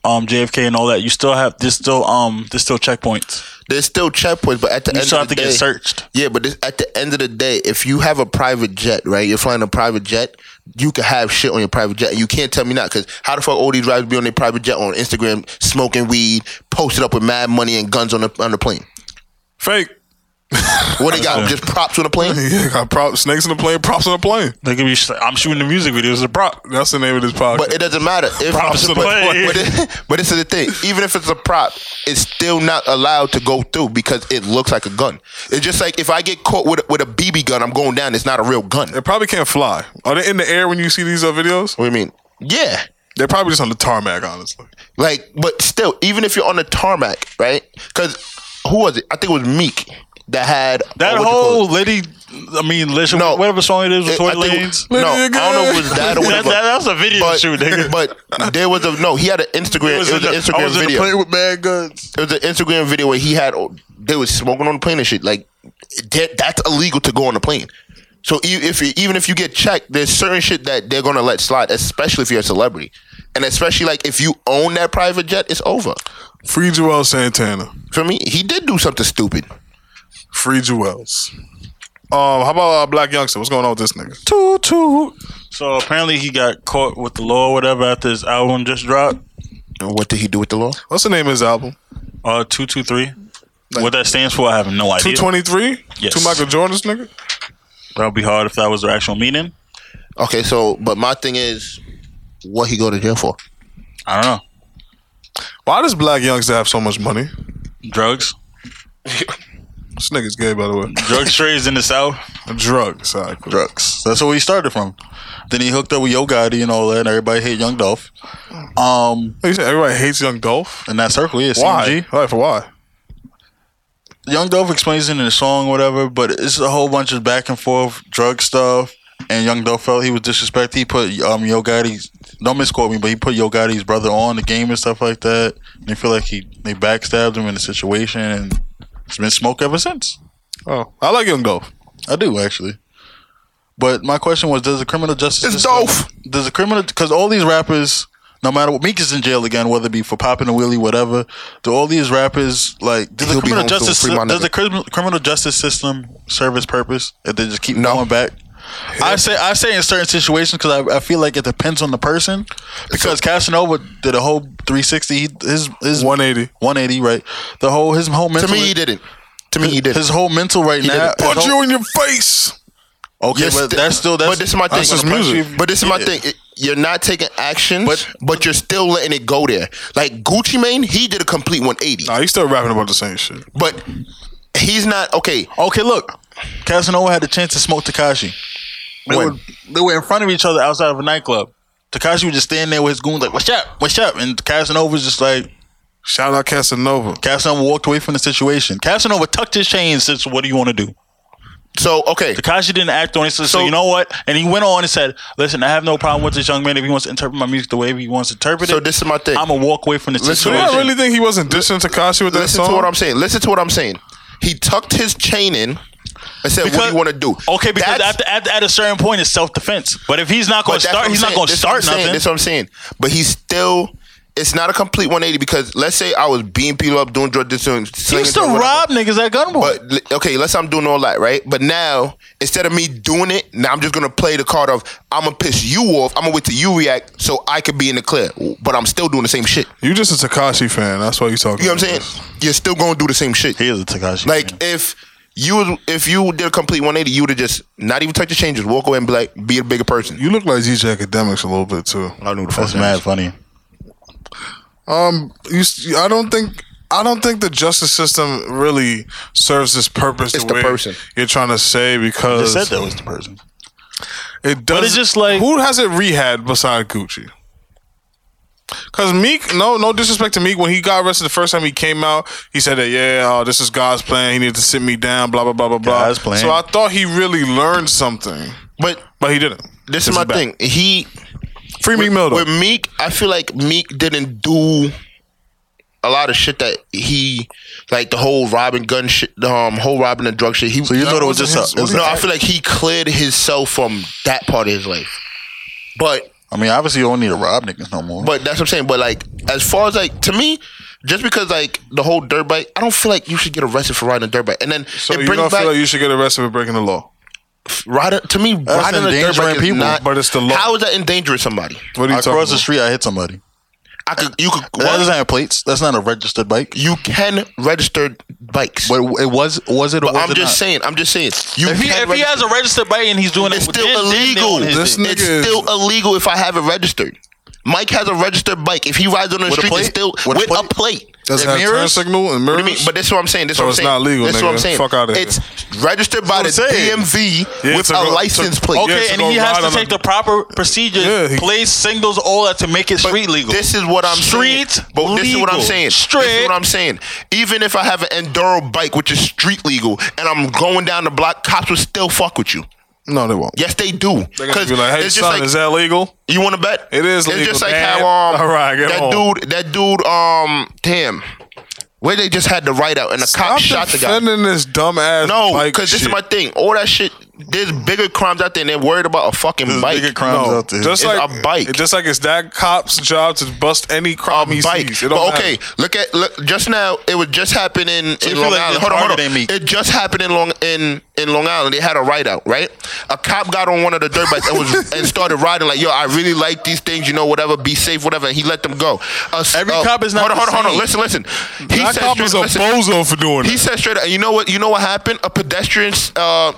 [SPEAKER 1] um JFK and all that you still have there's still um there's still checkpoints
[SPEAKER 3] There's still checkpoints, but at the
[SPEAKER 1] you
[SPEAKER 3] end
[SPEAKER 1] still have
[SPEAKER 3] of the
[SPEAKER 1] to
[SPEAKER 3] day,
[SPEAKER 1] get searched
[SPEAKER 3] Yeah, but this, at the end of the day, if you have a private jet, right? You're flying a private jet. You can have shit on your private jet, and you can't tell me not. Because how the fuck all these drivers be on their private jet on Instagram, smoking weed, posted up with mad money and guns on the on the plane?
[SPEAKER 2] Fake.
[SPEAKER 3] What they got? just props on the plane?
[SPEAKER 2] Yeah, got prop, snakes on the plane, props on the plane.
[SPEAKER 1] they could be sh- I'm shooting the music videos a prop
[SPEAKER 2] That's the name of this podcast.
[SPEAKER 3] But it doesn't matter. If,
[SPEAKER 1] Props to
[SPEAKER 3] but,
[SPEAKER 1] the plane.
[SPEAKER 3] but it- but this is the thing. Even if it's a prop, it's still not allowed to go through because it looks like a gun. It's just like if I get caught with a, with a BB gun, I'm going down. It's not a real gun. What
[SPEAKER 2] it probably can't fly. Are they in the air when you see these uh, videos?
[SPEAKER 3] do you mean? Yeah.
[SPEAKER 2] They're probably just on the tarmac, honestly.
[SPEAKER 3] Like, but still, even if you're on the tarmac, right? Because who was it? I think it was Meek that had
[SPEAKER 1] that
[SPEAKER 3] uh, what you call
[SPEAKER 1] whole
[SPEAKER 3] it?
[SPEAKER 1] lady I mean listen
[SPEAKER 3] No.
[SPEAKER 1] whatever song it is with
[SPEAKER 3] It-
[SPEAKER 1] Toy
[SPEAKER 3] I think-
[SPEAKER 1] Lanez
[SPEAKER 3] No, I
[SPEAKER 2] Lady
[SPEAKER 3] don't know if it was that or
[SPEAKER 1] that,
[SPEAKER 3] whatever.
[SPEAKER 1] that, that was a video
[SPEAKER 3] but,
[SPEAKER 1] shoot nigga
[SPEAKER 3] but there was a no. He had an Instagram. It was, an Instagram
[SPEAKER 1] I was in Oh, the
[SPEAKER 3] video.
[SPEAKER 1] plane with mad guns
[SPEAKER 3] it was an Instagram video where he had they was smoking on the plane and shit. Like that, that's illegal to go on the plane. So e- if you, even if you get checked, there's certain shit that they're gonna let slide, especially if you're a celebrity, and especially like if you own that private jet, it's over.
[SPEAKER 2] Free Joel Santana.
[SPEAKER 3] For me, he did do something stupid.
[SPEAKER 2] Free Joels. Um, how about uh, Black Youngster? What's going on with this nigga?
[SPEAKER 4] Toot, toot.
[SPEAKER 1] so apparently he got caught with the law or whatever after his album just dropped
[SPEAKER 3] And what did he do with the law?
[SPEAKER 2] What's the name of his album?
[SPEAKER 1] Uh, two two three. what that stands for, I have no idea.
[SPEAKER 2] 223?
[SPEAKER 1] Yes.
[SPEAKER 2] Two Michael Jordans, nigga?
[SPEAKER 1] That would be hard if that was the actual meaning.
[SPEAKER 3] Okay, so but my thing is, what he go to jail for?
[SPEAKER 1] I don't know.
[SPEAKER 2] Why does Black Youngster have so much money?
[SPEAKER 1] Drugs,
[SPEAKER 2] This nigga's gay, by the way.
[SPEAKER 1] drug trades in the south.
[SPEAKER 2] Drugs. Sorry.
[SPEAKER 1] Drugs. That's where he started from. Then he hooked up with Yo Gotti and all that, and everybody hate Young Dolph. Um,
[SPEAKER 2] You said everybody hates Young Dolph?
[SPEAKER 1] in that circle, yeah.
[SPEAKER 2] Why?
[SPEAKER 1] CMG.
[SPEAKER 2] Like, for why?
[SPEAKER 1] Young Dolph explains it in a song, whatever. But it's a whole bunch of back and forth drug stuff. And Young Dolph felt he was disrespected. He put um Yo Gotti's don't misquote me, but he put Yo Gotti's brother on the game and stuff like that. And they feel like he they backstabbed him in the situation, and it's been smoke ever since.
[SPEAKER 2] Oh, I like Young Dolph.
[SPEAKER 1] I do actually. But my question was, does the criminal justice
[SPEAKER 2] It's
[SPEAKER 1] system-
[SPEAKER 2] Dolph.
[SPEAKER 1] Does the criminal because all these rappers, no matter what, Meek is in jail again, whether it be for popping a wheelie, whatever. Do all these rappers like does the
[SPEAKER 3] He'll be
[SPEAKER 1] criminal
[SPEAKER 3] home soon.
[SPEAKER 1] justice
[SPEAKER 3] Free my
[SPEAKER 1] does
[SPEAKER 3] nigga.
[SPEAKER 1] the crim- criminal justice system serve its purpose if they just keep
[SPEAKER 3] No.
[SPEAKER 1] going back? I say I say in certain situations because I, I feel like it depends on the person. Because Casanova did a whole 360. He, his his
[SPEAKER 2] 180.
[SPEAKER 1] 180 right. The whole his whole mental
[SPEAKER 3] To me, he didn't. To me, he didn't.
[SPEAKER 1] his whole mental right now.
[SPEAKER 3] didn't.
[SPEAKER 1] his
[SPEAKER 2] Punch
[SPEAKER 1] whole-
[SPEAKER 2] you in your face.
[SPEAKER 1] Okay,
[SPEAKER 3] You're
[SPEAKER 1] but
[SPEAKER 3] sti-
[SPEAKER 1] that's still that's
[SPEAKER 3] but this is my thing.
[SPEAKER 1] that's
[SPEAKER 2] just music.
[SPEAKER 3] But this is my
[SPEAKER 1] Yeah.
[SPEAKER 3] thing. It- You're not taking actions,
[SPEAKER 1] But-
[SPEAKER 3] but, you're still letting it go there. Like Gucci Mane, he did a complete 180,
[SPEAKER 2] Nah, he's still rapping about the same shit.
[SPEAKER 3] but he's not okay.
[SPEAKER 1] Okay, look, Casanova had a chance to smoke Takashi. They
[SPEAKER 3] When?
[SPEAKER 1] were they were in front of each other outside of a nightclub. Takashi was just standing there with his goons like, "What's up? What's up?" And Casanova was just like,
[SPEAKER 2] Shout out Casanova.
[SPEAKER 1] Casanova walked away from the situation. Casanova tucked his chain and said, "So "What do you want to do?"
[SPEAKER 3] So okay,
[SPEAKER 1] Takashi didn't act on it. So, so
[SPEAKER 3] So-
[SPEAKER 1] you know what? And he went on and said, "Listen, I have no problem with this young man if he wants to interpret my music the way he wants to interpret
[SPEAKER 3] So
[SPEAKER 1] it.
[SPEAKER 3] this is my thing.
[SPEAKER 1] I'm gonna walk away from the
[SPEAKER 3] Listen,
[SPEAKER 2] Do you
[SPEAKER 1] situation."
[SPEAKER 2] not really think he wasn't dissing Takashi with that
[SPEAKER 3] listen
[SPEAKER 2] song?
[SPEAKER 3] to what I'm saying. Listen to what I'm saying. He tucked his chain in and said, "What do you want to do?"
[SPEAKER 1] Okay, because
[SPEAKER 3] That's-
[SPEAKER 1] at, the, at, at a certain point, it's self defense. But if he's not going
[SPEAKER 3] But
[SPEAKER 1] to
[SPEAKER 3] that's what
[SPEAKER 1] start,
[SPEAKER 3] I'm
[SPEAKER 1] he's
[SPEAKER 3] saying.
[SPEAKER 1] not going to
[SPEAKER 3] That's what I'm
[SPEAKER 1] start
[SPEAKER 3] saying.
[SPEAKER 1] nothing.
[SPEAKER 3] That's what I'm saying. But he's still. It's not a complete 180 because let's say I was beating people up, doing drug dealing.
[SPEAKER 1] He used to rob niggas at gunpoint.
[SPEAKER 3] But Uh, li- okay, let's say I'm doing all that, right? But now instead of me doing it, now I'm just gonna play the card of I'm gonna piss you off. I'm gonna wait till you react so I could be in the clear. But I'm still doing the same shit.
[SPEAKER 2] You just a Takashi fan. That's why you talking.
[SPEAKER 3] You know what
[SPEAKER 2] about
[SPEAKER 3] I'm saying?
[SPEAKER 2] this.
[SPEAKER 3] You're still gonna do the same shit.
[SPEAKER 1] he is a Takashi.
[SPEAKER 3] Like if you was- if you did a complete 180, you would have just not even touch the changes, walk away and be like, be a bigger person.
[SPEAKER 2] You look like GJ Academics a little bit too.
[SPEAKER 3] I knew the
[SPEAKER 1] that's mad funny.
[SPEAKER 2] Um, you, s- I don't think. I don't think the justice system really serves its purpose.
[SPEAKER 3] It's the
[SPEAKER 2] way
[SPEAKER 3] person.
[SPEAKER 2] you're trying to say
[SPEAKER 1] Just
[SPEAKER 2] because
[SPEAKER 1] said that was the person.
[SPEAKER 2] It does.
[SPEAKER 1] it's just like-
[SPEAKER 2] who has it rehab beside Gucci? Cause Meek, no, no disrespect to Meek. When he got arrested the first time he came out, he said that yeah, oh, this is God's plan. He needed to sit me down. Blah blah blah blah blah.
[SPEAKER 1] God's plan.
[SPEAKER 2] So I thought he really learned something,
[SPEAKER 3] But
[SPEAKER 2] but he didn't.
[SPEAKER 3] this
[SPEAKER 2] It's
[SPEAKER 3] is my
[SPEAKER 2] bad.
[SPEAKER 3] thing. He
[SPEAKER 2] Free Meek Mill. though.
[SPEAKER 3] With Meek, I feel like Meek didn't do a lot of shit that he like the whole robbing gun shit, the um, whole robbing and drug shit. He so
[SPEAKER 1] you thought it was just a- it was
[SPEAKER 3] no.
[SPEAKER 1] an
[SPEAKER 3] I feel like he cleared himself from that part of his life. But
[SPEAKER 1] I mean, obviously, you don't need to rob niggas no more.
[SPEAKER 3] but that's what I'm saying. But like as far as like to me. Just because like the whole dirt bike, I don't feel like you should get arrested for riding a dirt bike, and then
[SPEAKER 2] So
[SPEAKER 3] it
[SPEAKER 2] you don't
[SPEAKER 3] brings back
[SPEAKER 2] feel like you should get arrested for breaking the law.
[SPEAKER 3] riding. To me, riding a dirt
[SPEAKER 1] endangering
[SPEAKER 3] bike is
[SPEAKER 1] people,
[SPEAKER 3] not.
[SPEAKER 2] but it's the law.
[SPEAKER 3] How is that endangering somebody?
[SPEAKER 2] What are you
[SPEAKER 1] I
[SPEAKER 2] talking
[SPEAKER 1] crossed the
[SPEAKER 2] about?
[SPEAKER 1] street, I hit somebody.
[SPEAKER 3] I could, you could,
[SPEAKER 1] That doesn't have plates. That's not a registered bike.
[SPEAKER 3] you can register bikes.
[SPEAKER 1] But it was was it? Or
[SPEAKER 3] But
[SPEAKER 1] was
[SPEAKER 3] I'm
[SPEAKER 1] it
[SPEAKER 3] just
[SPEAKER 1] not?
[SPEAKER 3] saying. I'm just saying. You
[SPEAKER 1] If he,
[SPEAKER 3] can
[SPEAKER 1] if he
[SPEAKER 3] register-
[SPEAKER 1] has a registered bike and he's doing
[SPEAKER 3] it's
[SPEAKER 1] it,
[SPEAKER 3] still
[SPEAKER 1] then- then they're
[SPEAKER 3] illegal.
[SPEAKER 1] on his
[SPEAKER 2] This
[SPEAKER 1] dick.
[SPEAKER 2] nigga
[SPEAKER 3] it's
[SPEAKER 2] is-
[SPEAKER 3] still illegal if I have it registered. Mike has a registered bike. If he rides on the
[SPEAKER 1] With a
[SPEAKER 3] street, it's
[SPEAKER 1] plate?
[SPEAKER 3] still
[SPEAKER 1] With
[SPEAKER 3] with,
[SPEAKER 1] a
[SPEAKER 3] a
[SPEAKER 1] plate?
[SPEAKER 3] plate.
[SPEAKER 2] Does
[SPEAKER 1] It
[SPEAKER 2] it have turn
[SPEAKER 1] mirrors?
[SPEAKER 2] signal and
[SPEAKER 3] What do
[SPEAKER 2] mirrors?
[SPEAKER 3] you mean? But that's what I'm saying. That's
[SPEAKER 2] So
[SPEAKER 3] what I'm
[SPEAKER 2] it's
[SPEAKER 3] saying.
[SPEAKER 2] not legal,
[SPEAKER 3] That's what I'm
[SPEAKER 2] nigga.
[SPEAKER 3] saying.
[SPEAKER 2] Fuck outta here.
[SPEAKER 3] It's registered by the
[SPEAKER 1] That's what I'm saying.
[SPEAKER 3] DMV
[SPEAKER 2] Yeah,
[SPEAKER 3] with
[SPEAKER 2] to
[SPEAKER 3] a
[SPEAKER 2] go- to-
[SPEAKER 3] license plate.
[SPEAKER 2] Yeah,
[SPEAKER 1] Okay,
[SPEAKER 2] to
[SPEAKER 1] and
[SPEAKER 2] go
[SPEAKER 1] he
[SPEAKER 2] ride
[SPEAKER 1] has to
[SPEAKER 2] on
[SPEAKER 1] take
[SPEAKER 2] a-
[SPEAKER 1] the proper procedures,
[SPEAKER 2] Yeah, he-
[SPEAKER 1] plays, singles, all that to make it street legal.
[SPEAKER 3] This is what I'm saying.
[SPEAKER 1] street
[SPEAKER 3] But this is what I'm
[SPEAKER 1] legal.
[SPEAKER 3] saying.
[SPEAKER 1] Straight.
[SPEAKER 3] This is what I'm saying. Even if I have an enduro bike, which is street legal, and I'm going down the block, cops will still fuck with you.
[SPEAKER 2] No, they won't.
[SPEAKER 3] Yes, they do.
[SPEAKER 2] They're gonna be like, hey
[SPEAKER 3] it's
[SPEAKER 2] son,
[SPEAKER 3] just like
[SPEAKER 2] is that legal?
[SPEAKER 3] You want to bet?
[SPEAKER 2] It is
[SPEAKER 3] It's
[SPEAKER 2] legal,
[SPEAKER 3] just like how
[SPEAKER 2] man.
[SPEAKER 3] um,
[SPEAKER 2] All right, get
[SPEAKER 3] that
[SPEAKER 2] home.
[SPEAKER 3] dude, that dude, um, damn, where they just had the write out and the cop shot the guy.
[SPEAKER 2] defending this dumb ass.
[SPEAKER 3] No,
[SPEAKER 2] bike
[SPEAKER 3] because this is
[SPEAKER 2] shit.
[SPEAKER 3] my thing. All that shit. There's bigger crimes out there, and they're worried about a fucking bike.
[SPEAKER 1] bigger crimes out there.
[SPEAKER 2] Just
[SPEAKER 3] It's
[SPEAKER 2] like
[SPEAKER 3] a bike.
[SPEAKER 2] Just like it's that cop's job to bust any crime he
[SPEAKER 3] Bike.
[SPEAKER 2] sees. It don't
[SPEAKER 3] But okay,
[SPEAKER 2] matter.
[SPEAKER 3] look at look. Just now, it was just happened in, in
[SPEAKER 1] feel
[SPEAKER 3] Long
[SPEAKER 1] like
[SPEAKER 3] Island.
[SPEAKER 1] they're
[SPEAKER 3] Hold on, hold on.
[SPEAKER 1] smarter than me.
[SPEAKER 3] It just happened in Long in in Long Island. They had a write out, right? A cop got on one of the dirt bikes and was and started riding like, yo, I really like these things, you know, whatever. Be safe, whatever. And he let them go. A s-
[SPEAKER 1] Every
[SPEAKER 3] uh,
[SPEAKER 1] cop is not
[SPEAKER 3] Hold on,
[SPEAKER 1] the
[SPEAKER 3] hold on, hold on.
[SPEAKER 1] same.
[SPEAKER 3] Listen, listen. He
[SPEAKER 2] That
[SPEAKER 3] said
[SPEAKER 2] cop
[SPEAKER 3] straight-
[SPEAKER 2] is a
[SPEAKER 3] listen.
[SPEAKER 2] bozo for doing
[SPEAKER 3] He
[SPEAKER 2] it.
[SPEAKER 3] said straight up. You know what? You know what happened? A pedestrian's uh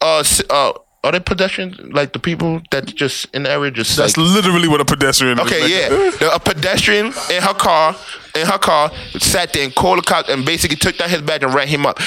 [SPEAKER 3] uh s- uh. Are they pedestrians like the people that just in the area just
[SPEAKER 2] That's
[SPEAKER 3] like,
[SPEAKER 2] literally what a pedestrian. is,
[SPEAKER 3] Okay,
[SPEAKER 2] nigga.
[SPEAKER 3] yeah. The- A pedestrian in her car, in her car, sat there and called the cops and basically took down his badge and ran him up.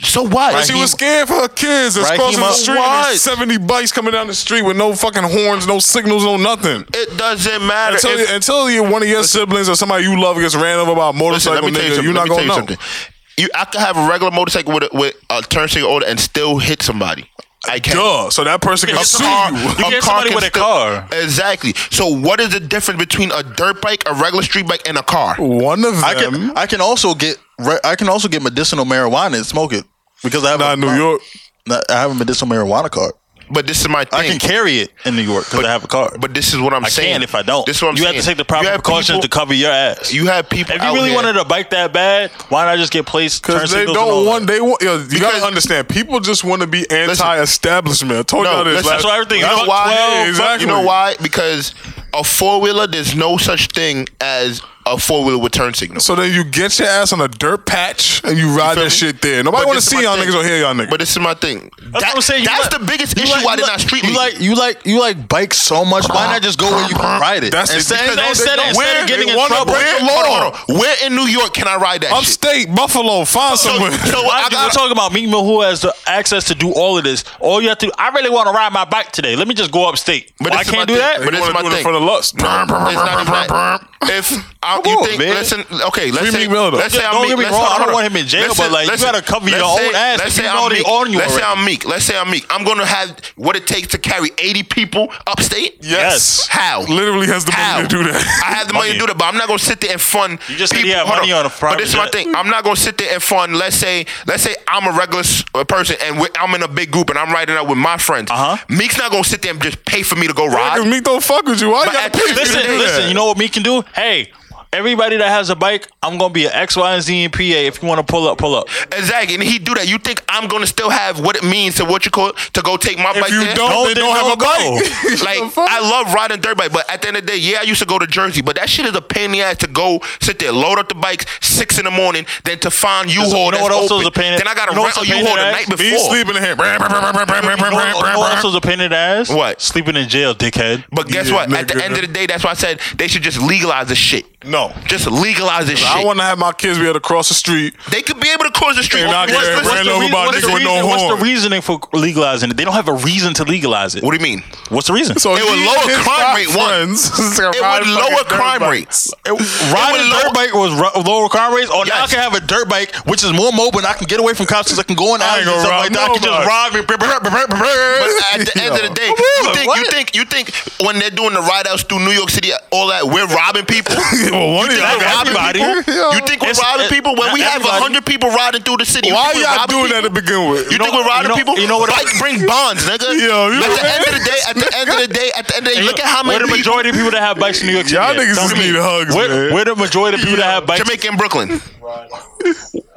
[SPEAKER 3] So what?
[SPEAKER 2] She was scared for her kids. That's
[SPEAKER 1] Raheem
[SPEAKER 2] crossing the
[SPEAKER 1] Ab-
[SPEAKER 2] street. and there's
[SPEAKER 3] What?
[SPEAKER 2] Seventy bikes coming down the street with no fucking horns, no signals, no nothing.
[SPEAKER 3] It doesn't matter.
[SPEAKER 2] Until,
[SPEAKER 3] if-
[SPEAKER 2] until you, one of your siblings or somebody you love gets ran over by a
[SPEAKER 3] listen, let
[SPEAKER 2] motorcycle,
[SPEAKER 3] me tell you
[SPEAKER 2] nigga,
[SPEAKER 3] something.
[SPEAKER 2] you're
[SPEAKER 3] let
[SPEAKER 2] not
[SPEAKER 3] me tell
[SPEAKER 2] gonna
[SPEAKER 3] you
[SPEAKER 2] know.
[SPEAKER 3] something. you, I could have a regular motorcycle with a, with a turn signal order and still hit somebody. I can.
[SPEAKER 2] Duh. So that person can
[SPEAKER 1] It's
[SPEAKER 2] sue
[SPEAKER 1] hard.
[SPEAKER 2] you.
[SPEAKER 1] You get somebody
[SPEAKER 3] can
[SPEAKER 1] with a
[SPEAKER 3] still-
[SPEAKER 1] car.
[SPEAKER 3] Exactly. So what is the difference between a dirt bike, a regular street bike, and a car?
[SPEAKER 2] One of them.
[SPEAKER 5] I can I can also get re- I can also get medicinal marijuana and smoke it because I have
[SPEAKER 2] Nah,
[SPEAKER 5] a,
[SPEAKER 2] New York.
[SPEAKER 5] not- I have a medicinal marijuana card.
[SPEAKER 3] But this is my thing.
[SPEAKER 5] I can carry it in New York because I have a card.
[SPEAKER 3] but this is what I'm
[SPEAKER 1] I
[SPEAKER 3] saying.
[SPEAKER 1] can if I don't.
[SPEAKER 3] This is what I'm
[SPEAKER 1] you
[SPEAKER 3] saying.
[SPEAKER 1] have to take the
[SPEAKER 3] You
[SPEAKER 1] proper
[SPEAKER 3] have
[SPEAKER 1] precautions to
[SPEAKER 3] people-
[SPEAKER 1] cover your ass.
[SPEAKER 3] You have people.
[SPEAKER 1] if you
[SPEAKER 3] out
[SPEAKER 1] really
[SPEAKER 3] here-
[SPEAKER 1] wanted a bike that bad, why not just get placed? turn
[SPEAKER 2] Because they
[SPEAKER 1] signals and all
[SPEAKER 2] don't
[SPEAKER 1] that?
[SPEAKER 2] want, they want, yo, you gotta
[SPEAKER 3] Because-
[SPEAKER 2] understand, people just want to be anti-establishment. I told
[SPEAKER 3] No,
[SPEAKER 2] y'all this.
[SPEAKER 3] listen,
[SPEAKER 2] last-
[SPEAKER 1] That's why everything.
[SPEAKER 3] You know
[SPEAKER 1] fuck
[SPEAKER 3] why?
[SPEAKER 1] 12,
[SPEAKER 2] Yeah, exactly.
[SPEAKER 3] You know why? Because a four wheeler, there's no such thing as a four wheeler with turn signal.
[SPEAKER 2] So then you get your ass on a dirt patch and you ride
[SPEAKER 3] feel
[SPEAKER 2] that
[SPEAKER 3] me?
[SPEAKER 2] shit there. Nobody
[SPEAKER 3] But
[SPEAKER 2] want
[SPEAKER 3] this
[SPEAKER 2] to
[SPEAKER 3] is
[SPEAKER 2] see
[SPEAKER 3] my
[SPEAKER 2] y'all
[SPEAKER 3] thing.
[SPEAKER 2] niggas or hear y'all niggas.
[SPEAKER 3] But this is my thing.
[SPEAKER 1] That's what I'm saying. You
[SPEAKER 3] That's
[SPEAKER 1] like-
[SPEAKER 3] the biggest
[SPEAKER 5] You
[SPEAKER 3] issue
[SPEAKER 5] like-
[SPEAKER 3] why
[SPEAKER 5] you
[SPEAKER 3] they're
[SPEAKER 5] like-
[SPEAKER 3] not street
[SPEAKER 5] You
[SPEAKER 3] legal.
[SPEAKER 5] like you like you like bikes so much. Why not just go where you can ride it?
[SPEAKER 2] That's it,
[SPEAKER 5] Instead-
[SPEAKER 2] because-
[SPEAKER 1] Instead,
[SPEAKER 2] They-
[SPEAKER 1] instead
[SPEAKER 2] where-
[SPEAKER 1] of getting
[SPEAKER 2] they
[SPEAKER 1] in
[SPEAKER 2] wanna
[SPEAKER 1] trouble,
[SPEAKER 2] break
[SPEAKER 3] where,
[SPEAKER 2] the
[SPEAKER 3] hold
[SPEAKER 2] law.
[SPEAKER 3] on, hold on. Where in New York can I ride that shit?
[SPEAKER 2] Upstate, Buffalo, find
[SPEAKER 3] So-
[SPEAKER 2] somewhere.
[SPEAKER 3] so
[SPEAKER 1] Mind
[SPEAKER 3] I
[SPEAKER 1] you,
[SPEAKER 3] got-
[SPEAKER 1] we're talking about Meek Mill, who has the access to do all of this. All you have to, I really want to ride my bike today. Let me just go upstate.
[SPEAKER 3] But
[SPEAKER 1] Why I
[SPEAKER 3] this is my
[SPEAKER 1] can't do
[SPEAKER 3] thing.
[SPEAKER 1] that?
[SPEAKER 3] But
[SPEAKER 2] You
[SPEAKER 3] this is
[SPEAKER 2] wanna
[SPEAKER 3] my
[SPEAKER 2] do it
[SPEAKER 3] thing.
[SPEAKER 2] for the lust.
[SPEAKER 3] It's not even that. If I, you
[SPEAKER 2] on,
[SPEAKER 3] think,
[SPEAKER 2] man.
[SPEAKER 3] listen, okay, let's
[SPEAKER 2] Free
[SPEAKER 3] say,
[SPEAKER 2] Meek Mill, though.
[SPEAKER 3] let's say
[SPEAKER 1] Yeah,
[SPEAKER 3] I'm
[SPEAKER 1] don't
[SPEAKER 3] meek.
[SPEAKER 1] get me
[SPEAKER 3] let's
[SPEAKER 1] wrong,
[SPEAKER 3] say-
[SPEAKER 1] I don't
[SPEAKER 3] hold on.
[SPEAKER 1] want him in jail,
[SPEAKER 3] Let's
[SPEAKER 1] but, like, you gotta cover your
[SPEAKER 3] let's
[SPEAKER 1] own ass
[SPEAKER 3] Let's
[SPEAKER 1] if
[SPEAKER 3] say
[SPEAKER 1] you
[SPEAKER 3] I'm
[SPEAKER 1] already
[SPEAKER 3] meek.
[SPEAKER 1] on you
[SPEAKER 3] Let's say
[SPEAKER 1] already.
[SPEAKER 3] I'm meek. Let's say I'm meek. I'm gonna have what it takes to carry 80 people upstate.
[SPEAKER 1] Yes.
[SPEAKER 3] How?
[SPEAKER 2] Literally has the
[SPEAKER 3] How?
[SPEAKER 2] money to do that.
[SPEAKER 3] I have the money, to
[SPEAKER 1] Money.
[SPEAKER 3] do that, but I'm not gonna sit there and fund.
[SPEAKER 1] You just said
[SPEAKER 3] people.
[SPEAKER 1] he had
[SPEAKER 3] Hold
[SPEAKER 1] money on a
[SPEAKER 3] But this is my
[SPEAKER 1] private jet.
[SPEAKER 3] thing. I'm not gonna sit there and fund. Let's say, let's say I'm a regular s- uh, person and we- I'm in a big group and I'm riding out with my friends.
[SPEAKER 1] Uh-huh.
[SPEAKER 3] Meek's not gonna sit there and just pay for me to go
[SPEAKER 2] Nigga,
[SPEAKER 3] ride.
[SPEAKER 2] Meek don't fuck with you. Why you
[SPEAKER 3] But
[SPEAKER 2] gotta
[SPEAKER 3] at-
[SPEAKER 2] pay for you to
[SPEAKER 1] listen,
[SPEAKER 2] do
[SPEAKER 1] listen.
[SPEAKER 2] that?
[SPEAKER 1] You know what me can do? Hey, everybody that has a bike, I'm gonna be an X, Y, and Z and PA. If you want to pull up, pull up.
[SPEAKER 3] Exactly, and he do that. You think I'm gonna still have what it means to what you call to go take my
[SPEAKER 2] If
[SPEAKER 3] bike
[SPEAKER 2] you
[SPEAKER 3] there?
[SPEAKER 2] don't, they
[SPEAKER 1] then
[SPEAKER 2] don't have a
[SPEAKER 1] don't go.
[SPEAKER 2] bike.
[SPEAKER 3] like
[SPEAKER 2] The fuck?
[SPEAKER 3] I love riding dirt bike, but at the end of the day, yeah, I used to go to Jersey, but that shit is a pain in the ass to go sit there, load up the bikes six in the morning, then to find U-Haul.
[SPEAKER 1] you know
[SPEAKER 3] that's
[SPEAKER 1] what else
[SPEAKER 3] open.
[SPEAKER 1] is a pain in-
[SPEAKER 3] Then I gotta
[SPEAKER 1] you know
[SPEAKER 3] rent a
[SPEAKER 1] what's a pain
[SPEAKER 3] U-Haul
[SPEAKER 1] in
[SPEAKER 3] the
[SPEAKER 1] the
[SPEAKER 3] night
[SPEAKER 1] ass?
[SPEAKER 2] Be
[SPEAKER 3] before.
[SPEAKER 2] sleeping in here.
[SPEAKER 1] You know what- you know what else was a pain in the ass?
[SPEAKER 3] What?
[SPEAKER 1] Sleeping in jail, dickhead.
[SPEAKER 3] But guess
[SPEAKER 2] Yeah,
[SPEAKER 3] what? At the
[SPEAKER 2] nigga.
[SPEAKER 3] end of the day, that's why I said they should just legalize this shit.
[SPEAKER 2] No.
[SPEAKER 3] Just legalize this
[SPEAKER 2] I
[SPEAKER 3] shit.
[SPEAKER 2] want to have my kids be able to cross the street.
[SPEAKER 3] they could be able to cross the street.
[SPEAKER 2] And I
[SPEAKER 3] What's-
[SPEAKER 2] get
[SPEAKER 3] what's-
[SPEAKER 2] ran
[SPEAKER 3] what's the
[SPEAKER 2] over
[SPEAKER 3] reason-
[SPEAKER 2] by a
[SPEAKER 3] what's
[SPEAKER 2] nigga
[SPEAKER 3] the
[SPEAKER 2] with no
[SPEAKER 3] reason-
[SPEAKER 1] what's
[SPEAKER 2] horn.
[SPEAKER 1] the reasoning for legalizing it? They don't have a reason to legalize it.
[SPEAKER 3] What do you mean?
[SPEAKER 1] What's the reason?
[SPEAKER 2] So
[SPEAKER 3] It would
[SPEAKER 2] these
[SPEAKER 3] lower
[SPEAKER 2] kids
[SPEAKER 3] crime
[SPEAKER 2] got
[SPEAKER 3] rate, one.
[SPEAKER 2] friends.
[SPEAKER 3] It would lower crime rates.
[SPEAKER 2] rates.
[SPEAKER 5] Riding a
[SPEAKER 3] would lower-
[SPEAKER 5] dirt bike was ru- lower crime rates,
[SPEAKER 1] Oh,
[SPEAKER 5] or now I
[SPEAKER 3] Yes.
[SPEAKER 5] can have a dirt bike, which is more mobile, and I can get away from cops because I can go in
[SPEAKER 2] I ain't
[SPEAKER 5] alleys and
[SPEAKER 2] gonna
[SPEAKER 5] stuff
[SPEAKER 2] rob
[SPEAKER 5] like that. I can just
[SPEAKER 2] nobody.
[SPEAKER 5] rob it.
[SPEAKER 3] But at the end of the day,
[SPEAKER 5] Come on,
[SPEAKER 3] you think, you
[SPEAKER 5] what?
[SPEAKER 3] think you think when they're doing the ride outs through New York City, all that, we're robbing people.
[SPEAKER 2] Well, one of
[SPEAKER 3] You
[SPEAKER 2] y'all
[SPEAKER 3] think
[SPEAKER 1] Not
[SPEAKER 3] we're
[SPEAKER 2] got
[SPEAKER 3] robbing
[SPEAKER 1] everybody.
[SPEAKER 3] people? You think we're
[SPEAKER 1] It's-
[SPEAKER 3] robbing
[SPEAKER 1] it-
[SPEAKER 3] people when
[SPEAKER 1] not
[SPEAKER 3] we have
[SPEAKER 1] everybody.
[SPEAKER 3] hundred people riding through the city? you
[SPEAKER 2] Why
[SPEAKER 3] think we're
[SPEAKER 2] y'all
[SPEAKER 3] robbing
[SPEAKER 2] doing
[SPEAKER 3] people?
[SPEAKER 2] that to begin with?
[SPEAKER 3] You,
[SPEAKER 1] know-
[SPEAKER 3] think we're robbing
[SPEAKER 1] you know-
[SPEAKER 3] people?
[SPEAKER 1] you know what-
[SPEAKER 3] Bike bring bonds, nigga.
[SPEAKER 2] Yo, you
[SPEAKER 3] at
[SPEAKER 2] know-
[SPEAKER 3] the end of the day, at the end of the day, at the end of the day, look at how many
[SPEAKER 1] Where the
[SPEAKER 3] people-
[SPEAKER 1] majority of people that have bikes in New York City?
[SPEAKER 2] Y'all
[SPEAKER 1] at?
[SPEAKER 2] niggas
[SPEAKER 1] Tell
[SPEAKER 2] just
[SPEAKER 1] me.
[SPEAKER 2] need hugs,
[SPEAKER 1] Where,
[SPEAKER 2] man.
[SPEAKER 1] where the majority of people that have bikes?
[SPEAKER 3] Jamaica and Brooklyn.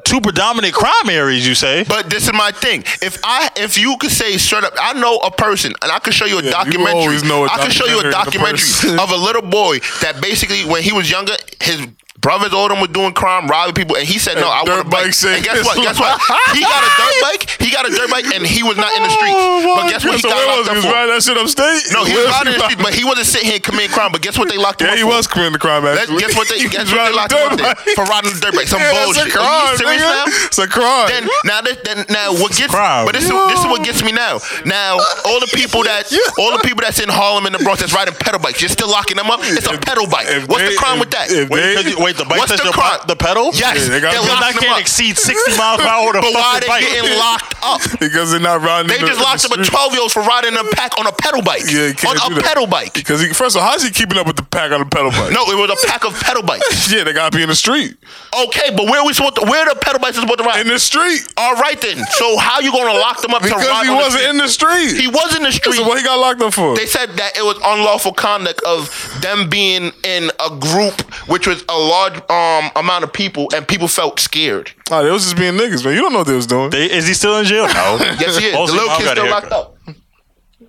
[SPEAKER 1] Two predominant crime areas, you say?
[SPEAKER 3] But this is my thing. If I if you could say straight up, I know a person, and I could show you a
[SPEAKER 2] you
[SPEAKER 3] documentary.
[SPEAKER 2] always know a
[SPEAKER 3] I could show you a
[SPEAKER 2] documentary
[SPEAKER 3] documentary
[SPEAKER 2] of the person.
[SPEAKER 3] of a little boy that basically when he was younger, his brothers older was doing crime, robbing people, and he said, "No, I want a
[SPEAKER 2] dirt
[SPEAKER 3] bike."
[SPEAKER 2] bike saved
[SPEAKER 3] And guess
[SPEAKER 2] his
[SPEAKER 3] what? Guess what? He got a dirt bike. He got a dirt bike, and he was not in the streets.
[SPEAKER 2] Oh,
[SPEAKER 3] but guess what? He
[SPEAKER 2] So
[SPEAKER 3] got
[SPEAKER 2] where
[SPEAKER 3] locked
[SPEAKER 2] was
[SPEAKER 3] up
[SPEAKER 2] he? was
[SPEAKER 3] for.
[SPEAKER 2] riding that shit upstate?
[SPEAKER 3] No, he
[SPEAKER 2] Where
[SPEAKER 3] was out in the
[SPEAKER 2] riding-
[SPEAKER 3] street, but he wasn't sitting here committing crime. But guess what? They locked him
[SPEAKER 2] Yeah,
[SPEAKER 3] up
[SPEAKER 2] he
[SPEAKER 3] for?
[SPEAKER 2] was committing the crime,
[SPEAKER 3] That,
[SPEAKER 2] actually.
[SPEAKER 3] guess what they guess
[SPEAKER 2] He
[SPEAKER 3] what they
[SPEAKER 2] was
[SPEAKER 3] locked
[SPEAKER 2] riding
[SPEAKER 3] him up there
[SPEAKER 2] dirt bike.
[SPEAKER 3] for riding a dirt bike. Some
[SPEAKER 2] Yeah, that's
[SPEAKER 3] bullshit.
[SPEAKER 2] a crime,
[SPEAKER 3] Are you serious
[SPEAKER 2] nigga.
[SPEAKER 3] now?
[SPEAKER 2] It's a crime.
[SPEAKER 3] Then now this then, now what gets
[SPEAKER 1] crime.
[SPEAKER 3] but this is this is what gets me now. Now all the people that all the people that's in Harlem and the Bronx that's riding pedal bikes, you're still locking them up. It's a pedal bike.
[SPEAKER 2] if
[SPEAKER 3] What's
[SPEAKER 2] they-
[SPEAKER 3] the crime
[SPEAKER 2] if-
[SPEAKER 3] with that?
[SPEAKER 2] if they- Wait, 'cause you-
[SPEAKER 5] wait, the bike
[SPEAKER 3] What's
[SPEAKER 5] says
[SPEAKER 3] the
[SPEAKER 5] the
[SPEAKER 3] crime?
[SPEAKER 5] pe- the pedal?
[SPEAKER 3] Yes,
[SPEAKER 2] Yeah, they
[SPEAKER 3] they
[SPEAKER 2] gotta
[SPEAKER 3] are
[SPEAKER 2] be-
[SPEAKER 1] Because I
[SPEAKER 3] locking them
[SPEAKER 1] can't
[SPEAKER 3] up.
[SPEAKER 1] exceed 60 miles per hour with a
[SPEAKER 3] But why
[SPEAKER 1] fucking
[SPEAKER 3] they
[SPEAKER 1] bike.
[SPEAKER 3] getting locked up?
[SPEAKER 2] Because they're not riding
[SPEAKER 3] They
[SPEAKER 2] in the-
[SPEAKER 3] just locked
[SPEAKER 2] in
[SPEAKER 3] up
[SPEAKER 2] the
[SPEAKER 3] a
[SPEAKER 2] street.
[SPEAKER 3] 12 year old for riding a pack on a pedal bike.
[SPEAKER 2] Yeah, you can't
[SPEAKER 3] on
[SPEAKER 2] do
[SPEAKER 3] a
[SPEAKER 2] that.
[SPEAKER 3] pedal bike.
[SPEAKER 2] Because, he, first of all, how's he keeping up with the pack on a pedal bike?
[SPEAKER 3] No, it was a pack of pedal bikes.
[SPEAKER 2] Yeah, they gotta be in the street.
[SPEAKER 3] Okay, but where we supposed to, where the pedal bikes is supposed to ride?
[SPEAKER 2] In the street.
[SPEAKER 3] All right then. So how you gonna lock them up to
[SPEAKER 2] Because
[SPEAKER 3] ride
[SPEAKER 2] he
[SPEAKER 3] on
[SPEAKER 2] wasn't in the street.
[SPEAKER 3] the, He was in the street.
[SPEAKER 2] So what he got locked up for?
[SPEAKER 3] they said that it was unlawful conduct of them being in a group, which was a large um, amount of people, and people felt scared.
[SPEAKER 2] Oh, they was just being niggas, man. You don't know what they was doing.
[SPEAKER 1] They- Is he still in jail? No.
[SPEAKER 3] Yes, he is. the
[SPEAKER 1] Also,
[SPEAKER 3] little
[SPEAKER 1] mom
[SPEAKER 3] kids
[SPEAKER 1] Oh. got a
[SPEAKER 3] still locked
[SPEAKER 1] haircut.
[SPEAKER 3] up.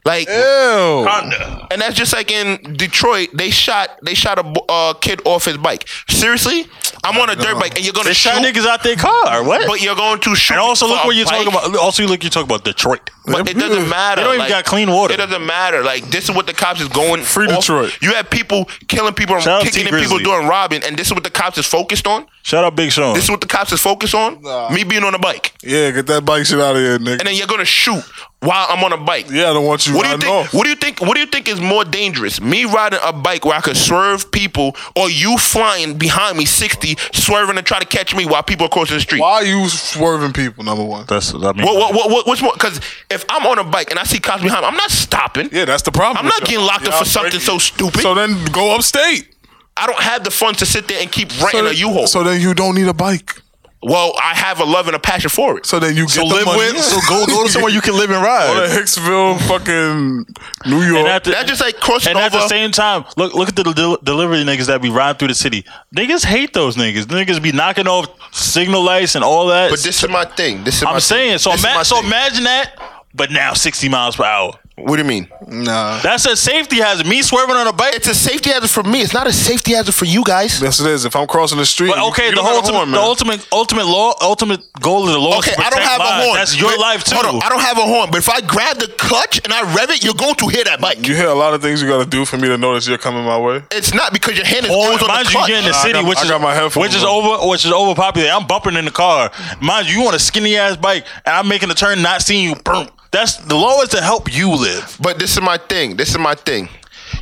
[SPEAKER 3] Like,
[SPEAKER 2] Ew.
[SPEAKER 3] and that's just like in Detroit. They shot, they shot a bo- uh, kid off his bike. Seriously, I'm on a dirt bike, and you're gonna
[SPEAKER 1] They
[SPEAKER 3] shoot,
[SPEAKER 1] shot niggas out their car. What?
[SPEAKER 3] but you're going to shoot.
[SPEAKER 1] and also,
[SPEAKER 3] for
[SPEAKER 1] look
[SPEAKER 3] a
[SPEAKER 1] what you're talking
[SPEAKER 3] bike?
[SPEAKER 1] about. Also, look, you're talking about Detroit.
[SPEAKER 3] But it doesn't matter.
[SPEAKER 1] They don't even
[SPEAKER 3] like,
[SPEAKER 1] got clean water.
[SPEAKER 3] It doesn't matter. Like this is what the cops is going.
[SPEAKER 2] Free
[SPEAKER 3] off.
[SPEAKER 2] Detroit.
[SPEAKER 3] You have people killing people,
[SPEAKER 1] Shout out T.
[SPEAKER 3] kicking in people,
[SPEAKER 1] Grizzly.
[SPEAKER 3] doing robbing, and this is what the cops is focused on.
[SPEAKER 1] Shout out Big Sean.
[SPEAKER 3] This is what the cops is focused on? Me being on a bike.
[SPEAKER 2] Yeah, get that bike shit out of here, nigga.
[SPEAKER 3] And then you're gonna shoot while I'm on a bike.
[SPEAKER 2] yeah, I don't want you
[SPEAKER 3] What do you
[SPEAKER 2] riding
[SPEAKER 3] think?
[SPEAKER 2] off.
[SPEAKER 3] What do you think? What do you think is more dangerous? Me riding a bike where I could swerve people, or you flying behind me sixty, swerving to try to catch me while people are crossing the street?
[SPEAKER 2] Why are you swerving people, number one?
[SPEAKER 1] That's what I mean.
[SPEAKER 3] What, what, what, what, what's more? Because if I'm on a bike and I see cops behind me, I'm not stopping.
[SPEAKER 2] yeah, that's the problem.
[SPEAKER 3] I'm not getting locked
[SPEAKER 2] Yeah,
[SPEAKER 3] up for
[SPEAKER 2] I'll
[SPEAKER 3] something
[SPEAKER 2] break
[SPEAKER 3] so
[SPEAKER 2] you.
[SPEAKER 3] stupid.
[SPEAKER 2] So then go upstate.
[SPEAKER 3] I don't have the funds to sit there and keep renting
[SPEAKER 2] So
[SPEAKER 3] a U-Haul.
[SPEAKER 2] So then you don't need a bike.
[SPEAKER 3] well, I have a love and a passion for it.
[SPEAKER 2] So then you get
[SPEAKER 5] So
[SPEAKER 2] the
[SPEAKER 5] live
[SPEAKER 2] money.
[SPEAKER 5] with. So go go to somewhere you can live and
[SPEAKER 2] Go to
[SPEAKER 5] ride.
[SPEAKER 2] Hicksville, fucking New York.
[SPEAKER 1] and at the,
[SPEAKER 3] That just like crossing
[SPEAKER 1] and
[SPEAKER 3] over.
[SPEAKER 1] at the same time, look look at the del- delivery niggas that be riding through the city. Niggas hate those niggas. Niggas be knocking off signal lights and all that.
[SPEAKER 3] but this is my thing. This is my
[SPEAKER 1] I'm saying.
[SPEAKER 3] Thing.
[SPEAKER 1] So,
[SPEAKER 3] This is my
[SPEAKER 1] ima- so
[SPEAKER 3] thing.
[SPEAKER 1] imagine that, but now 60 miles per hour.
[SPEAKER 3] What do you mean?
[SPEAKER 2] nah.
[SPEAKER 1] That's a safety hazard. Me swerving on a bike.
[SPEAKER 3] It's a safety hazard for me. It's not a safety hazard for you guys.
[SPEAKER 2] Yes, it is. If I'm crossing the street,
[SPEAKER 1] But
[SPEAKER 2] you-
[SPEAKER 1] okay,
[SPEAKER 2] you
[SPEAKER 1] the
[SPEAKER 2] don't got a
[SPEAKER 1] ultimate,
[SPEAKER 2] horn,
[SPEAKER 1] the
[SPEAKER 2] man.
[SPEAKER 1] ultimate, ultimate law, ultimate goal of the law. is
[SPEAKER 3] Okay,
[SPEAKER 1] to
[SPEAKER 3] I don't
[SPEAKER 1] protect
[SPEAKER 3] have
[SPEAKER 1] lives.
[SPEAKER 3] a horn.
[SPEAKER 1] That's your
[SPEAKER 3] But-
[SPEAKER 1] life too.
[SPEAKER 3] Hold on, I don't have a horn, but if I grab the clutch and I rev it, you're going to hear that bike.
[SPEAKER 2] You hear a lot of things you gotta do for me to notice you're coming my way.
[SPEAKER 3] It's not because your hand is
[SPEAKER 1] Or
[SPEAKER 3] always on the
[SPEAKER 1] Oh, mind you,
[SPEAKER 3] clutch.
[SPEAKER 1] you're in the
[SPEAKER 2] Nah, I
[SPEAKER 1] city,
[SPEAKER 2] got-
[SPEAKER 1] which
[SPEAKER 2] I
[SPEAKER 1] is
[SPEAKER 2] got my headphones
[SPEAKER 1] which is
[SPEAKER 2] on.
[SPEAKER 1] over, which is overpopulated. I'm bumping in the car. Mind you, you on a skinny ass bike, and I'm making a turn, not seeing you. Boom. That's the law is to help you live.
[SPEAKER 3] but this is my thing. This is my thing.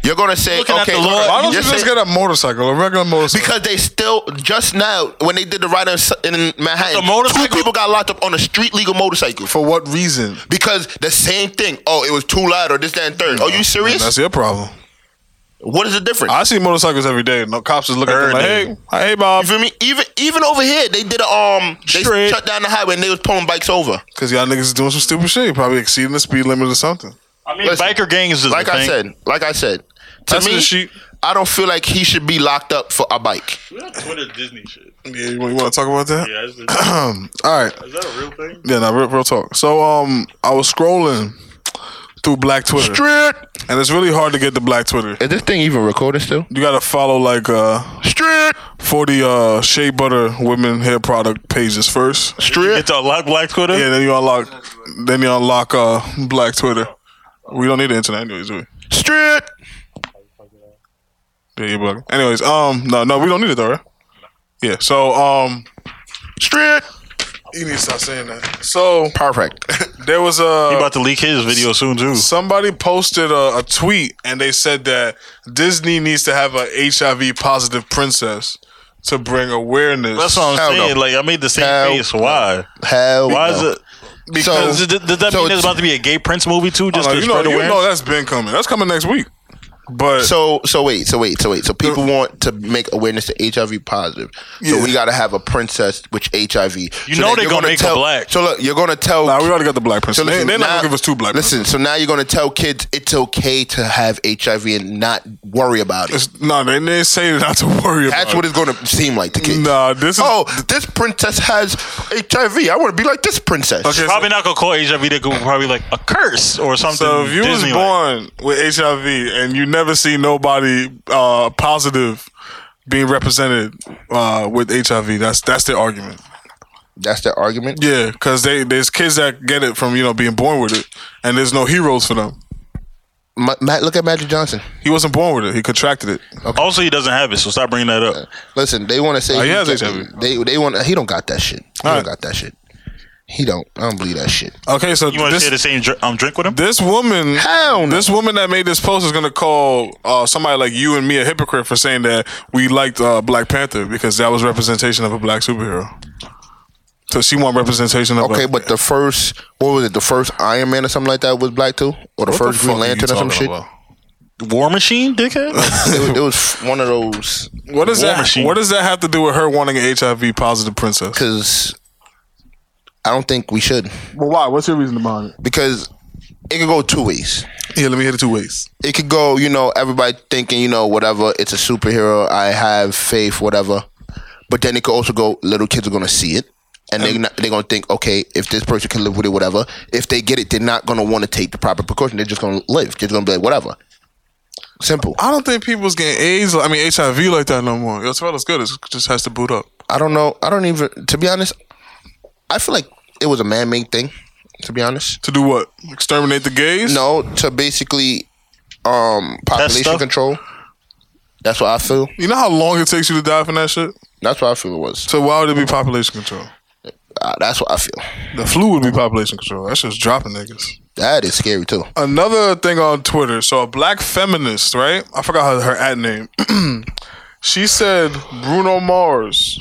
[SPEAKER 3] You're going to say,
[SPEAKER 1] Looking at
[SPEAKER 3] okay,
[SPEAKER 1] the Lord.
[SPEAKER 2] Why don't
[SPEAKER 3] you're
[SPEAKER 2] you just
[SPEAKER 3] saying-
[SPEAKER 2] get a motorcycle, a regular motorcycle?
[SPEAKER 3] because they still just now when they did the ride in in Manhattan,
[SPEAKER 1] The motorcycle?
[SPEAKER 3] two people got locked up on a street legal motorcycle
[SPEAKER 2] for what reason?
[SPEAKER 3] because the same thing. Oh, it was too loud or this, that, and third. Are you serious?
[SPEAKER 2] That's your problem.
[SPEAKER 3] what is the difference?
[SPEAKER 2] I see motorcycles every day. No cops is looking at them like,
[SPEAKER 1] Every
[SPEAKER 2] hey, hey, Bob,
[SPEAKER 3] you feel me? Even even over here, they did a um, they
[SPEAKER 1] Straight.
[SPEAKER 3] shut down the highway and they was pulling bikes over.
[SPEAKER 2] because y'all niggas is doing some stupid shit. You Probably exceeding the speed limit or something.
[SPEAKER 1] I mean,
[SPEAKER 3] Listen,
[SPEAKER 1] biker gang is just
[SPEAKER 3] like
[SPEAKER 1] a
[SPEAKER 3] I
[SPEAKER 1] thing.
[SPEAKER 3] said, like I said, to
[SPEAKER 2] That's
[SPEAKER 3] me,
[SPEAKER 2] the sheep.
[SPEAKER 3] I don't feel like he should be locked up for a bike.
[SPEAKER 1] Twitter Disney shit.
[SPEAKER 2] Yeah, you want to talk about that?
[SPEAKER 1] Yeah, is that
[SPEAKER 2] All right.
[SPEAKER 1] a real thing?
[SPEAKER 2] Yeah, no, real, real talk. So, um, I was scrolling through Black Twitter,
[SPEAKER 3] Strip.
[SPEAKER 2] and it's really hard to get to Black Twitter.
[SPEAKER 3] Is this thing even recorded still?
[SPEAKER 2] You gotta follow like uh
[SPEAKER 3] Strip.
[SPEAKER 2] forty uh shea butter women hair product pages first.
[SPEAKER 3] Strip.
[SPEAKER 1] It's a lot black Twitter.
[SPEAKER 2] Yeah, then you unlock, then you unlock uh Black Twitter. We don't need the internet anyways, do we?
[SPEAKER 3] Strip.
[SPEAKER 2] Yeah, you bugging. Anyways, um, no, no, we don't need it though, right? Yeah. So, um,
[SPEAKER 3] Strip.
[SPEAKER 2] you need to stop saying that. So
[SPEAKER 3] Perfect.
[SPEAKER 2] there was a
[SPEAKER 1] He about to leak his video soon too.
[SPEAKER 2] somebody posted a, a tweet and they said that Disney needs to have a HIV positive princess to bring awareness.
[SPEAKER 1] That's what I'm
[SPEAKER 3] Hell
[SPEAKER 1] saying.
[SPEAKER 3] no.
[SPEAKER 1] Like I made the same
[SPEAKER 3] Hell
[SPEAKER 1] face. Why?
[SPEAKER 3] Hell.
[SPEAKER 1] Why
[SPEAKER 3] no.
[SPEAKER 1] is it?
[SPEAKER 3] So-
[SPEAKER 1] Because does, does that
[SPEAKER 3] so
[SPEAKER 1] mean there's
[SPEAKER 3] it's-
[SPEAKER 1] about to be a gay prince movie too? Just
[SPEAKER 2] Like,
[SPEAKER 1] to
[SPEAKER 2] Oh, you know,
[SPEAKER 1] spread
[SPEAKER 2] you
[SPEAKER 1] awareness.
[SPEAKER 2] know that's been coming. That's coming next week. But
[SPEAKER 3] So so wait so wait so wait so people want to make awareness to HIV positive. So
[SPEAKER 2] Uh, Yeah.
[SPEAKER 3] we got to have a princess which HIV. You
[SPEAKER 1] know they gonna make her black.
[SPEAKER 3] So look, you're gonna tell.
[SPEAKER 2] nah, we already got the black princess.
[SPEAKER 3] so listen,
[SPEAKER 2] they, are not
[SPEAKER 3] now-
[SPEAKER 2] gonna give us two black.
[SPEAKER 3] Listen, so now you're gonna tell kids it's okay to have HIV and not worry about it.
[SPEAKER 2] princesses. nah, they didn't say not to worry about.
[SPEAKER 3] That's what it's gonna seem like to kids.
[SPEAKER 2] Nah, this is
[SPEAKER 3] Oh, this princess has HIV. I want to be like this princess.
[SPEAKER 2] Okay.
[SPEAKER 1] Probably not gonna call HIV. They could probably like a curse or something.
[SPEAKER 2] So if you
[SPEAKER 1] Disney-like.
[SPEAKER 2] was born with HIV and you never see nobody uh, positive being represented uh, with HIV, that's that's their argument.
[SPEAKER 3] That's their argument.
[SPEAKER 2] Yeah, because they there's kids that get it from you know being born with it, and there's no heroes for them.
[SPEAKER 3] Ma- Matt, look at Magic Johnson.
[SPEAKER 2] He wasn't born with it; he contracted it.
[SPEAKER 1] Also, he doesn't have it, so stop bringing that up.
[SPEAKER 3] Listen, they want to say
[SPEAKER 2] he
[SPEAKER 3] he
[SPEAKER 2] has
[SPEAKER 3] get-
[SPEAKER 2] HIV.
[SPEAKER 3] They they want he don't got that shit. He don't
[SPEAKER 2] All right.
[SPEAKER 3] got that shit. He don't. I don't believe that shit.
[SPEAKER 2] Okay, so
[SPEAKER 1] You want to share the
[SPEAKER 2] this
[SPEAKER 1] same dr- um, drink with him?
[SPEAKER 2] this woman,
[SPEAKER 3] Hell no.
[SPEAKER 2] this woman that made this post is gonna call uh, somebody like you and me a hypocrite for saying that we liked uh, Black Panther because that was representation of a black superhero. So she want representation of
[SPEAKER 3] Okay,
[SPEAKER 2] a,
[SPEAKER 3] but the first what was it? The first Iron Man or something like that was black too, or the
[SPEAKER 2] What
[SPEAKER 3] first
[SPEAKER 2] the
[SPEAKER 3] Green
[SPEAKER 2] fuck are you
[SPEAKER 3] Lantern or some shit.
[SPEAKER 2] talking about?
[SPEAKER 1] War Machine, dickhead.
[SPEAKER 3] It was, it was one of those
[SPEAKER 2] What does
[SPEAKER 1] War
[SPEAKER 2] that?
[SPEAKER 1] Machine.
[SPEAKER 2] What does that have to do with her wanting an HIV positive princess?
[SPEAKER 3] because I don't think we should
[SPEAKER 2] Well, why? What's your reason behind it?
[SPEAKER 3] because it could go two ways.
[SPEAKER 2] Yeah, let me hit it two ways.
[SPEAKER 3] It could go, you know, everybody thinking, you know, whatever. It's a superhero. I have faith, whatever. But then it could also go. Little kids are gonna see it, and they not, they're gonna think, okay, if this person can live with it, whatever. If they get it, they're not gonna want to take the proper precaution. They're just gonna live. They're just gonna be like, whatever. Simple.
[SPEAKER 2] I don't think people's getting AIDS. I mean HIV like that no more. Yo, Toretto's good. It just has to boot up.
[SPEAKER 3] I don't know. I don't even. To be honest, I feel like it was a man-made thing. To be honest,
[SPEAKER 2] To do what? Exterminate the gays?
[SPEAKER 3] no. To basically, um, population
[SPEAKER 1] stuff?
[SPEAKER 3] control. That's what I feel.
[SPEAKER 2] You know how long it takes you to die from that shit?
[SPEAKER 3] That's what I feel it was.
[SPEAKER 2] So why would it be population control?
[SPEAKER 3] Uh, that's what I feel.
[SPEAKER 2] The flu would be population control. That's just dropping niggas.
[SPEAKER 3] That is scary too.
[SPEAKER 2] another thing on Twitter. So a black feminist, right? I forgot her, her ad name. she said Bruno Mars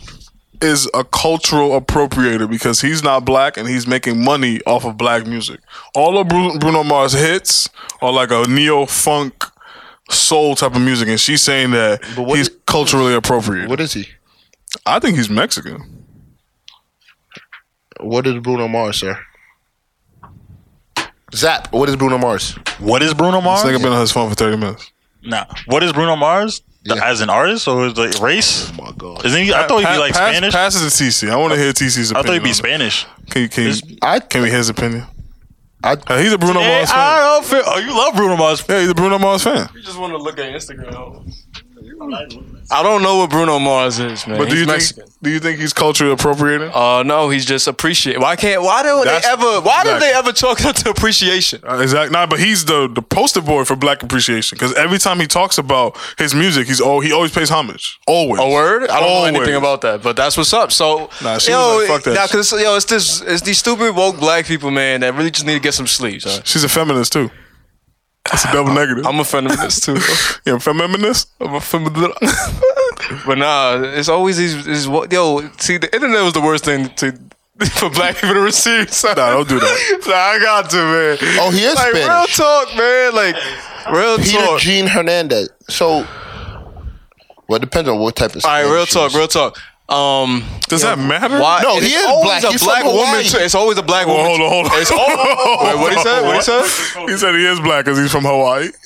[SPEAKER 2] is a cultural appropriator because he's not black and he's making money off of black music. All of Bru- Bruno Mars hits are like a neo funk soul type of music, and she's saying that
[SPEAKER 3] what
[SPEAKER 2] he's
[SPEAKER 3] is-
[SPEAKER 2] culturally appropriated.
[SPEAKER 3] What is he?
[SPEAKER 2] I think he's Mexican.
[SPEAKER 3] What is Bruno Mars, sir? Zap. What is Bruno Mars?
[SPEAKER 1] What is Bruno
[SPEAKER 2] This
[SPEAKER 1] Mars?
[SPEAKER 2] nigga been on his phone for thirty minutes.
[SPEAKER 1] Nah. What is Bruno Mars The-
[SPEAKER 3] Yeah.
[SPEAKER 1] as an artist or is like race?
[SPEAKER 3] Oh my god.
[SPEAKER 1] Isn't he? I thought he'd be
[SPEAKER 2] Pa-
[SPEAKER 1] like
[SPEAKER 2] pass,
[SPEAKER 1] Spanish.
[SPEAKER 2] Passes to TC. I want to hear TC's opinion.
[SPEAKER 1] I thought he'd
[SPEAKER 2] on
[SPEAKER 1] be
[SPEAKER 2] it.
[SPEAKER 1] Spanish.
[SPEAKER 2] Can you, can you,
[SPEAKER 1] Is-
[SPEAKER 3] I
[SPEAKER 2] Can we hear his opinion?
[SPEAKER 3] I-
[SPEAKER 2] Uh, he's a Bruno
[SPEAKER 1] Hey,
[SPEAKER 2] Mars
[SPEAKER 1] I
[SPEAKER 2] fan.
[SPEAKER 1] don't feel. Oh, you love Bruno Mars.
[SPEAKER 2] Yeah, he's a Bruno Mars fan.
[SPEAKER 4] You just want to look at Instagram. I don't know what Bruno Mars is, man.
[SPEAKER 2] But do
[SPEAKER 4] He's
[SPEAKER 2] you
[SPEAKER 4] Mexican.
[SPEAKER 2] think do you think he's culturally appropriated?
[SPEAKER 4] Uh, no, he's just appreciate. Why can't? Why don't
[SPEAKER 2] That's-
[SPEAKER 4] they ever? Why don't
[SPEAKER 2] exactly.
[SPEAKER 4] they ever chalk it up to appreciation?
[SPEAKER 2] Uh, exactly. Nah, but he's the the poster boy for Black appreciation because every time he talks about his music, he's all he always pays homage. Always.
[SPEAKER 4] A Oh, word? I don't
[SPEAKER 2] Always.
[SPEAKER 4] know anything about that, but that's what's up. So,
[SPEAKER 2] Nah, she
[SPEAKER 4] yo,
[SPEAKER 2] was like, fuck that
[SPEAKER 4] nah,
[SPEAKER 2] shit.
[SPEAKER 4] 'cause, yo, it's this, it's these stupid woke black people, man, that really just need to get some sleep. son.
[SPEAKER 2] She's a feminist too. That's a double negative.
[SPEAKER 4] I'm a fan of this too,
[SPEAKER 2] yeah, feminist.
[SPEAKER 4] I'm a fan of that. but nah, it's always these, these. wo- Yo, see, the internet was the worst thing to for black people to receive. son.
[SPEAKER 2] Nah, don't do that.
[SPEAKER 4] Nah, I got to man.
[SPEAKER 3] Oh, he is
[SPEAKER 4] like real
[SPEAKER 3] Spanish.
[SPEAKER 4] talk, man. Like real
[SPEAKER 3] Peter
[SPEAKER 4] talk.
[SPEAKER 3] Gene Hernandez. So, well, it depends on what type of.
[SPEAKER 4] All right, real
[SPEAKER 3] Spanish
[SPEAKER 4] talk,
[SPEAKER 3] he
[SPEAKER 4] real talk. Um,
[SPEAKER 2] Does that matter?
[SPEAKER 4] why?
[SPEAKER 3] No,
[SPEAKER 4] it
[SPEAKER 3] he is black. He's
[SPEAKER 4] Always a
[SPEAKER 3] from
[SPEAKER 4] black woman.
[SPEAKER 3] Hawaii.
[SPEAKER 4] Too. It's always a black
[SPEAKER 2] Well,
[SPEAKER 4] woman.
[SPEAKER 2] hold on, hold on.
[SPEAKER 4] It's all- Wait, what he said? What he said?
[SPEAKER 2] He said he is black because he's from Hawaii.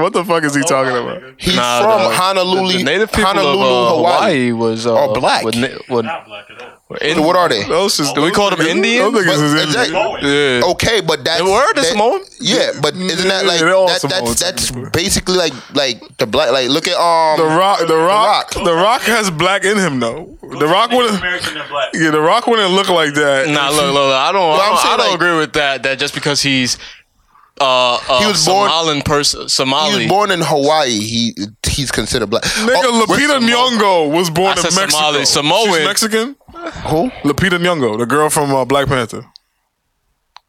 [SPEAKER 2] what the fuck is he talking about?
[SPEAKER 3] He's
[SPEAKER 4] Nah,
[SPEAKER 3] from
[SPEAKER 4] the-
[SPEAKER 3] Honolulu.
[SPEAKER 4] The native people
[SPEAKER 3] Honolulu,
[SPEAKER 4] of uh,
[SPEAKER 3] Hawaii.
[SPEAKER 4] Hawaii. was uh,
[SPEAKER 3] Are black.
[SPEAKER 4] With, na- with,
[SPEAKER 6] Not black at all.
[SPEAKER 4] with in-
[SPEAKER 3] So what are they?
[SPEAKER 2] Those is,
[SPEAKER 4] Do we call them Indian?
[SPEAKER 2] Those niggas
[SPEAKER 3] But
[SPEAKER 2] is
[SPEAKER 3] is
[SPEAKER 2] Indian.
[SPEAKER 3] that-
[SPEAKER 4] yeah.
[SPEAKER 3] Okay, but that's
[SPEAKER 4] They were the
[SPEAKER 3] that-
[SPEAKER 4] Samoan?
[SPEAKER 3] Yeah, but isn't that
[SPEAKER 2] Mm, Yeah,
[SPEAKER 3] like
[SPEAKER 2] they're all
[SPEAKER 3] that,
[SPEAKER 2] Samoans.
[SPEAKER 3] that's that's basically like like the black like look at um
[SPEAKER 2] The Rock, The Rock,
[SPEAKER 3] Rock.
[SPEAKER 2] The Rock has black in him though. The Rock wouldn't,
[SPEAKER 6] American and black.
[SPEAKER 2] yeah, The Rock wouldn't look like that.
[SPEAKER 4] Nah, look, look, look, I don't, I
[SPEAKER 3] I'm
[SPEAKER 4] don't,
[SPEAKER 3] saying,
[SPEAKER 4] I don't
[SPEAKER 3] like-
[SPEAKER 4] agree with that. That just because he's uh, uh,
[SPEAKER 3] He was born-
[SPEAKER 4] Somalian person,
[SPEAKER 3] he
[SPEAKER 4] Somali.
[SPEAKER 3] was born in Hawaii. He he's considered black.
[SPEAKER 2] Nigga,
[SPEAKER 3] Oh,
[SPEAKER 2] Lupita Nyong'o was born
[SPEAKER 4] I
[SPEAKER 2] in
[SPEAKER 4] said
[SPEAKER 2] Mexico.
[SPEAKER 4] Somali,
[SPEAKER 2] She's
[SPEAKER 4] Samoan.
[SPEAKER 2] Mexican.
[SPEAKER 3] who?
[SPEAKER 2] Lupita Nyong'o, the girl from uh, Black Panther.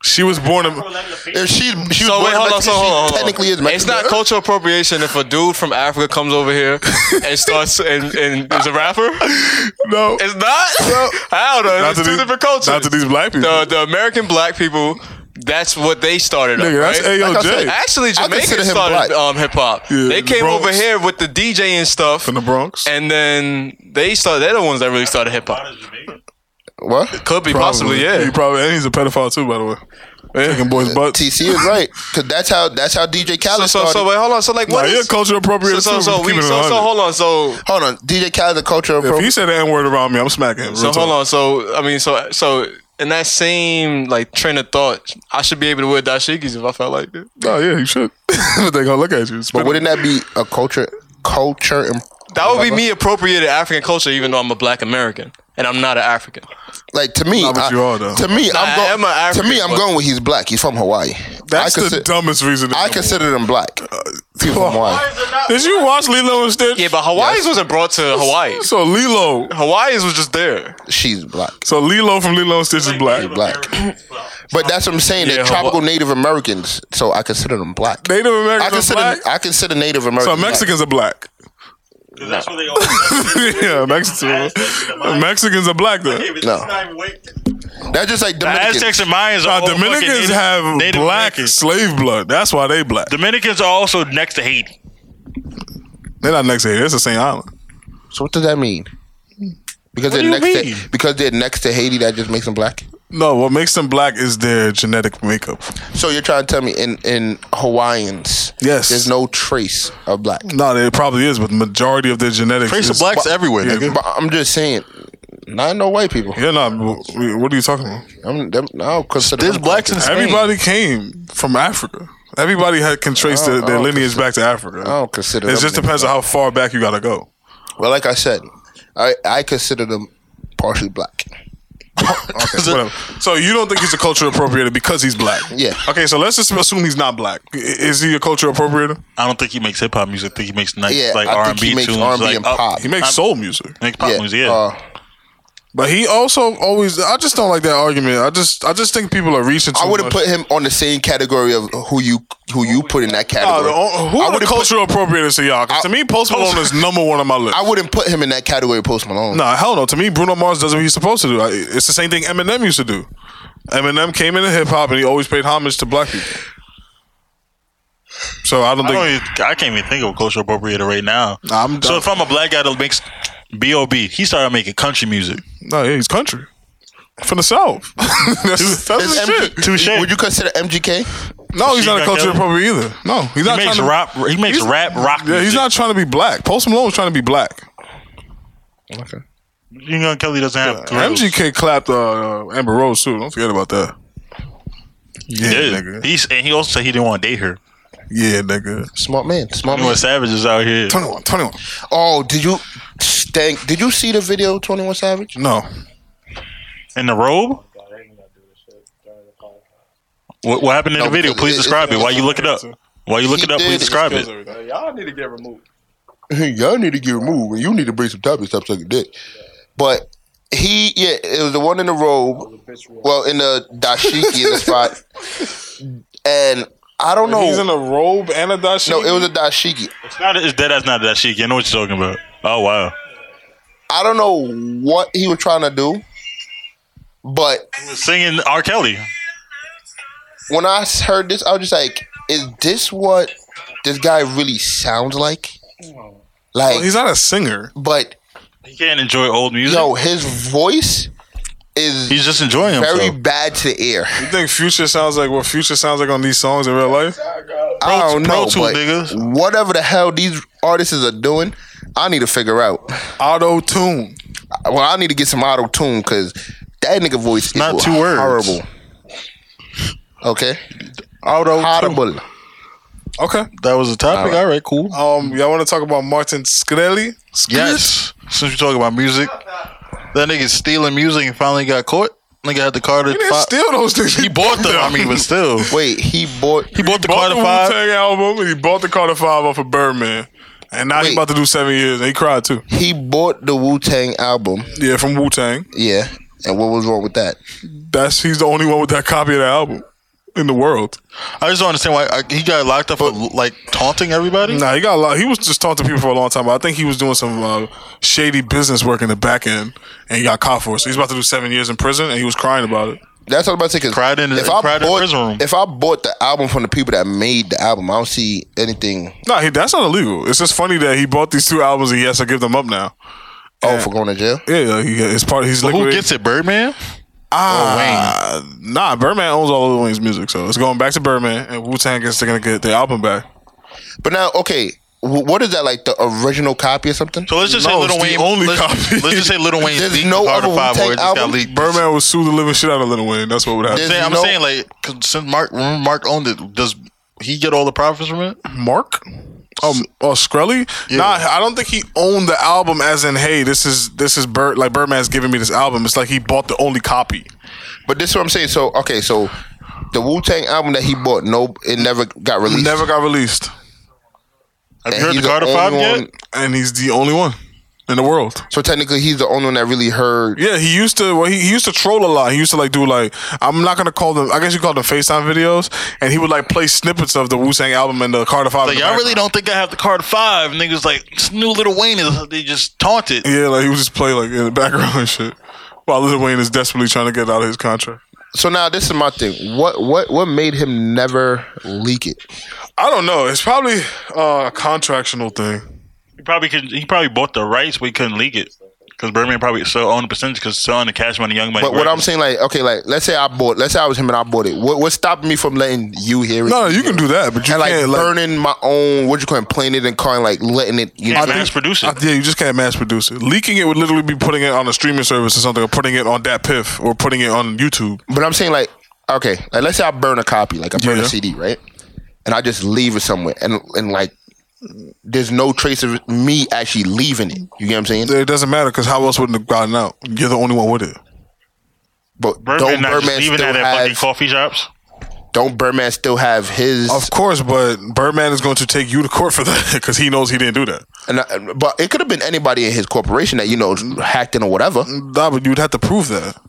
[SPEAKER 2] She was born in.
[SPEAKER 3] If she she was
[SPEAKER 4] so
[SPEAKER 3] born
[SPEAKER 4] wait,
[SPEAKER 3] in
[SPEAKER 4] hold on,
[SPEAKER 3] Mexico,
[SPEAKER 4] so hold on,
[SPEAKER 3] she
[SPEAKER 4] hold on.
[SPEAKER 3] technically is Mexican.
[SPEAKER 4] It's not cultural appropriation if a dude from Africa comes over here and starts and, and is a rapper.
[SPEAKER 2] No,
[SPEAKER 4] It's not. I don't know.
[SPEAKER 2] not
[SPEAKER 4] It's
[SPEAKER 2] to
[SPEAKER 4] two
[SPEAKER 2] these-
[SPEAKER 4] different cultures.
[SPEAKER 2] Not to these black people.
[SPEAKER 4] the the American black people. That's what they started. up,
[SPEAKER 2] Nigga, that's
[SPEAKER 4] right?
[SPEAKER 2] AOJ.
[SPEAKER 3] Like I said,
[SPEAKER 4] Actually,
[SPEAKER 3] I consider
[SPEAKER 4] Jamaica
[SPEAKER 3] him black.
[SPEAKER 4] started um, hip hop.
[SPEAKER 2] Yeah,
[SPEAKER 4] they
[SPEAKER 2] the
[SPEAKER 4] came
[SPEAKER 2] Bronx.
[SPEAKER 4] over here with the DJ and stuff,
[SPEAKER 2] from the Bronx.
[SPEAKER 4] and then they started. They're the ones that really started hip hop.
[SPEAKER 3] what?
[SPEAKER 4] Could be possibly,
[SPEAKER 2] He
[SPEAKER 4] yeah.
[SPEAKER 2] probably, and he's a pedophile too, by the way. Taking boys' butts.
[SPEAKER 3] TC is right because that's how that's how DJ
[SPEAKER 4] So,
[SPEAKER 3] Khaled
[SPEAKER 4] so, so
[SPEAKER 3] started.
[SPEAKER 4] wait, hold on. So, like,
[SPEAKER 2] Nah,
[SPEAKER 4] what?
[SPEAKER 2] he a
[SPEAKER 4] is-
[SPEAKER 2] culture appropriator
[SPEAKER 4] so, so,
[SPEAKER 2] too.
[SPEAKER 4] so,
[SPEAKER 2] keep
[SPEAKER 4] we,
[SPEAKER 2] it
[SPEAKER 4] so,
[SPEAKER 2] 100.
[SPEAKER 4] so, hold on. So,
[SPEAKER 3] Hold on, DJ Khaled, the culture
[SPEAKER 2] If he
[SPEAKER 3] appropriate.
[SPEAKER 2] said the N word around me, I'm smacking him.
[SPEAKER 4] so, hold on. So, I mean, so, so, in that same like train of thought, I should be able to wear dashikis if I felt like it.
[SPEAKER 2] Oh yeah, you should. but they gonna look at you.
[SPEAKER 3] But wouldn't that be a culture culture? imp-
[SPEAKER 4] That would be me appropriated African culture, even though I'm a Black American and I'm not an African.
[SPEAKER 3] Like to me,
[SPEAKER 2] Nah, but
[SPEAKER 3] I-
[SPEAKER 2] you are, though.
[SPEAKER 3] to me,
[SPEAKER 4] I
[SPEAKER 3] I'm
[SPEAKER 4] am a
[SPEAKER 3] going. To
[SPEAKER 4] African,
[SPEAKER 3] me, I'm
[SPEAKER 4] but-
[SPEAKER 3] going with he's black. He's from Hawaii.
[SPEAKER 2] That's
[SPEAKER 3] I
[SPEAKER 2] the
[SPEAKER 3] consi-
[SPEAKER 2] dumbest reason. in
[SPEAKER 3] I
[SPEAKER 2] the
[SPEAKER 3] consider them black.
[SPEAKER 4] Uh,
[SPEAKER 3] People
[SPEAKER 2] world.
[SPEAKER 3] from Hawaii.
[SPEAKER 2] Did you watch Lilo and Stitch?
[SPEAKER 4] Yeah, but Hawaii's wasn't brought to Hawaii.
[SPEAKER 2] So Lilo,
[SPEAKER 4] Hawaii's was just there.
[SPEAKER 3] She's black.
[SPEAKER 2] so Lilo from Lilo and Stitch is black.
[SPEAKER 3] black. But that's what I'm saying.
[SPEAKER 4] Yeah,
[SPEAKER 3] they're tropical
[SPEAKER 4] Hawaii-
[SPEAKER 3] Native Americans, so I consider them black.
[SPEAKER 2] Native
[SPEAKER 3] I
[SPEAKER 2] Americans are
[SPEAKER 3] consider
[SPEAKER 2] black.
[SPEAKER 3] I consider Native Americans.
[SPEAKER 2] So
[SPEAKER 3] black.
[SPEAKER 2] Mexicans are black.
[SPEAKER 6] That's what they all.
[SPEAKER 2] yeah, Mexicans. Are, Mexicans are black though. Uh,
[SPEAKER 3] No. That's just like
[SPEAKER 1] The
[SPEAKER 3] Dominicans.
[SPEAKER 1] Aztecs and Mayans
[SPEAKER 2] Uh,
[SPEAKER 1] are all fucking
[SPEAKER 2] Dominicans
[SPEAKER 1] Native-
[SPEAKER 2] have
[SPEAKER 1] Native
[SPEAKER 2] black
[SPEAKER 1] Americans.
[SPEAKER 2] slave blood. That's why they black.
[SPEAKER 1] Dominicans are also next to Haiti.
[SPEAKER 2] They're not next to Haiti. It's the same island.
[SPEAKER 3] so what does that mean? Because
[SPEAKER 1] What
[SPEAKER 3] they're
[SPEAKER 1] do you
[SPEAKER 3] next
[SPEAKER 1] mean?
[SPEAKER 3] to because they're next to Haiti, that just makes them black.
[SPEAKER 2] No, what makes them black is their genetic makeup.
[SPEAKER 3] So you're trying to tell me in in Hawaiians,
[SPEAKER 2] Yes.
[SPEAKER 3] there's no trace of black.
[SPEAKER 2] No, it probably is, but the majority of their genetics.
[SPEAKER 5] Trace of
[SPEAKER 2] is-
[SPEAKER 5] blacks everywhere,
[SPEAKER 2] Yeah,
[SPEAKER 5] nigga.
[SPEAKER 3] But I'm just saying, not no white people.
[SPEAKER 2] Yeah, no. w- What are you talking about?
[SPEAKER 3] I'm, them, I don't consider
[SPEAKER 5] There's
[SPEAKER 3] them
[SPEAKER 5] blacks in
[SPEAKER 3] black.
[SPEAKER 5] Spain.
[SPEAKER 2] Everybody came from Africa. Everybody had, can trace their, their lineage back to Africa.
[SPEAKER 3] I don't consider.
[SPEAKER 2] It
[SPEAKER 3] them
[SPEAKER 2] just depends on how far back you gotta go.
[SPEAKER 3] Well, like I said, I I consider them partially black.
[SPEAKER 2] Okay, whatever. So you don't think he's a culture appropriator because he's black?
[SPEAKER 3] Yeah.
[SPEAKER 2] Okay, so let's just assume he's not black. I- Is he a culture appropriator?
[SPEAKER 1] I don't think he makes hip hop music. I think he makes nice
[SPEAKER 3] Yeah,
[SPEAKER 1] like
[SPEAKER 3] I
[SPEAKER 1] R
[SPEAKER 3] think
[SPEAKER 1] and
[SPEAKER 3] he
[SPEAKER 1] B
[SPEAKER 3] makes
[SPEAKER 1] tunes,
[SPEAKER 3] R&B
[SPEAKER 1] like
[SPEAKER 3] and
[SPEAKER 1] up-
[SPEAKER 3] pop.
[SPEAKER 2] He makes soul music,
[SPEAKER 1] Makes pop music. Yeah,
[SPEAKER 3] uh,
[SPEAKER 2] but he also always. I just don't like that argument. I just, I just think people are reaching. Too
[SPEAKER 3] I wouldn't
[SPEAKER 2] much.
[SPEAKER 3] put him on the same category of who you who you put in that
[SPEAKER 2] Nah,
[SPEAKER 3] category.
[SPEAKER 2] the o- uh, who
[SPEAKER 3] I
[SPEAKER 2] are the
[SPEAKER 3] wouldn't put-
[SPEAKER 2] cultural appropriators to y'all? 'Cause to me, Post Malone is number one on my list.
[SPEAKER 3] I wouldn't put him in that category. of Post Malone.
[SPEAKER 2] Nah, hell no. To me, Bruno Mars does what he's supposed to do. I- It's the same thing Eminem used to do. Eminem came into hip hop and he always paid homage to black people. So I don't
[SPEAKER 1] I,
[SPEAKER 2] think.
[SPEAKER 1] don't even, I can't even think of a cultural appropriator right now.
[SPEAKER 2] I'm
[SPEAKER 1] so
[SPEAKER 2] done.
[SPEAKER 1] if I'm a black guy that makes B.O.B., he started making country music.
[SPEAKER 2] no, yeah, he's country from the south. that's that's
[SPEAKER 3] Is
[SPEAKER 2] his
[SPEAKER 3] MG
[SPEAKER 2] shit.
[SPEAKER 1] Touche.
[SPEAKER 3] Would you consider MGK?
[SPEAKER 2] No,
[SPEAKER 1] Machine
[SPEAKER 2] he's not a
[SPEAKER 1] Gun
[SPEAKER 2] culture
[SPEAKER 1] Kelly?
[SPEAKER 2] appropriate either. No, he's not.
[SPEAKER 1] He makes
[SPEAKER 2] trying to,
[SPEAKER 1] rap. He makes
[SPEAKER 2] he's-
[SPEAKER 1] rap rock.
[SPEAKER 2] Yeah, he's
[SPEAKER 1] music.
[SPEAKER 2] not trying to be black. Post Malone was trying to be black. Okay.
[SPEAKER 1] You know, Kelly doesn't have girls.
[SPEAKER 2] MGK clapped uh, uh, Amber Rose too. Don't forget about that. Yeah,
[SPEAKER 1] Yeah,
[SPEAKER 2] nigga.
[SPEAKER 1] he's and he also said he didn't want to date her.
[SPEAKER 2] Yeah, nigga.
[SPEAKER 3] Smart man. Smart
[SPEAKER 1] Twenty
[SPEAKER 3] man.
[SPEAKER 1] One Savage is out here.
[SPEAKER 2] 21, 21.
[SPEAKER 3] Oh, did you stank? Did you see the video Twenty One Savage?
[SPEAKER 2] No.
[SPEAKER 1] in the robe. What, what happened in
[SPEAKER 3] No,
[SPEAKER 1] the video?
[SPEAKER 3] because
[SPEAKER 1] Please
[SPEAKER 3] it-
[SPEAKER 1] describe
[SPEAKER 3] it-
[SPEAKER 1] it. While you look it up, while you look
[SPEAKER 3] He
[SPEAKER 1] it up,
[SPEAKER 3] did,
[SPEAKER 1] please
[SPEAKER 3] it
[SPEAKER 1] describe it.
[SPEAKER 4] Y'all need to get removed.
[SPEAKER 3] Y'all need to get removed, and you need to bring some time to stop sucking dick. But he, yeah, it was the one in the robe. Well, in the dashiki in the spot, and I don't know.
[SPEAKER 2] He's in a robe and a dashiki.
[SPEAKER 3] no, it was a dashiki.
[SPEAKER 1] It's not. It's dead. That's not that chic. You know what you're talking about. Oh wow.
[SPEAKER 3] I don't know what he was trying to do, but
[SPEAKER 1] He was Singing R. Kelly.
[SPEAKER 3] when I s- heard this, I was just like, "Is this what this guy really sounds like?" Like,
[SPEAKER 2] He's not a singer.
[SPEAKER 3] but
[SPEAKER 1] He can't enjoy old music.
[SPEAKER 3] yo, his voice is
[SPEAKER 1] He's just enjoying himself.
[SPEAKER 3] very bad to the ear.
[SPEAKER 2] You think Future sounds like what Future sounds like on these songs in real life?
[SPEAKER 3] I don't
[SPEAKER 1] Pro
[SPEAKER 3] know,
[SPEAKER 1] Tool,
[SPEAKER 3] but
[SPEAKER 1] niggas.
[SPEAKER 3] whatever the hell these artists are doing, I need to figure out.
[SPEAKER 2] Auto tune.
[SPEAKER 3] Well, I need to get some auto tune because that nigga voice is
[SPEAKER 1] not two words.
[SPEAKER 3] horrible. Okay,
[SPEAKER 2] Auto
[SPEAKER 3] horrible.
[SPEAKER 2] Okay.
[SPEAKER 1] That was the topic. All right, cool.
[SPEAKER 2] Um, y'all want to talk about Martin Skrelly?
[SPEAKER 5] Yes. Since you're talking about music, that nigga stealing music and finally got caught. Nigga had the car to
[SPEAKER 2] He didn't
[SPEAKER 5] fi-
[SPEAKER 2] steal those things.
[SPEAKER 5] He bought them. I mean, but still, he
[SPEAKER 3] Wait, he bought.
[SPEAKER 5] bought
[SPEAKER 2] bought
[SPEAKER 5] the car
[SPEAKER 2] the
[SPEAKER 5] to
[SPEAKER 2] Wu
[SPEAKER 5] five.
[SPEAKER 2] Tang album and he bought the Carter Five off of Birdman. And now
[SPEAKER 3] Wait.
[SPEAKER 2] he's about to do seven years. And he cried too.
[SPEAKER 3] He bought the Wu Tang album.
[SPEAKER 2] Yeah, from Wu Tang.
[SPEAKER 3] Yeah. And what was wrong with that?
[SPEAKER 2] That's he's the only one with that copy of the album in the world.
[SPEAKER 5] I just don't understand why I, he got locked up for like taunting everybody.
[SPEAKER 2] Nah, he got a lot. He was just talking to people for a long time. But I think he was doing some uh, shady business work in the back end, and he got caught for it. So he's about to do seven years in prison, and he was crying about it.
[SPEAKER 3] That's all I'm about to say. 'cause
[SPEAKER 1] Cried in the-
[SPEAKER 3] if I
[SPEAKER 1] cried in the
[SPEAKER 3] bought,
[SPEAKER 1] prison room.
[SPEAKER 3] If I bought the album from the people that made the album, I don't see anything.
[SPEAKER 2] Nah, he, that's not illegal. It's just funny that he bought these two albums and he has to give them up now.
[SPEAKER 3] Oh, for going to jail.
[SPEAKER 2] Yeah, he, it's part. He's
[SPEAKER 5] Who
[SPEAKER 2] liquidated.
[SPEAKER 5] gets it, Oh, Birdman?
[SPEAKER 2] Ah, Nah, Birdman owns all of Wayne's music, so it's going back to Birdman, and Wu Tang is gonna get their album back.
[SPEAKER 3] But now, okay, wh- what is that like the original copy or something?
[SPEAKER 1] So let's just
[SPEAKER 2] No,
[SPEAKER 1] say Little
[SPEAKER 2] it's the
[SPEAKER 1] Wayne.
[SPEAKER 2] only
[SPEAKER 1] let's,
[SPEAKER 2] copy.
[SPEAKER 1] let's just say Little Wayne
[SPEAKER 3] There's
[SPEAKER 1] leaked
[SPEAKER 3] no
[SPEAKER 1] the car to
[SPEAKER 3] other
[SPEAKER 1] five
[SPEAKER 3] Wu-Tang
[SPEAKER 1] or it just got
[SPEAKER 3] album?
[SPEAKER 1] leaked.
[SPEAKER 2] Birdman would sue the living shit out of Lil Wayne. That's what would happen.
[SPEAKER 3] There's-
[SPEAKER 5] Saying- I'm
[SPEAKER 3] no-
[SPEAKER 5] saying like 'cause since Mark Mark owned it, does he get all the profits from it?
[SPEAKER 2] Mark. Um, oh, Skrelly? Nah, I don't think he owned the album. As in, hey, this is this is Bird. Like Birdman's giving me this album. It's like he bought the only copy.
[SPEAKER 3] But this is what I'm saying. So, okay, so the Wu Tang album that he bought, no, it never got released.
[SPEAKER 2] Never got released,
[SPEAKER 1] Have you
[SPEAKER 3] And
[SPEAKER 1] heard the
[SPEAKER 3] he's
[SPEAKER 1] Carter
[SPEAKER 3] the
[SPEAKER 1] Five
[SPEAKER 3] only
[SPEAKER 1] yet?
[SPEAKER 3] one-
[SPEAKER 2] and he's the only one in the world.
[SPEAKER 3] So technically, he's the only one that really heard.
[SPEAKER 2] Yeah, he used to. Well, he, he used to troll a lot. He used to like do like I'm not gonna call them. I guess you call them Facetime videos, and he would like play snippets of the Wu Tang album and the Carter Five. in
[SPEAKER 1] Like,
[SPEAKER 2] the
[SPEAKER 1] y'all really
[SPEAKER 2] background.
[SPEAKER 1] don't think I have the card five. Niggas like, this new Little Wayne is, they just taunted.
[SPEAKER 2] Yeah, like he would just play like in the background and shit, while Lil Wayne is desperately trying to get out of his contract.
[SPEAKER 3] So now this is my thing. What what what made him never leak it?
[SPEAKER 2] I don't know. It's probably uh, a contractional thing.
[SPEAKER 1] He probably could, he probably bought the rights, but he couldn't leak it. Because Birdman probably still owned the percentage because selling the cash money, young money.
[SPEAKER 3] But what I'm
[SPEAKER 1] records.
[SPEAKER 3] saying, like, okay, like, let's say I bought, let's say I was him and I bought it. What what stopped me from letting you hear it?
[SPEAKER 2] No, no, you can do that, but you
[SPEAKER 3] and like
[SPEAKER 2] can't like.
[SPEAKER 3] burning my own, what you call it, playing it and calling like letting it. You
[SPEAKER 1] Can't
[SPEAKER 3] know,
[SPEAKER 1] mass produce
[SPEAKER 2] I-
[SPEAKER 1] it.
[SPEAKER 2] yeah, you just can't mass produce it. Leaking it would literally be putting it on a streaming service or something, or putting it on that Piff, or putting it on YouTube.
[SPEAKER 3] but I'm saying like, okay, like let's say I burn a copy, like I burn
[SPEAKER 2] Yeah.
[SPEAKER 3] a CD, right? And I just leave it somewhere, and and like, there's no trace of me actually leaving it. You get what I'm saying?
[SPEAKER 2] It doesn't matter because how else wouldn't it have gotten out? You're the only one with it.
[SPEAKER 3] But
[SPEAKER 1] Birdman
[SPEAKER 3] don't
[SPEAKER 1] not just
[SPEAKER 3] Birdman
[SPEAKER 1] leaving
[SPEAKER 3] still
[SPEAKER 1] that at fucking
[SPEAKER 3] have?
[SPEAKER 1] coffee shops.
[SPEAKER 3] Don't Birdman still have his?
[SPEAKER 2] Of course, but Birdman is going to take you to court for that because he knows he didn't do that.
[SPEAKER 3] and I- but it could have been anybody in his corporation that you know hacked in or whatever.
[SPEAKER 2] Nah, but you'd have to prove that.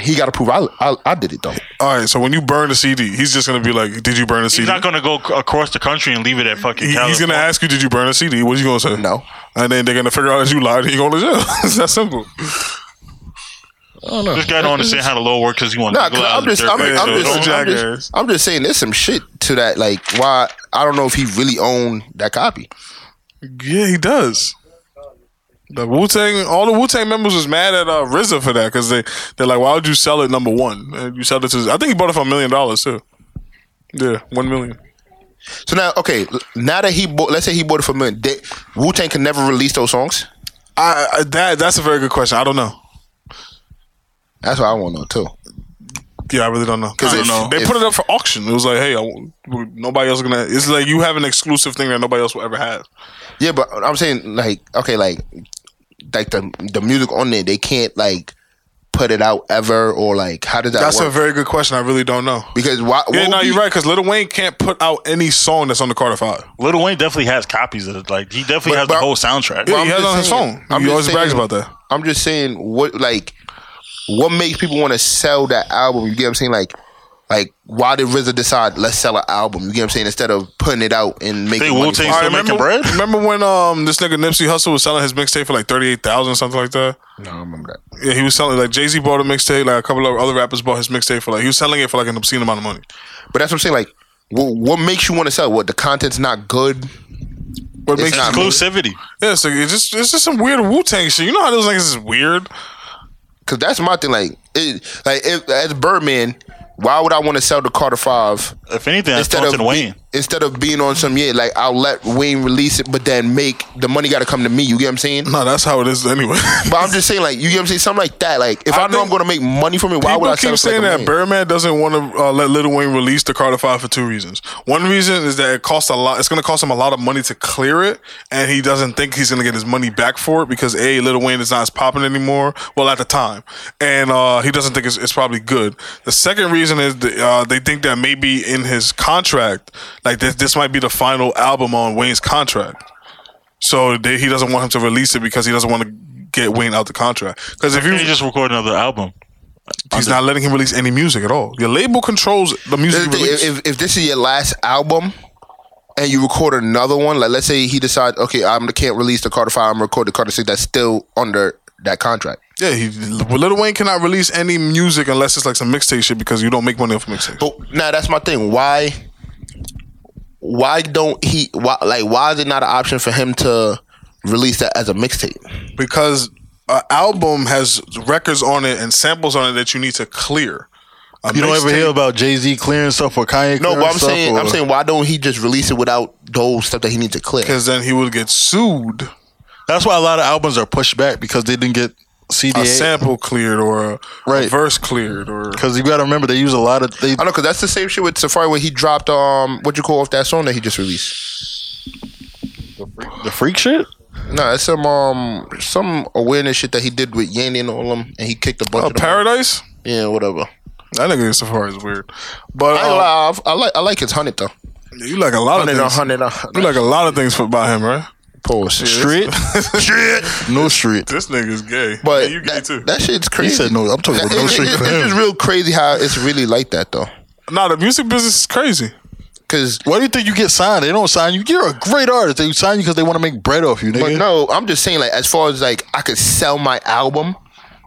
[SPEAKER 3] He got to prove I, I I did it though.
[SPEAKER 2] All right, so when you burn the CD, he's just going to be like, "Did you burn a CD?"
[SPEAKER 1] He's not gonna go c- across the country and leave it at fucking.
[SPEAKER 2] He- he's gonna
[SPEAKER 1] California.
[SPEAKER 2] ask you, "Did you burn a CD?" What are you gonna say?
[SPEAKER 3] No.
[SPEAKER 2] And then they're gonna figure out that you lied. and You're going to jail. it's that simple.
[SPEAKER 1] This guy don't understand how the law works because he wants.
[SPEAKER 3] Nah,
[SPEAKER 1] to
[SPEAKER 3] 'cause I'm just, I'm, I'm
[SPEAKER 2] so
[SPEAKER 3] just,
[SPEAKER 2] don't
[SPEAKER 3] I'm
[SPEAKER 2] jackass.
[SPEAKER 3] just, I'm just saying, there's some shit to that. Like, why? I don't know if he really owned that copy.
[SPEAKER 2] Yeah, he does. The Wu Tang, all the Wu Tang members was mad at uh, RZA for that because they they're like, "Why would you sell it? Number one, and you sell it to." I think he bought it for a million dollars too. Yeah, one million.
[SPEAKER 3] So now, okay, l- now that he bought, let's say he bought it for a million, Wu Tang can never release those songs.
[SPEAKER 2] I, I that that's a very good question. I don't know.
[SPEAKER 3] That's what I want to know too.
[SPEAKER 2] Yeah, I really don't know.
[SPEAKER 3] 'Cause
[SPEAKER 2] I don't
[SPEAKER 3] if-
[SPEAKER 2] know. They
[SPEAKER 3] if-
[SPEAKER 2] put it up for auction. It was like, hey, I w- nobody else gonna. It's like you have an exclusive thing that nobody else will ever have.
[SPEAKER 3] Yeah, but I'm saying like, okay, like, like the the music on there, they can't like put it out ever or like, how does that
[SPEAKER 2] That's a
[SPEAKER 3] work?
[SPEAKER 2] very good question. I really don't know.
[SPEAKER 3] because why? what
[SPEAKER 2] Yeah,
[SPEAKER 3] would
[SPEAKER 2] no,
[SPEAKER 3] be-
[SPEAKER 2] you're right. Because Lil Wayne can't put out any song that's on the Carter Five.
[SPEAKER 1] Little Wayne definitely has copies of it. Like he definitely
[SPEAKER 3] But-
[SPEAKER 1] has
[SPEAKER 3] but-
[SPEAKER 1] the whole soundtrack.
[SPEAKER 2] Yeah,
[SPEAKER 3] I'm
[SPEAKER 2] he has it
[SPEAKER 3] just
[SPEAKER 2] on his
[SPEAKER 3] saying-
[SPEAKER 2] phone.
[SPEAKER 3] I'm
[SPEAKER 2] he
[SPEAKER 3] just
[SPEAKER 2] always brags
[SPEAKER 3] saying-
[SPEAKER 2] about that.
[SPEAKER 3] I'm just saying what like what makes people want to sell that album? You get what I'm saying? Like like why did RZA decide let's sell an album? You get what I'm saying? Instead of putting it out and making
[SPEAKER 1] They
[SPEAKER 3] money.
[SPEAKER 1] Wu
[SPEAKER 3] from
[SPEAKER 1] Tang
[SPEAKER 3] it.
[SPEAKER 1] still
[SPEAKER 2] remember,
[SPEAKER 1] making bread.
[SPEAKER 2] remember when um this nigga Nipsey Hussle was selling his mixtape for like thirty eight thousand something like that?
[SPEAKER 3] No, I remember that.
[SPEAKER 2] Yeah, he was selling like Jay Z bought a mixtape, like a couple of other rappers bought his mixtape for like he was selling it for like an obscene amount of money.
[SPEAKER 3] But that's what I'm saying. Like what, what makes you want to sell? What the content's not good?
[SPEAKER 2] What
[SPEAKER 3] It's
[SPEAKER 2] makes
[SPEAKER 3] not
[SPEAKER 2] you
[SPEAKER 1] Exclusivity.
[SPEAKER 2] yeah, so it's just it's just some weird Wu Tang shit. You know how those niggas is weird.
[SPEAKER 3] Because that's my thing. Like it, like if, as Birdman, why would I want to sell the Carter Five
[SPEAKER 1] If anything, that's
[SPEAKER 3] instead of
[SPEAKER 1] Taunton Wayne.
[SPEAKER 3] instead of being on some yeah? Like I'll let Wayne release it, but then make the money got to come to me. You get what I'm saying?
[SPEAKER 2] No, that's how it is anyway.
[SPEAKER 3] But I'm just saying, like, you get what I'm saying? Something like that. Like, if
[SPEAKER 2] I
[SPEAKER 3] I, know I'm
[SPEAKER 2] think
[SPEAKER 3] going to make money from it, why
[SPEAKER 2] People
[SPEAKER 3] would I sell
[SPEAKER 2] keep
[SPEAKER 3] it for
[SPEAKER 2] saying
[SPEAKER 3] like a
[SPEAKER 2] that
[SPEAKER 3] million?
[SPEAKER 2] Birdman doesn't want to uh, let Lil Wayne release the Carter Five for two reasons. One reason is that it costs a lot. It's going to cost him a lot of money to clear it, and he doesn't think he's going to get his money back for it because a Lil Wayne is not as popping anymore. Well, at the time, and uh, he doesn't think it's, it's probably good. The second reason is that, uh, they think that maybe in his contract, like this, this might be the final album on Wayne's contract. So they, he doesn't want him to release it because he doesn't want to get Wayne out the contract. Because if you
[SPEAKER 1] He just recorded another album.
[SPEAKER 2] He's not letting him release any music at all. Your label controls the music
[SPEAKER 3] This
[SPEAKER 2] you
[SPEAKER 3] is the-
[SPEAKER 2] release.
[SPEAKER 3] if, if this is your last album and you record another one, like, let's say he decides, okay, I can't release the Carter 5, I'm going to record the Carter 6 that's still under that contract.
[SPEAKER 2] yeah, he, Lil Wayne cannot release any music unless it's like some mixtape shit because you don't make money off mixtape.
[SPEAKER 3] But now that's my thing. Why? Why don't he? Why like? Why is it not an option for him to release that as a mixtape?
[SPEAKER 2] Because an album has records on it and samples on it that you need to clear. A
[SPEAKER 5] You don't ever
[SPEAKER 2] mixtape-
[SPEAKER 5] hear about Jay Z clearing stuff or Kanye.
[SPEAKER 3] No,
[SPEAKER 5] clearing
[SPEAKER 3] but I'm
[SPEAKER 5] stuff
[SPEAKER 3] saying,
[SPEAKER 5] or,
[SPEAKER 3] I'm saying, why don't he just release it without those stuff that he needs to clear?
[SPEAKER 2] because then he would get sued.
[SPEAKER 5] that's why a lot of albums are pushed back because they didn't get
[SPEAKER 2] A
[SPEAKER 5] CDA.
[SPEAKER 2] sample cleared or a, a
[SPEAKER 5] Right.
[SPEAKER 2] verse cleared or
[SPEAKER 5] Because you got to remember they use a lot of they.
[SPEAKER 3] I know, cause that's the same shit with Safari when he dropped um what you call off that song that he just released.
[SPEAKER 5] The freak shit.
[SPEAKER 3] No, it's some um some awareness shit that he did with Yanny and all them, and he kicked
[SPEAKER 5] Oh,
[SPEAKER 3] a bunch
[SPEAKER 2] a
[SPEAKER 3] of them out.
[SPEAKER 2] paradise.
[SPEAKER 3] Yeah, whatever.
[SPEAKER 2] That nigga so far is weird, but
[SPEAKER 5] Oh.
[SPEAKER 3] I, ain't
[SPEAKER 2] uh,
[SPEAKER 3] gonna lie, I've- I like I like his hundred though.
[SPEAKER 2] you like a lot of
[SPEAKER 3] Hundred on
[SPEAKER 2] things.
[SPEAKER 3] hundred on
[SPEAKER 2] You like a lot of things about him, right?
[SPEAKER 3] pause.
[SPEAKER 5] Street. street. No street.
[SPEAKER 2] This nigga's gay.
[SPEAKER 3] But
[SPEAKER 2] yeah, you gay
[SPEAKER 3] that,
[SPEAKER 2] too.
[SPEAKER 3] that shit's
[SPEAKER 5] He
[SPEAKER 3] crazy.
[SPEAKER 5] said no. I'm talking
[SPEAKER 3] That-
[SPEAKER 5] about
[SPEAKER 3] it-
[SPEAKER 5] no
[SPEAKER 3] it-
[SPEAKER 5] street
[SPEAKER 3] it-
[SPEAKER 5] for
[SPEAKER 3] it's just
[SPEAKER 5] him.
[SPEAKER 3] real crazy how it's really like that though.
[SPEAKER 2] Nah, the music business is crazy.
[SPEAKER 3] Cause
[SPEAKER 5] Why do you think you get signed? They don't sign you. You're a great artist. They sign you because they want to make bread off you,
[SPEAKER 3] but
[SPEAKER 5] nigga.
[SPEAKER 3] no, I'm just saying like as far as like I could sell my album,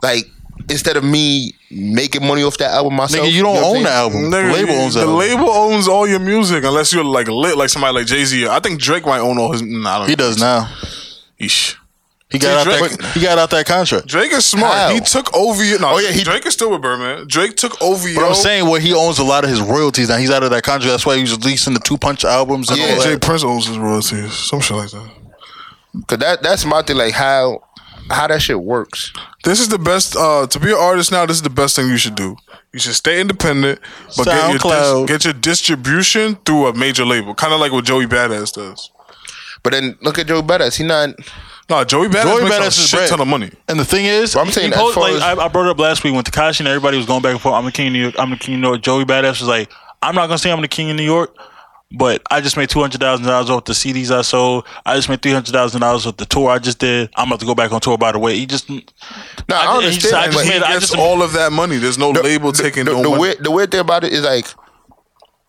[SPEAKER 3] like instead of me making money off that album myself.
[SPEAKER 5] nigga, you don't
[SPEAKER 3] know what I'm
[SPEAKER 5] own the
[SPEAKER 3] saying?
[SPEAKER 5] album.
[SPEAKER 2] Nigga,
[SPEAKER 5] the label
[SPEAKER 2] you-
[SPEAKER 5] owns
[SPEAKER 2] the
[SPEAKER 5] that. album.
[SPEAKER 2] label owns all your music unless you're like lit, like somebody like Jay Z. I think Drake might own all his. Nah, I don't
[SPEAKER 5] He does now.
[SPEAKER 2] Eesh.
[SPEAKER 5] He got
[SPEAKER 2] See,
[SPEAKER 5] out
[SPEAKER 2] Drake-
[SPEAKER 5] that. He got out that contract.
[SPEAKER 2] Drake is smart.
[SPEAKER 3] How?
[SPEAKER 2] He took over. your- No,
[SPEAKER 3] Oh, yeah, he-
[SPEAKER 2] Drake is still with Birdman. Drake took over.
[SPEAKER 5] But I'm saying where he owns a lot of his royalties now. He's out of that contract. That's why he's releasing the Two Punch albums and
[SPEAKER 3] Yeah.
[SPEAKER 5] all
[SPEAKER 2] Jay
[SPEAKER 5] that.
[SPEAKER 2] Prince owns his royalties, some shit like that.
[SPEAKER 3] Cause that that's my thing. Like how how that shit works.
[SPEAKER 2] This is the best. Uh, to be an artist now, this is the best thing you should do. You should stay independent, but get your, dis-
[SPEAKER 5] SoundCloud.
[SPEAKER 2] get your distribution through a major label, kind of like what Joey Badass does.
[SPEAKER 3] But then look at Joe Badass. He not.
[SPEAKER 2] Nah, Joey Badass
[SPEAKER 5] Joey
[SPEAKER 2] makes
[SPEAKER 5] Badass
[SPEAKER 2] a
[SPEAKER 5] is
[SPEAKER 2] shit
[SPEAKER 5] bread.
[SPEAKER 2] ton of money.
[SPEAKER 5] And the thing is,
[SPEAKER 3] But I'm saying
[SPEAKER 1] He
[SPEAKER 3] as
[SPEAKER 1] posed,
[SPEAKER 3] far
[SPEAKER 1] like,
[SPEAKER 3] as-
[SPEAKER 1] I, I brought it up last week when Takashi and everybody was going back and forth. I'm the king of New York. I'm the king of New York. Joey Badass was like, I'm not gonna say I'm the king of New York, but I just made two hundred thousand dollars off the CDs I sold. I just made three hundred thousand dollars off the tour I just did. I'm about to go back on tour. By the way, he just
[SPEAKER 3] No,
[SPEAKER 1] I
[SPEAKER 3] I,
[SPEAKER 1] did- he
[SPEAKER 3] understand.
[SPEAKER 1] said- I
[SPEAKER 3] that,
[SPEAKER 1] just
[SPEAKER 3] but
[SPEAKER 2] He
[SPEAKER 1] Man, I
[SPEAKER 2] gets
[SPEAKER 1] just-
[SPEAKER 2] all of that money. There's no label taking
[SPEAKER 3] the,
[SPEAKER 2] no
[SPEAKER 3] the
[SPEAKER 2] money.
[SPEAKER 3] weird, the weird thing about it is like,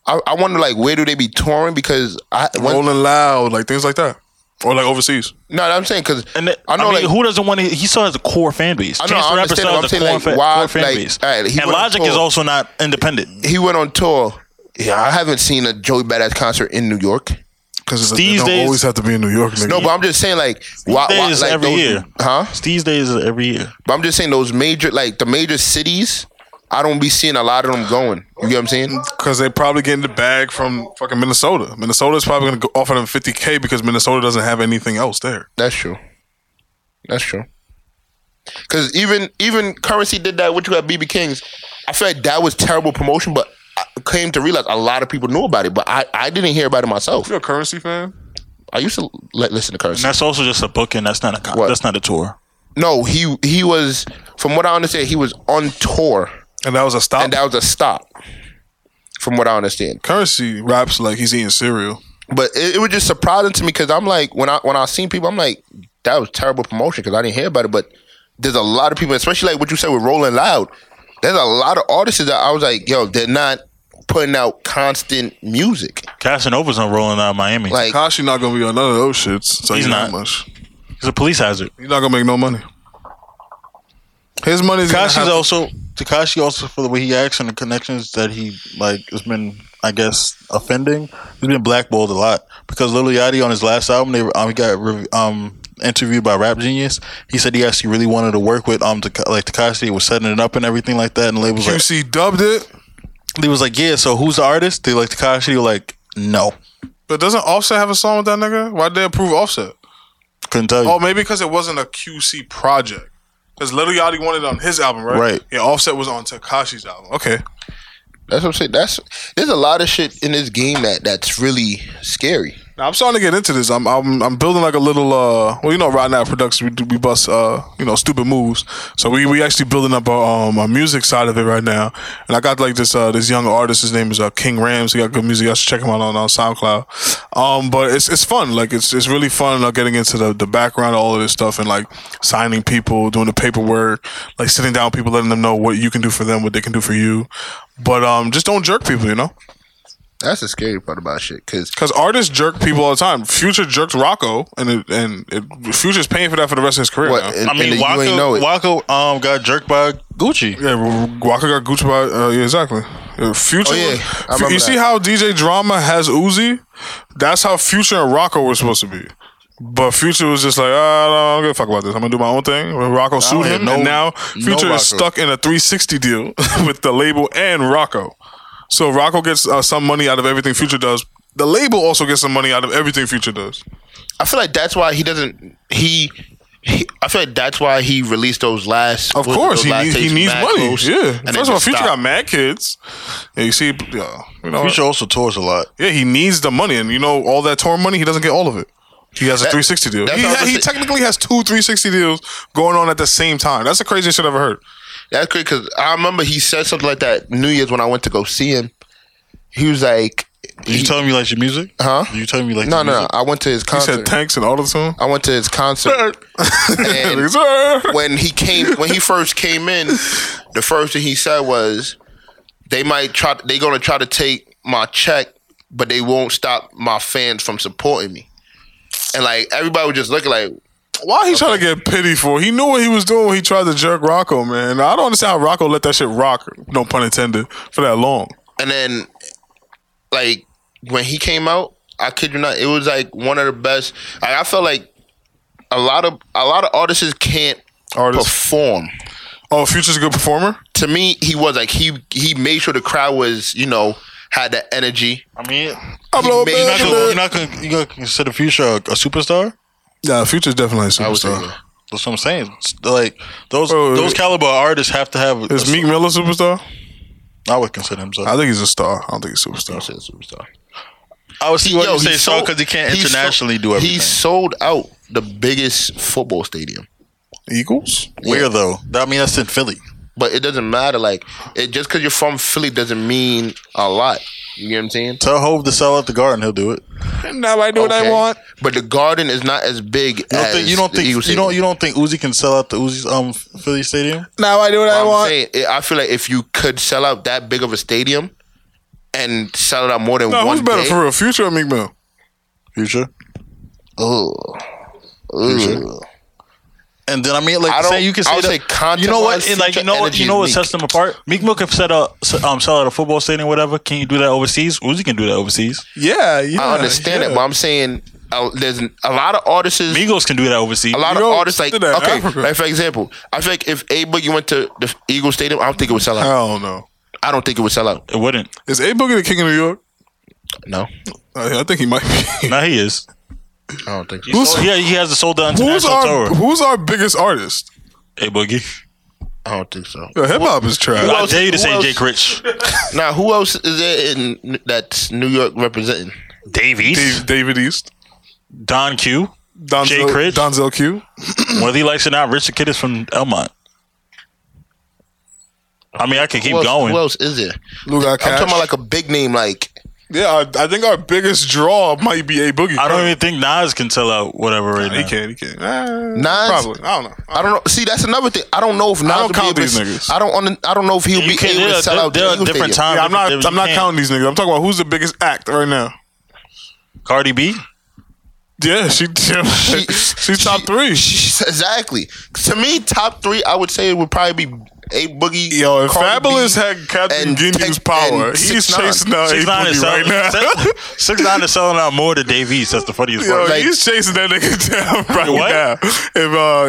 [SPEAKER 3] I, I wonder like where do they be touring because I when, no,
[SPEAKER 2] Rolling Loud, like things like that, or like overseas.
[SPEAKER 3] I'm saying because I
[SPEAKER 1] and
[SPEAKER 3] know
[SPEAKER 1] that, I know
[SPEAKER 3] like
[SPEAKER 1] who doesn't want to. He still has a core fan base.
[SPEAKER 3] I know,
[SPEAKER 1] Chance the
[SPEAKER 3] I
[SPEAKER 1] Rapper
[SPEAKER 3] understand
[SPEAKER 1] still
[SPEAKER 3] that.
[SPEAKER 1] has a core,
[SPEAKER 3] I'm saying, like,
[SPEAKER 1] fan,
[SPEAKER 3] why-
[SPEAKER 1] core fan
[SPEAKER 3] like,
[SPEAKER 1] base.
[SPEAKER 3] all right, he
[SPEAKER 1] and
[SPEAKER 3] went on
[SPEAKER 1] Logic
[SPEAKER 3] tour.
[SPEAKER 1] is also not independent.
[SPEAKER 3] he went on tour. Yeah, I haven't seen a Joey Badass concert in New York.
[SPEAKER 2] Because
[SPEAKER 1] These
[SPEAKER 2] don't
[SPEAKER 1] days-
[SPEAKER 2] always have to be in New York, nigga.
[SPEAKER 3] No, but I'm just saying like why, why
[SPEAKER 1] Days
[SPEAKER 3] like
[SPEAKER 1] every
[SPEAKER 3] those,
[SPEAKER 1] year,
[SPEAKER 3] huh?
[SPEAKER 1] These days is every year.
[SPEAKER 3] But I'm just saying those major like the major cities. I don't be seeing a lot of them going. You get what I'm saying?
[SPEAKER 2] because they probably getting the bag from fucking Minnesota. Minnesota is probably going to offer them 50k because Minnesota doesn't have anything else there.
[SPEAKER 3] That's true. That's true. Cause even even currency did that. What you got, BB Kings? I feel like that was terrible promotion, but I came to realize a lot of people knew about it, but I, I didn't hear about it myself.
[SPEAKER 2] a currency fan?
[SPEAKER 3] I used to like listen to
[SPEAKER 1] And
[SPEAKER 3] currency.
[SPEAKER 1] that's also just a booking. That's not a con-
[SPEAKER 3] What?
[SPEAKER 1] that's not a tour.
[SPEAKER 3] No, he he was from what I understand, he was on tour,
[SPEAKER 2] And that was a stop.
[SPEAKER 3] and that was a stop. From what I understand,
[SPEAKER 2] currency raps like he's eating cereal.
[SPEAKER 3] but it, it was just surprising to me because I'm like when I when I seen people, I'm like that was terrible promotion because I didn't hear about it. But there's a lot of people, especially like what you said with Rolling Loud. There's a lot of artists that I was like, yo, they're not putting out constant music.
[SPEAKER 1] Casanova's on rolling out of Miami.
[SPEAKER 3] Like
[SPEAKER 2] Kashi not going to be on none of those shits. So he's,
[SPEAKER 1] He's
[SPEAKER 2] not
[SPEAKER 1] not.
[SPEAKER 2] much.
[SPEAKER 1] He's a police hazard.
[SPEAKER 2] He's not going to make no money. His money's gonna have
[SPEAKER 5] Takashi's
[SPEAKER 2] to-
[SPEAKER 5] also Takashi also for the way he acts and the connections that he like has been I guess offending. He's been blackballed a lot because Lil Yachty on his last album they um, he got re- um interviewed by Rap Genius. He said he actually really wanted to work with um Taka- like Takashi was setting it up and everything like that and the labels like
[SPEAKER 2] QC dubbed it,
[SPEAKER 5] they was like yeah so who's the artist? They like Takashi like no
[SPEAKER 2] but doesn't Offset have a song with that nigga? Why'd they approve Offset?
[SPEAKER 5] couldn't tell you.
[SPEAKER 2] Oh, maybe because it wasn't a QC project. Because Little Yachty wanted it on his album, right?
[SPEAKER 5] Right.
[SPEAKER 2] Yeah, Offset was on Takashi's album. Okay.
[SPEAKER 3] that's what I'm saying. That's there's a lot of shit in this game that that's really scary.
[SPEAKER 2] Now, I'm starting to get into this. I'm I'm, I'm building like a little uh well you know right now productions we do we bust uh you know stupid moves so we we actually building up our um our music side of it right now and I got like this uh this young artist his name is uh King Rams he got good music I should check him out on, on SoundCloud um but it's it's fun like it's it's really fun uh, getting into the the background of all of this stuff and like signing people doing the paperwork like sitting down with people letting them know what you can do for them what they can do for you but um just don't jerk people you know.
[SPEAKER 3] That's the scary part about shit. Cause
[SPEAKER 2] Because artists jerk people all the time. Future jerked Rocco, and it, and it, Future's paying for that for the rest of his career.
[SPEAKER 3] what
[SPEAKER 2] now.
[SPEAKER 3] and,
[SPEAKER 1] I mean,
[SPEAKER 3] and you ain't know
[SPEAKER 1] Waka,
[SPEAKER 3] it.
[SPEAKER 1] Waka um, got jerked by Gucci.
[SPEAKER 2] Yeah, Waka got Gucci by uh, yeah, exactly. Uh, Future,
[SPEAKER 3] Oh, yeah. I remember
[SPEAKER 2] you see
[SPEAKER 3] that.
[SPEAKER 2] how DJ Drama has Uzi? That's how Future and Rocco were supposed to be. But Future was just like, ah, I don't give a fuck about this. I'm gonna do my own thing. Rocco sued
[SPEAKER 5] hear
[SPEAKER 2] him,
[SPEAKER 5] no-
[SPEAKER 2] and now
[SPEAKER 5] no
[SPEAKER 2] Future
[SPEAKER 5] Rocco.
[SPEAKER 2] is stuck in a 360 deal with the label and Rocco. So Rocco gets uh, some money out of everything Future does. The label also gets some money out of everything Future does.
[SPEAKER 3] I feel like that's why he doesn't. He, he I feel like that's why he released those last.
[SPEAKER 2] Of
[SPEAKER 3] those
[SPEAKER 2] course, he,
[SPEAKER 3] last
[SPEAKER 2] needs, he
[SPEAKER 3] tapes,
[SPEAKER 2] needs
[SPEAKER 3] Mad
[SPEAKER 2] money.
[SPEAKER 3] Close, and
[SPEAKER 2] yeah. First
[SPEAKER 3] they
[SPEAKER 2] of all,
[SPEAKER 3] just
[SPEAKER 2] Future
[SPEAKER 3] stopped.
[SPEAKER 2] got mad kids. Yeah, you see, yeah, you know,
[SPEAKER 5] Future also tours a lot.
[SPEAKER 2] yeah, he needs the money, and you know, all that torn money, he doesn't get all of it. He has a
[SPEAKER 3] That-
[SPEAKER 2] 360 deal.
[SPEAKER 3] that's
[SPEAKER 2] He,
[SPEAKER 3] what I was
[SPEAKER 2] ha- he
[SPEAKER 3] gonna say.
[SPEAKER 2] technically has two 360 deals going on at the same time. That's the craziest shit I've ever heard.
[SPEAKER 3] That's great because I remember he said something like that New Year's when I went to go see him. He was like,
[SPEAKER 5] Did you
[SPEAKER 3] he-
[SPEAKER 5] tell him you like your music?
[SPEAKER 3] Huh?
[SPEAKER 5] Did you tell him you like
[SPEAKER 3] "No,
[SPEAKER 5] your
[SPEAKER 3] no, no,
[SPEAKER 5] music?
[SPEAKER 3] I went to his
[SPEAKER 2] He
[SPEAKER 3] concert.
[SPEAKER 2] said tanks and auto tune.
[SPEAKER 3] I went to his concert, and
[SPEAKER 2] "Ah."
[SPEAKER 3] when he came, when he first came in, the first thing he said was, "They might try. They're gonna try to take my check, but they won't stop my fans from supporting me." And like everybody was just looking like,
[SPEAKER 2] Why he trying to get pity for? He knew what he was doing when he tried to jerk Rocco, man. I don't understand how Rocco let that shit rock, no pun intended, for that long.
[SPEAKER 3] and then like when he came out, I kid you not, it was like one of the best. Like, I felt like a lot of a lot of artists can't
[SPEAKER 2] Artist.
[SPEAKER 3] perform.
[SPEAKER 2] Oh, Future's a good performer?
[SPEAKER 3] To me, he was like he he made sure the crowd was you know had that energy.
[SPEAKER 1] I mean,
[SPEAKER 2] I'm
[SPEAKER 3] He
[SPEAKER 2] a
[SPEAKER 3] made-
[SPEAKER 2] bad man.
[SPEAKER 5] You're not gonna- You're not gonna, you're gonna consider Future a, a superstar?
[SPEAKER 2] Nah, Future's definitely a
[SPEAKER 3] I would say
[SPEAKER 2] superstar.
[SPEAKER 5] That's what I'm saying. It's Like those
[SPEAKER 2] Bro,
[SPEAKER 5] those
[SPEAKER 2] it-
[SPEAKER 5] caliber artists have to have.
[SPEAKER 2] Is
[SPEAKER 5] a-
[SPEAKER 2] Meek Mill a superstar?
[SPEAKER 5] I would consider him. So.
[SPEAKER 2] I think he's a star. I don't think he's a superstar.
[SPEAKER 3] so. superstar.
[SPEAKER 5] I would see what
[SPEAKER 3] Yo,
[SPEAKER 5] you say,
[SPEAKER 3] sold-
[SPEAKER 5] because he can't
[SPEAKER 3] he sold-
[SPEAKER 5] internationally do everything.
[SPEAKER 3] He sold out the biggest football stadium.
[SPEAKER 2] Eagles?
[SPEAKER 3] Yeah.
[SPEAKER 1] Where though? I mean, that's in Philly.
[SPEAKER 3] But it doesn't matter. Like it just because you're from Philly doesn't mean a lot. You get what I'm saying?
[SPEAKER 1] Tell Hove to sell out the Garden. He'll do it.
[SPEAKER 2] Now I do what I
[SPEAKER 3] Okay.
[SPEAKER 2] want.
[SPEAKER 3] But the Garden is not as big
[SPEAKER 1] You don't
[SPEAKER 3] as
[SPEAKER 1] think you don't
[SPEAKER 3] the
[SPEAKER 1] think
[SPEAKER 3] Eagles
[SPEAKER 1] you don't
[SPEAKER 3] Stadium.
[SPEAKER 1] you don't think Uzi can sell out the Uzi's um Philly stadium?
[SPEAKER 2] Now I do what I
[SPEAKER 3] I'm
[SPEAKER 2] want.
[SPEAKER 3] saying, it- I feel like if you could sell out that big of a stadium and sell it out more than
[SPEAKER 2] No,
[SPEAKER 3] one
[SPEAKER 2] who's better
[SPEAKER 3] day,
[SPEAKER 2] for real? Future or Meek Mill?
[SPEAKER 1] Future.
[SPEAKER 3] Ugh. Ugh.
[SPEAKER 1] And then I mean, like,
[SPEAKER 3] I don't-
[SPEAKER 1] say you can
[SPEAKER 3] I
[SPEAKER 1] say,
[SPEAKER 3] would
[SPEAKER 1] that-
[SPEAKER 3] say
[SPEAKER 1] you know what,
[SPEAKER 3] content-wise,
[SPEAKER 1] and like, you
[SPEAKER 3] Future
[SPEAKER 1] know what,
[SPEAKER 3] energy
[SPEAKER 1] you know
[SPEAKER 3] is
[SPEAKER 1] what
[SPEAKER 3] weak.
[SPEAKER 1] sets them apart. Meek Mill can set up, um, sell out a football stadium, whatever. Can you do that overseas? Uzi can do that overseas.
[SPEAKER 2] Yeah, yeah.
[SPEAKER 3] I understand it, but I'm saying uh, there's a lot of artists.
[SPEAKER 1] Migos can do that overseas.
[SPEAKER 3] a lot of
[SPEAKER 2] Yo,
[SPEAKER 3] artists like
[SPEAKER 2] to that
[SPEAKER 3] okay,
[SPEAKER 2] Africa.
[SPEAKER 3] like for example, I feel like if A Boogie went to the Eagle Stadium, I don't think it would sell
[SPEAKER 2] I
[SPEAKER 3] out.
[SPEAKER 2] don't know.
[SPEAKER 3] I don't think it would sell out.
[SPEAKER 1] it wouldn't.
[SPEAKER 2] Is A Boogie the king of New York?
[SPEAKER 3] No,
[SPEAKER 2] I, I think he might be.
[SPEAKER 1] Now he is.
[SPEAKER 3] I don't think.
[SPEAKER 2] Who's-
[SPEAKER 1] yeah, he has the sold out
[SPEAKER 2] Who's
[SPEAKER 1] international
[SPEAKER 2] our
[SPEAKER 1] tour.
[SPEAKER 2] Who's our biggest artist?
[SPEAKER 1] Hey, Boogie.
[SPEAKER 3] I don't think so.
[SPEAKER 2] Yo, hip hop is trash.
[SPEAKER 1] I
[SPEAKER 3] else-
[SPEAKER 1] dare you to
[SPEAKER 3] who
[SPEAKER 1] say
[SPEAKER 3] else-
[SPEAKER 1] Jake Rich.
[SPEAKER 3] Now, who else is there in that's New York representing?
[SPEAKER 1] Dave East.
[SPEAKER 2] Dave- David East,
[SPEAKER 1] Don Q.
[SPEAKER 2] Donzel,
[SPEAKER 1] Jay Critch.
[SPEAKER 2] Donzel Q.
[SPEAKER 1] Whether he likes it or not, Richard Kid is from Elmont. I mean, I could keep
[SPEAKER 3] who else, Who
[SPEAKER 1] going.
[SPEAKER 3] else is there?
[SPEAKER 2] Lou got
[SPEAKER 3] I'm
[SPEAKER 2] cash.
[SPEAKER 3] talking about like a big name, like
[SPEAKER 2] yeah, I, I think our biggest draw might be A Boogie.
[SPEAKER 1] I don't even think Nas can sell out whatever right
[SPEAKER 2] He
[SPEAKER 1] now.
[SPEAKER 2] can. He can. Uh,
[SPEAKER 3] Nas-
[SPEAKER 2] Probably. I don't know.
[SPEAKER 3] I don't know. See, that's another thing. I don't know if Nas
[SPEAKER 2] don't
[SPEAKER 3] would be
[SPEAKER 2] count
[SPEAKER 3] able
[SPEAKER 2] these
[SPEAKER 3] to-
[SPEAKER 2] niggas.
[SPEAKER 3] I don't. under- I don't know if he'll
[SPEAKER 1] You
[SPEAKER 3] be
[SPEAKER 1] can-
[SPEAKER 3] able
[SPEAKER 1] there
[SPEAKER 3] to
[SPEAKER 1] are-
[SPEAKER 3] sell out.
[SPEAKER 1] there
[SPEAKER 3] the
[SPEAKER 1] are
[SPEAKER 3] Eagle
[SPEAKER 1] different times.
[SPEAKER 3] Stadium.
[SPEAKER 2] Yeah, I'm not.
[SPEAKER 1] You
[SPEAKER 2] I'm not
[SPEAKER 1] can't.
[SPEAKER 2] counting these niggas. I'm talking about who's the biggest act right now.
[SPEAKER 1] Cardi B.
[SPEAKER 2] Yeah, she. she she's top three.
[SPEAKER 3] She- exactly. To me, top three, I would say it would probably be a boogie.
[SPEAKER 2] Yo, if
[SPEAKER 3] Cardi
[SPEAKER 2] Fabulous
[SPEAKER 3] B,
[SPEAKER 2] had Captain
[SPEAKER 3] and
[SPEAKER 2] Ginyu's
[SPEAKER 3] Tech-
[SPEAKER 2] power,
[SPEAKER 3] and
[SPEAKER 2] Oh, he's
[SPEAKER 3] 6ix9ine.
[SPEAKER 2] chasing down A
[SPEAKER 1] Six nine is
[SPEAKER 2] Boogie
[SPEAKER 1] selling.
[SPEAKER 2] right now.
[SPEAKER 1] Six, six nine is selling out more to Dave East. That's the funniest
[SPEAKER 2] Yo,
[SPEAKER 1] part.
[SPEAKER 3] like-
[SPEAKER 2] he's chasing that nigga down right
[SPEAKER 1] What?
[SPEAKER 2] now. If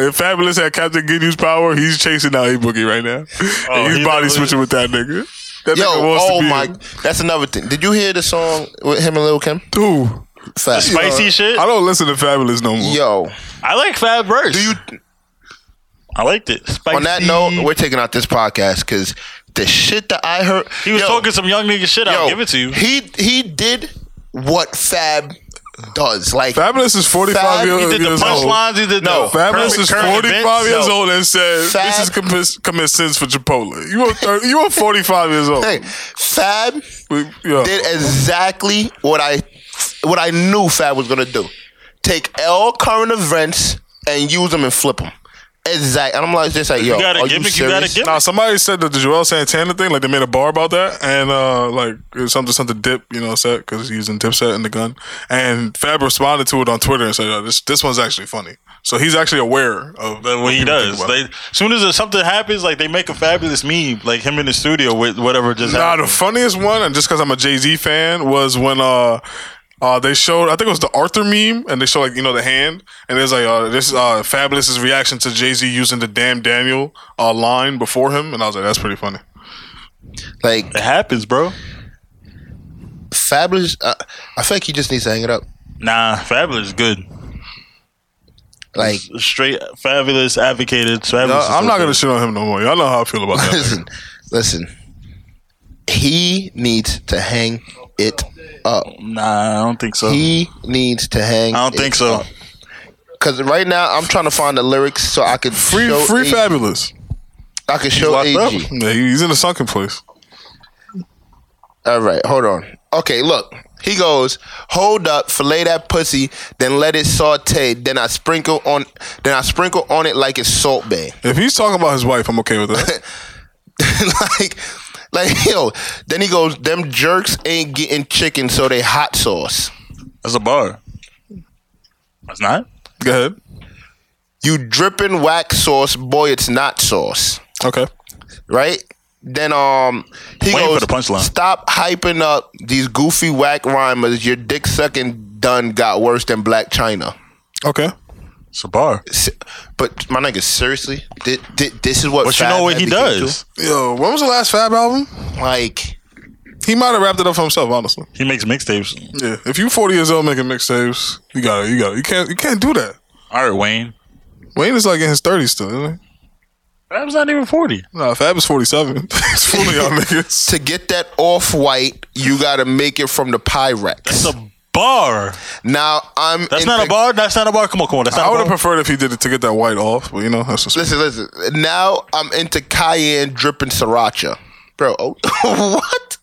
[SPEAKER 2] uh, if Fabulous had Captain Gideon's power, he's chasing down A Boogie right now. and he's
[SPEAKER 1] Oh, he
[SPEAKER 2] body
[SPEAKER 1] definitely-
[SPEAKER 2] switching with that nigga. That
[SPEAKER 3] Yo,
[SPEAKER 2] nigga wants
[SPEAKER 3] oh
[SPEAKER 2] to be
[SPEAKER 3] my, that's another thing. Did you hear the song with him and Lil Kim?
[SPEAKER 2] dude.
[SPEAKER 3] Fat.
[SPEAKER 1] Spicy shit.
[SPEAKER 2] I don't listen to Fabulous no more.
[SPEAKER 3] Yo,
[SPEAKER 1] I like Fab Burst. Do you? I liked it. Spicy.
[SPEAKER 3] on that note, we're taking out this podcast because the shit that I heard.
[SPEAKER 1] he was
[SPEAKER 3] yo,
[SPEAKER 1] talking some young nigga shit. I'll
[SPEAKER 3] yo,
[SPEAKER 1] give it to you.
[SPEAKER 3] He he did what Fab does. Like
[SPEAKER 2] Fabulous is 45
[SPEAKER 3] Fab,
[SPEAKER 2] years,
[SPEAKER 3] he
[SPEAKER 1] He did the
[SPEAKER 2] years old.
[SPEAKER 1] punchlines. He did
[SPEAKER 3] No,
[SPEAKER 1] the
[SPEAKER 2] Fabulous
[SPEAKER 1] current-
[SPEAKER 2] is
[SPEAKER 1] current
[SPEAKER 2] 45
[SPEAKER 1] events.
[SPEAKER 2] years
[SPEAKER 1] No.
[SPEAKER 2] old and said,
[SPEAKER 3] Fab-
[SPEAKER 2] This is commit, commit sins for Chipotle. You are, thir- you are 45 years old.
[SPEAKER 3] hey, Fab
[SPEAKER 2] We- yo.
[SPEAKER 3] did exactly what I what I knew Fab was gonna do. Take all current events and use them and flip them. Exactly. And I'm like, just like, yo,
[SPEAKER 1] You got
[SPEAKER 3] are
[SPEAKER 1] a gimmick.
[SPEAKER 3] you
[SPEAKER 1] You got a
[SPEAKER 3] serious?
[SPEAKER 1] gimmick.
[SPEAKER 2] Nah, somebody said that the Joel Santana thing, like they made a bar about that, and uh, like it was something something dip, you know, set because he's using dip set in the gun. And Fab responded to it on Twitter and said, oh, "This this one's actually funny." So he's actually aware of
[SPEAKER 1] But what he
[SPEAKER 2] people
[SPEAKER 1] does,
[SPEAKER 2] think about
[SPEAKER 1] they,
[SPEAKER 2] it.
[SPEAKER 1] as soon as there's something happens, like they make a fabulous meme, like him in the studio with whatever just
[SPEAKER 2] Nah, the
[SPEAKER 1] happened.
[SPEAKER 2] funniest one, and just because I'm a Jay Z fan, was when uh. Uh, they showed, I think it was the Arthur meme, and they show like you know the hand, and there's like uh, this uh, Fabulous's reaction to Jay Z using the damn Daniel uh, line before him, and I was like, that's pretty funny.
[SPEAKER 3] Like,
[SPEAKER 1] It happens, bro.
[SPEAKER 3] Fabulous. Uh, I feel like he just needs to hang it up.
[SPEAKER 1] Nah, fabulous, good.
[SPEAKER 3] Like,
[SPEAKER 1] Straight fabulous advocated.
[SPEAKER 2] No,
[SPEAKER 1] Fabulous is
[SPEAKER 2] I'm
[SPEAKER 1] so
[SPEAKER 2] not
[SPEAKER 1] good.
[SPEAKER 2] gonna shit on him no more. Y'all know how I feel about that.
[SPEAKER 3] listen, listen. He needs to hang it up.
[SPEAKER 1] Nah, I don't think so.
[SPEAKER 3] He needs to hang.
[SPEAKER 1] I don't think so.
[SPEAKER 3] Because right now I'm trying to find the lyrics so I could
[SPEAKER 2] Free,
[SPEAKER 3] show
[SPEAKER 2] free
[SPEAKER 3] AG.
[SPEAKER 2] fabulous.
[SPEAKER 3] I could show AG.
[SPEAKER 2] Yeah, he's in a sunken place.
[SPEAKER 3] All right, hold on. Okay, look. He goes, hold up, fillet that pussy, then let it saute. Then I sprinkle on, then I sprinkle on it like it's salt bay.
[SPEAKER 2] If he's talking about his wife, I'm okay with that.
[SPEAKER 3] like, like yo. Then he goes, them jerks ain't getting chicken, so they hot sauce.
[SPEAKER 1] That's a bar. That's not.
[SPEAKER 2] Go ahead.
[SPEAKER 3] You dripping wax sauce, boy, it's not sauce,
[SPEAKER 2] Okay.
[SPEAKER 3] right? Then um, he
[SPEAKER 1] Waiting
[SPEAKER 3] goes,
[SPEAKER 1] for the punchline.
[SPEAKER 3] stop hyping up these goofy whack rhymers. Your dick sucking done got worse than Black China.
[SPEAKER 2] Okay.
[SPEAKER 1] It's a bar.
[SPEAKER 3] Se- But my nigga, seriously, thi- thi- this is what.
[SPEAKER 1] But you
[SPEAKER 3] Fab
[SPEAKER 1] know what
[SPEAKER 3] had
[SPEAKER 1] he
[SPEAKER 3] became
[SPEAKER 1] does?
[SPEAKER 2] Yo, when was the last Fab album?
[SPEAKER 3] too. Like,
[SPEAKER 2] He might have wrapped it up for himself, honestly.
[SPEAKER 1] He makes mixtapes.
[SPEAKER 2] Yeah. If you 40 years old making mixtapes, you gotta, you gotta, you can't, you can't do that.
[SPEAKER 1] All right, Wayne.
[SPEAKER 2] Wayne is like in his 30s still, isn't
[SPEAKER 1] That was not even forty.
[SPEAKER 2] he? Nah, Fab is 47. He's fooling y'all niggas.
[SPEAKER 3] to get that off white, you gotta make it from the Pyrex.
[SPEAKER 1] It's a bar.
[SPEAKER 3] Now I'm.
[SPEAKER 1] That's
[SPEAKER 3] in
[SPEAKER 1] not
[SPEAKER 3] the-
[SPEAKER 1] a bar. That's not a bar. Come on, come on. That's not
[SPEAKER 2] I
[SPEAKER 1] a
[SPEAKER 2] would have
[SPEAKER 1] bar.
[SPEAKER 2] preferred if he did it to get that white off, but you know that's just.
[SPEAKER 3] Listen, listen. Now I'm into cayenne dripping sriracha, bro. Oh, what?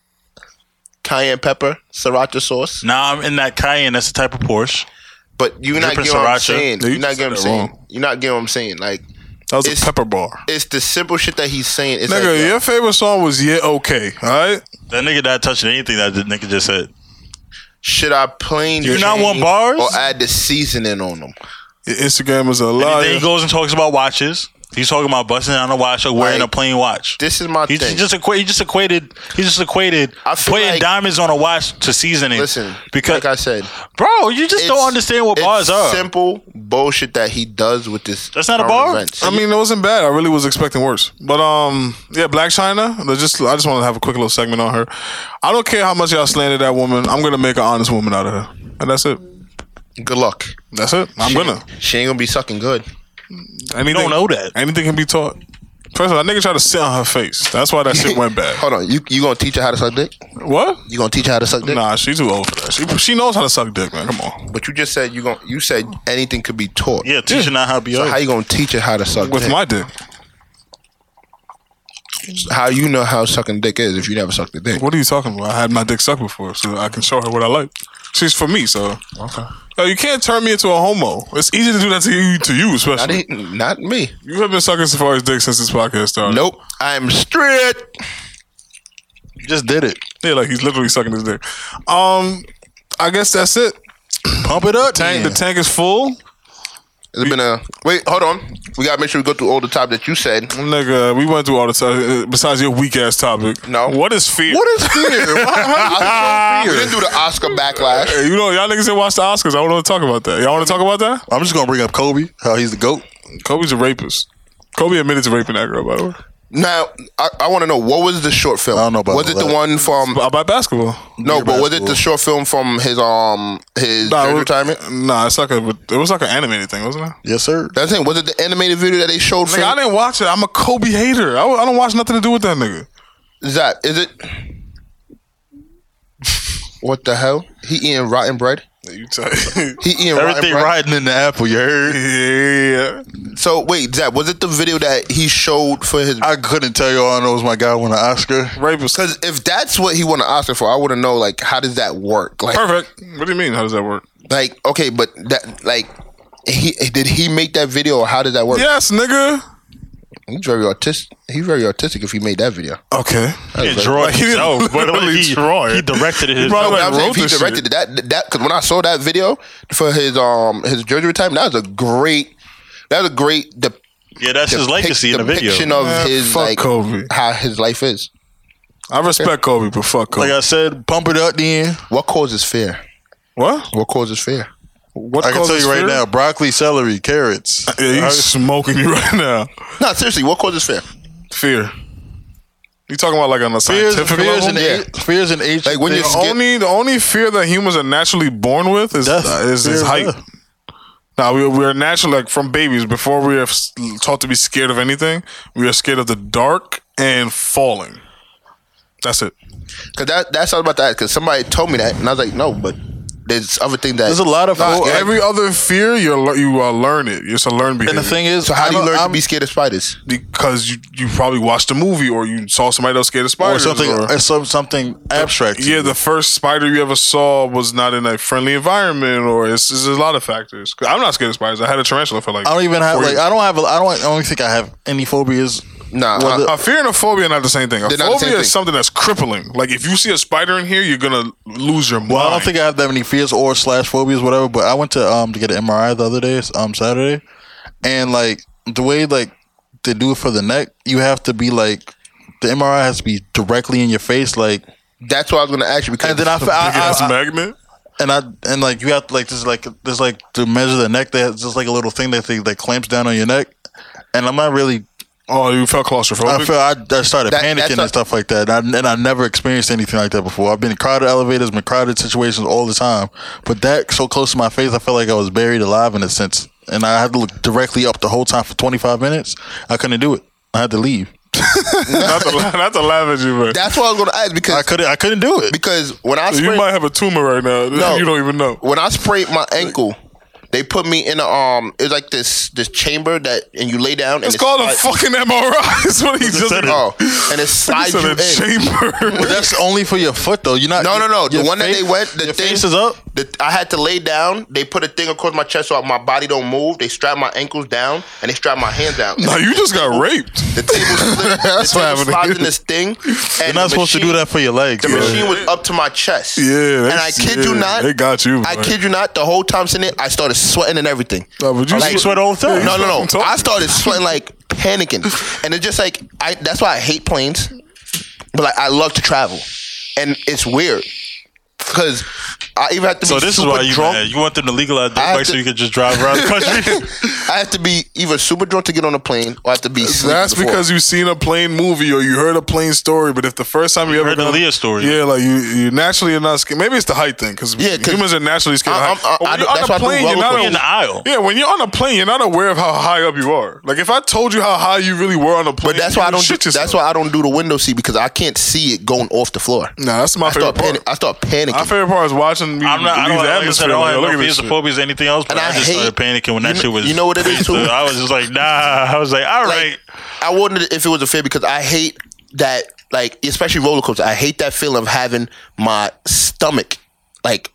[SPEAKER 3] Cayenne pepper, sriracha sauce.
[SPEAKER 1] Now I'm in that Cayenne. That's the type of Porsche.
[SPEAKER 3] But you're not
[SPEAKER 1] Dripping
[SPEAKER 3] getting what I'm
[SPEAKER 1] sriracha.
[SPEAKER 3] saying.
[SPEAKER 2] Yeah, you
[SPEAKER 3] You're not
[SPEAKER 2] said
[SPEAKER 3] getting what I'm
[SPEAKER 2] that
[SPEAKER 3] saying.
[SPEAKER 2] wrong.
[SPEAKER 3] You're not getting what I'm saying. Like
[SPEAKER 2] That was
[SPEAKER 3] It's-
[SPEAKER 2] a pepper bar.
[SPEAKER 3] it's the simple shit that he's saying. It's
[SPEAKER 2] Nigga,
[SPEAKER 3] like, yo,
[SPEAKER 2] your favorite song was Yeah Okay, all right?
[SPEAKER 1] That nigga not touching anything that the nigga just said.
[SPEAKER 3] should I plain?
[SPEAKER 1] You not
[SPEAKER 3] Jane
[SPEAKER 1] want bars?
[SPEAKER 3] or add the seasoning on them?
[SPEAKER 2] Your Instagram is a
[SPEAKER 1] And
[SPEAKER 2] liar.
[SPEAKER 1] then he goes and talks about watches. He's talking about busting down a watch or wearing
[SPEAKER 3] Like,
[SPEAKER 1] a plain watch.
[SPEAKER 3] This is my
[SPEAKER 1] He
[SPEAKER 3] thing.
[SPEAKER 1] just, just equa- he just equated he just equated
[SPEAKER 3] I feel
[SPEAKER 1] putting
[SPEAKER 3] like-
[SPEAKER 1] diamonds on a watch to seasoning.
[SPEAKER 3] Listen,
[SPEAKER 1] because
[SPEAKER 3] like I said,
[SPEAKER 1] bro, you just
[SPEAKER 3] it's-
[SPEAKER 1] don't understand what
[SPEAKER 3] it's
[SPEAKER 1] bars are.
[SPEAKER 3] Simple bullshit that he does with this.
[SPEAKER 1] That's not a
[SPEAKER 3] current
[SPEAKER 1] bar?
[SPEAKER 3] events.
[SPEAKER 2] I mean, it wasn't bad. I really was expecting worse. But um, yeah, Black China. I just I just want to have a quick little segment on her. I don't care how much y'all slander that woman. I'm gonna make an honest woman out of her, and that's it.
[SPEAKER 3] good luck.
[SPEAKER 2] That's it. I'm
[SPEAKER 3] she,
[SPEAKER 2] gonna.
[SPEAKER 3] She ain't gonna be sucking good.
[SPEAKER 2] Anything,
[SPEAKER 1] don't know that.
[SPEAKER 2] Anything can be taught. First of all, that nigga tried to sit on her face. That's why that shit went bad.
[SPEAKER 3] Hold on, you you gonna teach her how to suck dick?
[SPEAKER 2] What?
[SPEAKER 3] You gonna teach her how to suck dick?
[SPEAKER 2] Nah, she too old for that. She, she knows how to suck dick, man. Come on.
[SPEAKER 3] But you just said you gon' you said anything could be taught.
[SPEAKER 1] Yeah, teaching her how to be
[SPEAKER 3] So
[SPEAKER 1] ugly.
[SPEAKER 3] how you gonna teach her how to suck
[SPEAKER 2] With
[SPEAKER 3] dick?
[SPEAKER 2] my dick.
[SPEAKER 3] how you know how sucking dick is if you never sucked a dick?
[SPEAKER 2] What are you talking about? I had my dick sucked before, so I can show her what I like. She's for me, so. Okay. Yo, you can't turn me into a homo. It's easy to do that to you, to you
[SPEAKER 3] I
[SPEAKER 2] especially.
[SPEAKER 3] didn't. Not me.
[SPEAKER 1] e-
[SPEAKER 2] You have been sucking Safari's dick since this podcast started.
[SPEAKER 3] Nope. I'm straight.
[SPEAKER 1] You just did it.
[SPEAKER 2] Yeah, like he's literally sucking his dick. Um, I guess that's it.
[SPEAKER 1] Pump it up.
[SPEAKER 2] Tank,
[SPEAKER 1] Yeah.
[SPEAKER 2] The tank is full.
[SPEAKER 3] It's been a wait. Hold on. We gotta make sure we go through all the top that you said.
[SPEAKER 2] Nigga, we went through all the time. Besides your weak ass topic.
[SPEAKER 3] No.
[SPEAKER 2] What is fear?
[SPEAKER 3] is fear? Why- how you so fear? We didn't do the Oscar backlash.
[SPEAKER 2] Hey, you know, y'all niggas didn't watch the Oscars. I don't want to talk about that. Y'all want to talk about that?
[SPEAKER 5] I'm just gonna bring up Kobe, how he's the goat.
[SPEAKER 2] Kobe's a rapist. Kobe admitted to raping that girl, by the way.
[SPEAKER 3] Now, I, I want to know what was the short film?
[SPEAKER 5] I don't know about
[SPEAKER 3] Was it
[SPEAKER 5] all
[SPEAKER 3] the
[SPEAKER 5] that.
[SPEAKER 3] one from?
[SPEAKER 2] But about basketball.
[SPEAKER 3] No, but was it the
[SPEAKER 5] basketball.
[SPEAKER 3] short film from his um his
[SPEAKER 2] it
[SPEAKER 3] jersey
[SPEAKER 2] was-
[SPEAKER 3] retirement?
[SPEAKER 2] Nah, it's like a. It was like an animated thing, wasn't it?
[SPEAKER 5] Yes, sir.
[SPEAKER 3] That's the thing. Was it the animated video that they showed
[SPEAKER 2] Nigga, I
[SPEAKER 3] from
[SPEAKER 2] didn't watch it. I'm a Kobe hater. I, I don't watch nothing to do with that nigga.
[SPEAKER 3] Zach? Is it? What the hell? He eating rotten bread.
[SPEAKER 2] You tight?
[SPEAKER 3] He eating
[SPEAKER 5] Everything
[SPEAKER 3] rotten bread.
[SPEAKER 5] riding in the apple, you heard?
[SPEAKER 2] yeah.
[SPEAKER 3] So wait, Zach, was it the video that he showed for his?
[SPEAKER 5] I couldn't tell you all I know is my guy won an Oscar.
[SPEAKER 2] Rapist.
[SPEAKER 3] Because if that's what he won an Oscar for, I want to know like how does that work? Like,
[SPEAKER 2] Perfect. What do you mean? How does that work?
[SPEAKER 3] like okay, but that like he did he make that video or how does that work?
[SPEAKER 2] Yes, nigga.
[SPEAKER 3] He's very artistic. He's very artistic if he made that video.
[SPEAKER 2] Okay.
[SPEAKER 1] He didn't draw it
[SPEAKER 2] Like, he didn't
[SPEAKER 1] himself, but
[SPEAKER 2] literally
[SPEAKER 1] he,
[SPEAKER 2] draw it.
[SPEAKER 1] he directed it.
[SPEAKER 2] He
[SPEAKER 1] his-
[SPEAKER 2] probably-
[SPEAKER 3] But I'm
[SPEAKER 2] wrote
[SPEAKER 3] saying if he
[SPEAKER 2] this
[SPEAKER 3] directed it, that that because when I saw that video for his um his jersey retirement, that was a great that was a great de-
[SPEAKER 1] yeah, that's his legacy in the video.
[SPEAKER 3] depiction of
[SPEAKER 2] Man,
[SPEAKER 3] his
[SPEAKER 2] fuck
[SPEAKER 3] like
[SPEAKER 2] Kobe.
[SPEAKER 3] how his life is.
[SPEAKER 2] I respect Kobe, but fuck Kobe.
[SPEAKER 5] Like I said, pump it up then.
[SPEAKER 3] What causes fear?
[SPEAKER 2] what?
[SPEAKER 3] What causes fear?
[SPEAKER 2] What?
[SPEAKER 5] I can tell
[SPEAKER 2] causes
[SPEAKER 5] you right
[SPEAKER 2] fear?
[SPEAKER 5] now, broccoli, celery, carrots.
[SPEAKER 2] Yeah, he's smoking you right now.
[SPEAKER 3] No, seriously, what causes fear?
[SPEAKER 2] Fear. You talking about like on a
[SPEAKER 5] Fears,
[SPEAKER 2] scientific
[SPEAKER 5] fears,
[SPEAKER 2] level?
[SPEAKER 5] and age, fears and age.
[SPEAKER 3] Like, when
[SPEAKER 5] thing.
[SPEAKER 3] you
[SPEAKER 2] The
[SPEAKER 3] Skip-
[SPEAKER 2] only the only fear that humans are naturally born with is
[SPEAKER 5] Death.
[SPEAKER 2] uh, is, is
[SPEAKER 5] Fear of
[SPEAKER 2] height.
[SPEAKER 5] death.
[SPEAKER 2] Now we we're naturally like from babies before we are s- taught to be scared of anything. We are scared of the dark and falling. That's it.
[SPEAKER 3] Because that that's what I was about to ask. Because somebody told me that, and I was like, no, but there's other things that
[SPEAKER 5] There's a lot of
[SPEAKER 3] Nah,
[SPEAKER 5] folk-
[SPEAKER 3] yeah.
[SPEAKER 2] Uh, Every other fear you're le- you are learn it. It's a learned behavior.
[SPEAKER 5] and the thing is,
[SPEAKER 3] So how
[SPEAKER 5] I
[SPEAKER 3] do you
[SPEAKER 5] don't-
[SPEAKER 3] learn
[SPEAKER 5] I'm-
[SPEAKER 3] to be scared of spiders?
[SPEAKER 2] because you you probably watched a movie or you saw somebody else scared of
[SPEAKER 5] or
[SPEAKER 2] spiders
[SPEAKER 5] something,
[SPEAKER 2] or-
[SPEAKER 5] or some, something abstract? to
[SPEAKER 2] Yeah,
[SPEAKER 5] you.
[SPEAKER 2] the first spider you ever saw was not in a friendly environment, or it's, it's a lot of factors. 'Cause I'm not scared of spiders. I had a tarantula for like.
[SPEAKER 5] I don't even have
[SPEAKER 2] four
[SPEAKER 5] like
[SPEAKER 2] years.
[SPEAKER 5] I don't have a, I don't I don't think I have any phobias.
[SPEAKER 3] Nah, uh-uh.
[SPEAKER 5] Well,
[SPEAKER 3] I-
[SPEAKER 2] A fear and a phobia are not the same thing. A
[SPEAKER 3] They're not the
[SPEAKER 2] phobia
[SPEAKER 3] same
[SPEAKER 2] is
[SPEAKER 3] thing.
[SPEAKER 2] something that's crippling. Like if you see a spider in here, you're gonna lose your mind.
[SPEAKER 5] Well, I don't think I have that many fears or slash phobias, whatever. But I went to um to get an MRI the other day, um Saturday, and like the way like they do it for the neck, you have to be like the MRI has to be directly in your face, like
[SPEAKER 3] that's what I was going to ask you. Because
[SPEAKER 5] and then I, fa-
[SPEAKER 2] Big
[SPEAKER 5] I,
[SPEAKER 2] ass
[SPEAKER 5] I, I
[SPEAKER 2] magnet.
[SPEAKER 5] and I and like you have to like there's like there's like to measure the neck that just like a little thing that they, that clamps down on your neck, and I'm not really
[SPEAKER 2] Oh, you felt claustrophobic.
[SPEAKER 5] I feel I, I started
[SPEAKER 3] That- that's
[SPEAKER 5] panicking
[SPEAKER 3] not-
[SPEAKER 5] and stuff like that, and I, and I never experienced anything like that before. I've been in crowded elevators, been crowded situations all the time, but that so close to my face, I felt like I was buried alive in a sense, and I had to look directly up the whole time for 25 minutes. I couldn't do it. I had to leave.
[SPEAKER 2] not, to, not to laugh at you, but
[SPEAKER 3] That's what I was going to ask
[SPEAKER 5] I
[SPEAKER 3] because
[SPEAKER 5] couldn't. I couldn't do it.
[SPEAKER 3] because when I
[SPEAKER 2] you
[SPEAKER 3] sprained,
[SPEAKER 2] might have a tumor right now.
[SPEAKER 3] No.
[SPEAKER 2] You don't even know.
[SPEAKER 3] when I sprained my ankle, they put me in a um. It's like this this chamber that and you lay down. And
[SPEAKER 2] It's called a
[SPEAKER 3] sli-
[SPEAKER 2] fucking MRI. That's what he just
[SPEAKER 5] said
[SPEAKER 2] said.
[SPEAKER 5] it.
[SPEAKER 3] Oh, and it
[SPEAKER 2] He
[SPEAKER 3] slides
[SPEAKER 2] said
[SPEAKER 3] you
[SPEAKER 2] a
[SPEAKER 3] in.
[SPEAKER 5] But
[SPEAKER 2] chamber.
[SPEAKER 5] that's only for your foot, though. You're not.
[SPEAKER 3] No, no, no. The
[SPEAKER 5] your
[SPEAKER 3] one that they went, the
[SPEAKER 5] your
[SPEAKER 3] thing-
[SPEAKER 5] face is up.
[SPEAKER 3] The, I had to lay down. They put a thing across my chest so my body don't move. They strap my ankles down and they strap my hands down.
[SPEAKER 2] no, you just got raped.
[SPEAKER 3] The table slipped.
[SPEAKER 2] That's
[SPEAKER 3] the
[SPEAKER 2] what
[SPEAKER 3] table
[SPEAKER 2] happened to
[SPEAKER 3] slides
[SPEAKER 2] you.
[SPEAKER 3] in this thing. And
[SPEAKER 5] You're not supposed to do that for your legs.
[SPEAKER 3] The
[SPEAKER 5] bro.
[SPEAKER 3] machine was up to my chest.
[SPEAKER 2] Yeah,
[SPEAKER 3] and
[SPEAKER 2] that's-
[SPEAKER 3] I kid you
[SPEAKER 2] yeah,
[SPEAKER 3] not,
[SPEAKER 2] They got you.
[SPEAKER 3] I
[SPEAKER 2] man.
[SPEAKER 3] kid you not. The whole time sitting there, I started sweating and everything.
[SPEAKER 2] No, but you
[SPEAKER 3] Like-
[SPEAKER 5] sweat all the time.
[SPEAKER 2] Yeah,
[SPEAKER 3] No,
[SPEAKER 2] you
[SPEAKER 3] no,
[SPEAKER 2] fucking
[SPEAKER 3] no.
[SPEAKER 2] talk.
[SPEAKER 3] I started sweating like panicking, and it's just like I. That's why I hate planes, but like I love to travel, and it's weird because I even have to
[SPEAKER 1] So
[SPEAKER 3] be
[SPEAKER 1] this is
[SPEAKER 3] super
[SPEAKER 1] why you
[SPEAKER 3] drunk.
[SPEAKER 1] mad. You want them to legalize dirt
[SPEAKER 3] have
[SPEAKER 1] bikes
[SPEAKER 3] to-
[SPEAKER 1] so you can just drive around the country.
[SPEAKER 3] I have to be either super drunk to get on a plane, or I have to be. sleepy
[SPEAKER 2] That's
[SPEAKER 3] before.
[SPEAKER 2] because you've seen a plane movie or you heard a plane story, but if the first time you, ever
[SPEAKER 1] heard the
[SPEAKER 2] gonna-
[SPEAKER 1] Leah story.
[SPEAKER 2] yeah, like you, you naturally are not scared. Maybe it's the height thing because
[SPEAKER 3] Yeah, 'cause
[SPEAKER 2] humans are naturally scared.
[SPEAKER 3] I-
[SPEAKER 2] of height.
[SPEAKER 3] I'm- I-
[SPEAKER 2] But when
[SPEAKER 3] I-
[SPEAKER 2] you're on
[SPEAKER 3] that's
[SPEAKER 2] a
[SPEAKER 3] why I do
[SPEAKER 2] plane,
[SPEAKER 3] roller
[SPEAKER 2] you're not
[SPEAKER 3] coaster.
[SPEAKER 1] in the aisle.
[SPEAKER 2] Yeah, when you're on a plane, you're not aware of how high up you are. Like if I told you how high you really were on a plane,
[SPEAKER 3] But that's why
[SPEAKER 2] you
[SPEAKER 3] I don't.
[SPEAKER 2] Shit
[SPEAKER 3] Do,
[SPEAKER 2] yourself.
[SPEAKER 3] that's why I don't do the window seat because I can't see it going off the floor.
[SPEAKER 2] Nah, that's my
[SPEAKER 3] I
[SPEAKER 2] favorite
[SPEAKER 3] start
[SPEAKER 2] part.
[SPEAKER 3] panic. I start panicking.
[SPEAKER 2] My favorite part is watching me
[SPEAKER 1] I'm not. I don't,
[SPEAKER 2] leave the
[SPEAKER 1] like I
[SPEAKER 2] atmosphere.
[SPEAKER 1] said, I don't
[SPEAKER 2] like,
[SPEAKER 1] have
[SPEAKER 2] look
[SPEAKER 1] no
[SPEAKER 2] at this shit.
[SPEAKER 1] phobias or anything else. But
[SPEAKER 3] And
[SPEAKER 1] I,
[SPEAKER 3] I
[SPEAKER 1] just
[SPEAKER 3] hate-
[SPEAKER 1] started panicking when that
[SPEAKER 3] you
[SPEAKER 1] shit
[SPEAKER 3] kn-
[SPEAKER 1] was.
[SPEAKER 3] you know what it is, too?
[SPEAKER 1] I was just like, nah. I was like, all
[SPEAKER 3] Like,
[SPEAKER 1] right.
[SPEAKER 3] I wondered if it was a fear because I hate that, like especially roller coaster. I hate that feeling of having my stomach, like,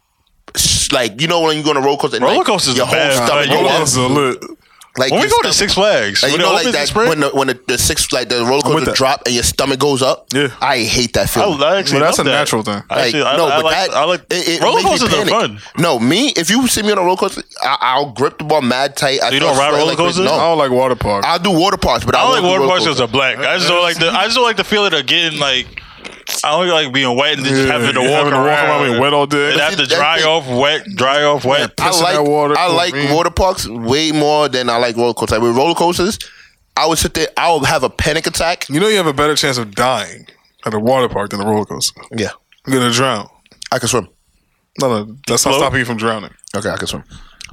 [SPEAKER 3] s- like you know when you go on a roller coaster. and,
[SPEAKER 1] Roller
[SPEAKER 3] like,
[SPEAKER 1] coasters
[SPEAKER 3] your
[SPEAKER 1] are
[SPEAKER 3] whole
[SPEAKER 1] bad, but
[SPEAKER 3] stomach.
[SPEAKER 1] you
[SPEAKER 3] goes
[SPEAKER 1] know-
[SPEAKER 3] up,
[SPEAKER 2] Rollers are lit.
[SPEAKER 3] like
[SPEAKER 5] When we
[SPEAKER 3] your
[SPEAKER 5] go to
[SPEAKER 3] stomach-
[SPEAKER 5] Six Flags,
[SPEAKER 3] Like, you
[SPEAKER 5] when it
[SPEAKER 3] know, like
[SPEAKER 5] opens in
[SPEAKER 3] that
[SPEAKER 5] spring,
[SPEAKER 3] when the, when the, the six like the roller
[SPEAKER 2] with
[SPEAKER 3] coaster
[SPEAKER 2] that.
[SPEAKER 3] drop and your stomach goes up.
[SPEAKER 2] Yeah.
[SPEAKER 3] I hate that
[SPEAKER 1] I,
[SPEAKER 3] feeling.
[SPEAKER 1] I actually
[SPEAKER 2] Well, that's
[SPEAKER 1] love
[SPEAKER 2] a
[SPEAKER 1] that.
[SPEAKER 2] natural thing.
[SPEAKER 1] I actually, I,
[SPEAKER 3] no,
[SPEAKER 1] I
[SPEAKER 3] but
[SPEAKER 1] like,
[SPEAKER 3] that
[SPEAKER 1] I like
[SPEAKER 3] it, it
[SPEAKER 1] roller
[SPEAKER 3] makes me
[SPEAKER 1] coasters are fun.
[SPEAKER 3] panic. No, me if you see me on a roller coaster, I, I'll grip the ball mad tight. I
[SPEAKER 1] you don't
[SPEAKER 3] start
[SPEAKER 1] ride roller
[SPEAKER 3] sweating like crazy.
[SPEAKER 1] coasters?
[SPEAKER 2] I
[SPEAKER 3] No,
[SPEAKER 2] don't like water parks.
[SPEAKER 3] I'll do water parks, but I,
[SPEAKER 1] I don't
[SPEAKER 3] won't
[SPEAKER 1] like
[SPEAKER 3] do
[SPEAKER 1] water parks
[SPEAKER 3] coasters.
[SPEAKER 1] because they're black. I just don't like the. I just don't like the feeling of getting like. I don't like being wet and just
[SPEAKER 2] Yeah,
[SPEAKER 1] having to
[SPEAKER 2] you're
[SPEAKER 1] walk
[SPEAKER 2] having to walk around being wet all day.
[SPEAKER 1] And have to
[SPEAKER 3] That
[SPEAKER 1] dry
[SPEAKER 3] thing-
[SPEAKER 1] off wet, dry off wet.
[SPEAKER 2] Yeah,
[SPEAKER 3] I
[SPEAKER 2] pissing
[SPEAKER 3] like
[SPEAKER 2] that water
[SPEAKER 3] I
[SPEAKER 2] cool,
[SPEAKER 3] like
[SPEAKER 2] man.
[SPEAKER 3] water parks way more than I like roller coasters. Like with roller coasters, I would sit there. I would have a panic attack.
[SPEAKER 2] You know you have a better chance of dying at a water park than a roller coaster.
[SPEAKER 3] Yeah,
[SPEAKER 2] You're gonna drown.
[SPEAKER 3] I can swim.
[SPEAKER 2] No, no, that's not
[SPEAKER 1] float?
[SPEAKER 2] stopping you from drowning.
[SPEAKER 3] Okay, I can swim.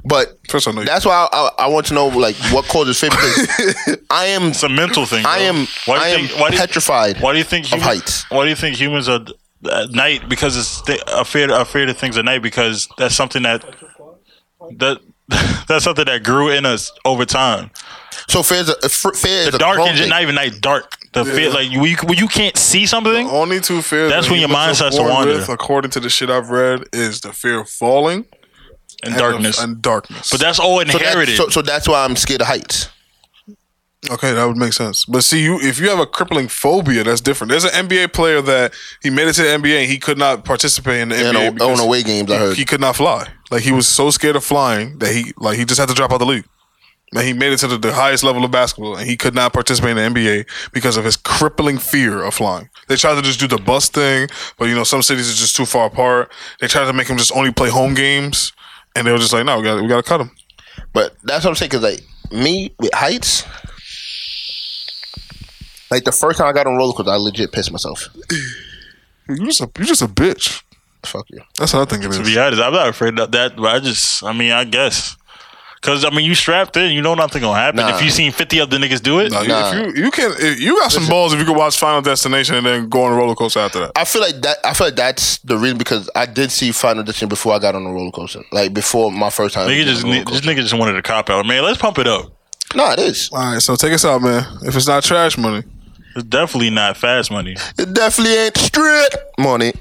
[SPEAKER 3] But
[SPEAKER 2] First, I know you-
[SPEAKER 3] that's why I, I, I want to know like what causes fear because I am
[SPEAKER 1] It's a mental thing.
[SPEAKER 3] I
[SPEAKER 1] bro.
[SPEAKER 3] am
[SPEAKER 1] Why do
[SPEAKER 3] I
[SPEAKER 1] you
[SPEAKER 3] am
[SPEAKER 1] think- why do you-
[SPEAKER 3] petrified.
[SPEAKER 1] Why do you think
[SPEAKER 3] of
[SPEAKER 1] human-
[SPEAKER 3] heights.
[SPEAKER 1] Why do you think humans are at night? Because it's th- afraid afraid of things at night. Because that's something that that that's something that grew in us over time.
[SPEAKER 3] so fear is a, a fr- fear is
[SPEAKER 1] The
[SPEAKER 3] a
[SPEAKER 1] dark
[SPEAKER 3] grown
[SPEAKER 1] is
[SPEAKER 3] thing.
[SPEAKER 1] not even night dark. The fear like when you, when you can't see something.
[SPEAKER 2] only two fears.
[SPEAKER 1] That's
[SPEAKER 2] that
[SPEAKER 1] when your
[SPEAKER 2] humans
[SPEAKER 1] mind
[SPEAKER 2] are
[SPEAKER 1] starts to
[SPEAKER 2] born
[SPEAKER 1] wander.
[SPEAKER 2] with, according to the shit I've read, is the fear of falling
[SPEAKER 1] And darkness.
[SPEAKER 2] and darkness.
[SPEAKER 1] but that's all
[SPEAKER 3] So, that,
[SPEAKER 1] inherited.
[SPEAKER 3] so, so that's why I'm scared of heights.
[SPEAKER 2] Okay, that would make sense. But see, you if you have a crippling phobia, that's different. There's an NBA player that he made it to the NBA and he could not participate in the
[SPEAKER 3] You
[SPEAKER 2] NBA
[SPEAKER 3] know,
[SPEAKER 2] because
[SPEAKER 3] on away games, I heard.
[SPEAKER 2] he could not fly. Like he was so scared of flying that he like he just had to drop out the league. And he made it to the, the highest level of basketball, and he could not participate in the NBA because of his crippling fear of flying. They tried to just do the bus thing, but you know some cities are just too far apart. They tried to make him just only play home games, and they were just like, "No, we got we got to cut him."
[SPEAKER 3] But that's what I'm saying. Cause like me with heights, like the first time I got on roller coaster, I legit pissed myself.
[SPEAKER 2] You just a, you just a bitch.
[SPEAKER 3] Fuck you.
[SPEAKER 2] That's what I think it is.
[SPEAKER 1] to be honest, I'm not afraid of that. But I just, I mean, I guess. Cause I mean, you strapped in, you know nothing gonna happen.
[SPEAKER 3] Nah.
[SPEAKER 1] If you seen fifty other niggas do it,
[SPEAKER 2] No, you-
[SPEAKER 3] Nah.
[SPEAKER 2] if you you can if you got some balls if you could watch Final Destination and then go on a roller coaster after that.
[SPEAKER 3] I feel like that. I feel like that's the reason because I did see Final Edition before I got on the roller coaster, like before my first time.
[SPEAKER 1] nigga
[SPEAKER 3] getting
[SPEAKER 1] just
[SPEAKER 3] on a roller
[SPEAKER 1] this nigga just wanted a cop out. Man, let's pump it up.
[SPEAKER 3] coaster. Nah, it is.
[SPEAKER 2] All right, so take us out, man. If it's not trash money,
[SPEAKER 1] It's definitely not fast money.
[SPEAKER 3] It definitely ain't straight money.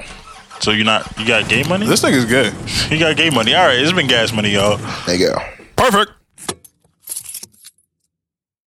[SPEAKER 1] So you're not, you got gay money.
[SPEAKER 2] this nigga's gay.
[SPEAKER 1] You got gay money. All right, it's been gas money, y'all.
[SPEAKER 3] There you go.
[SPEAKER 2] Perfect.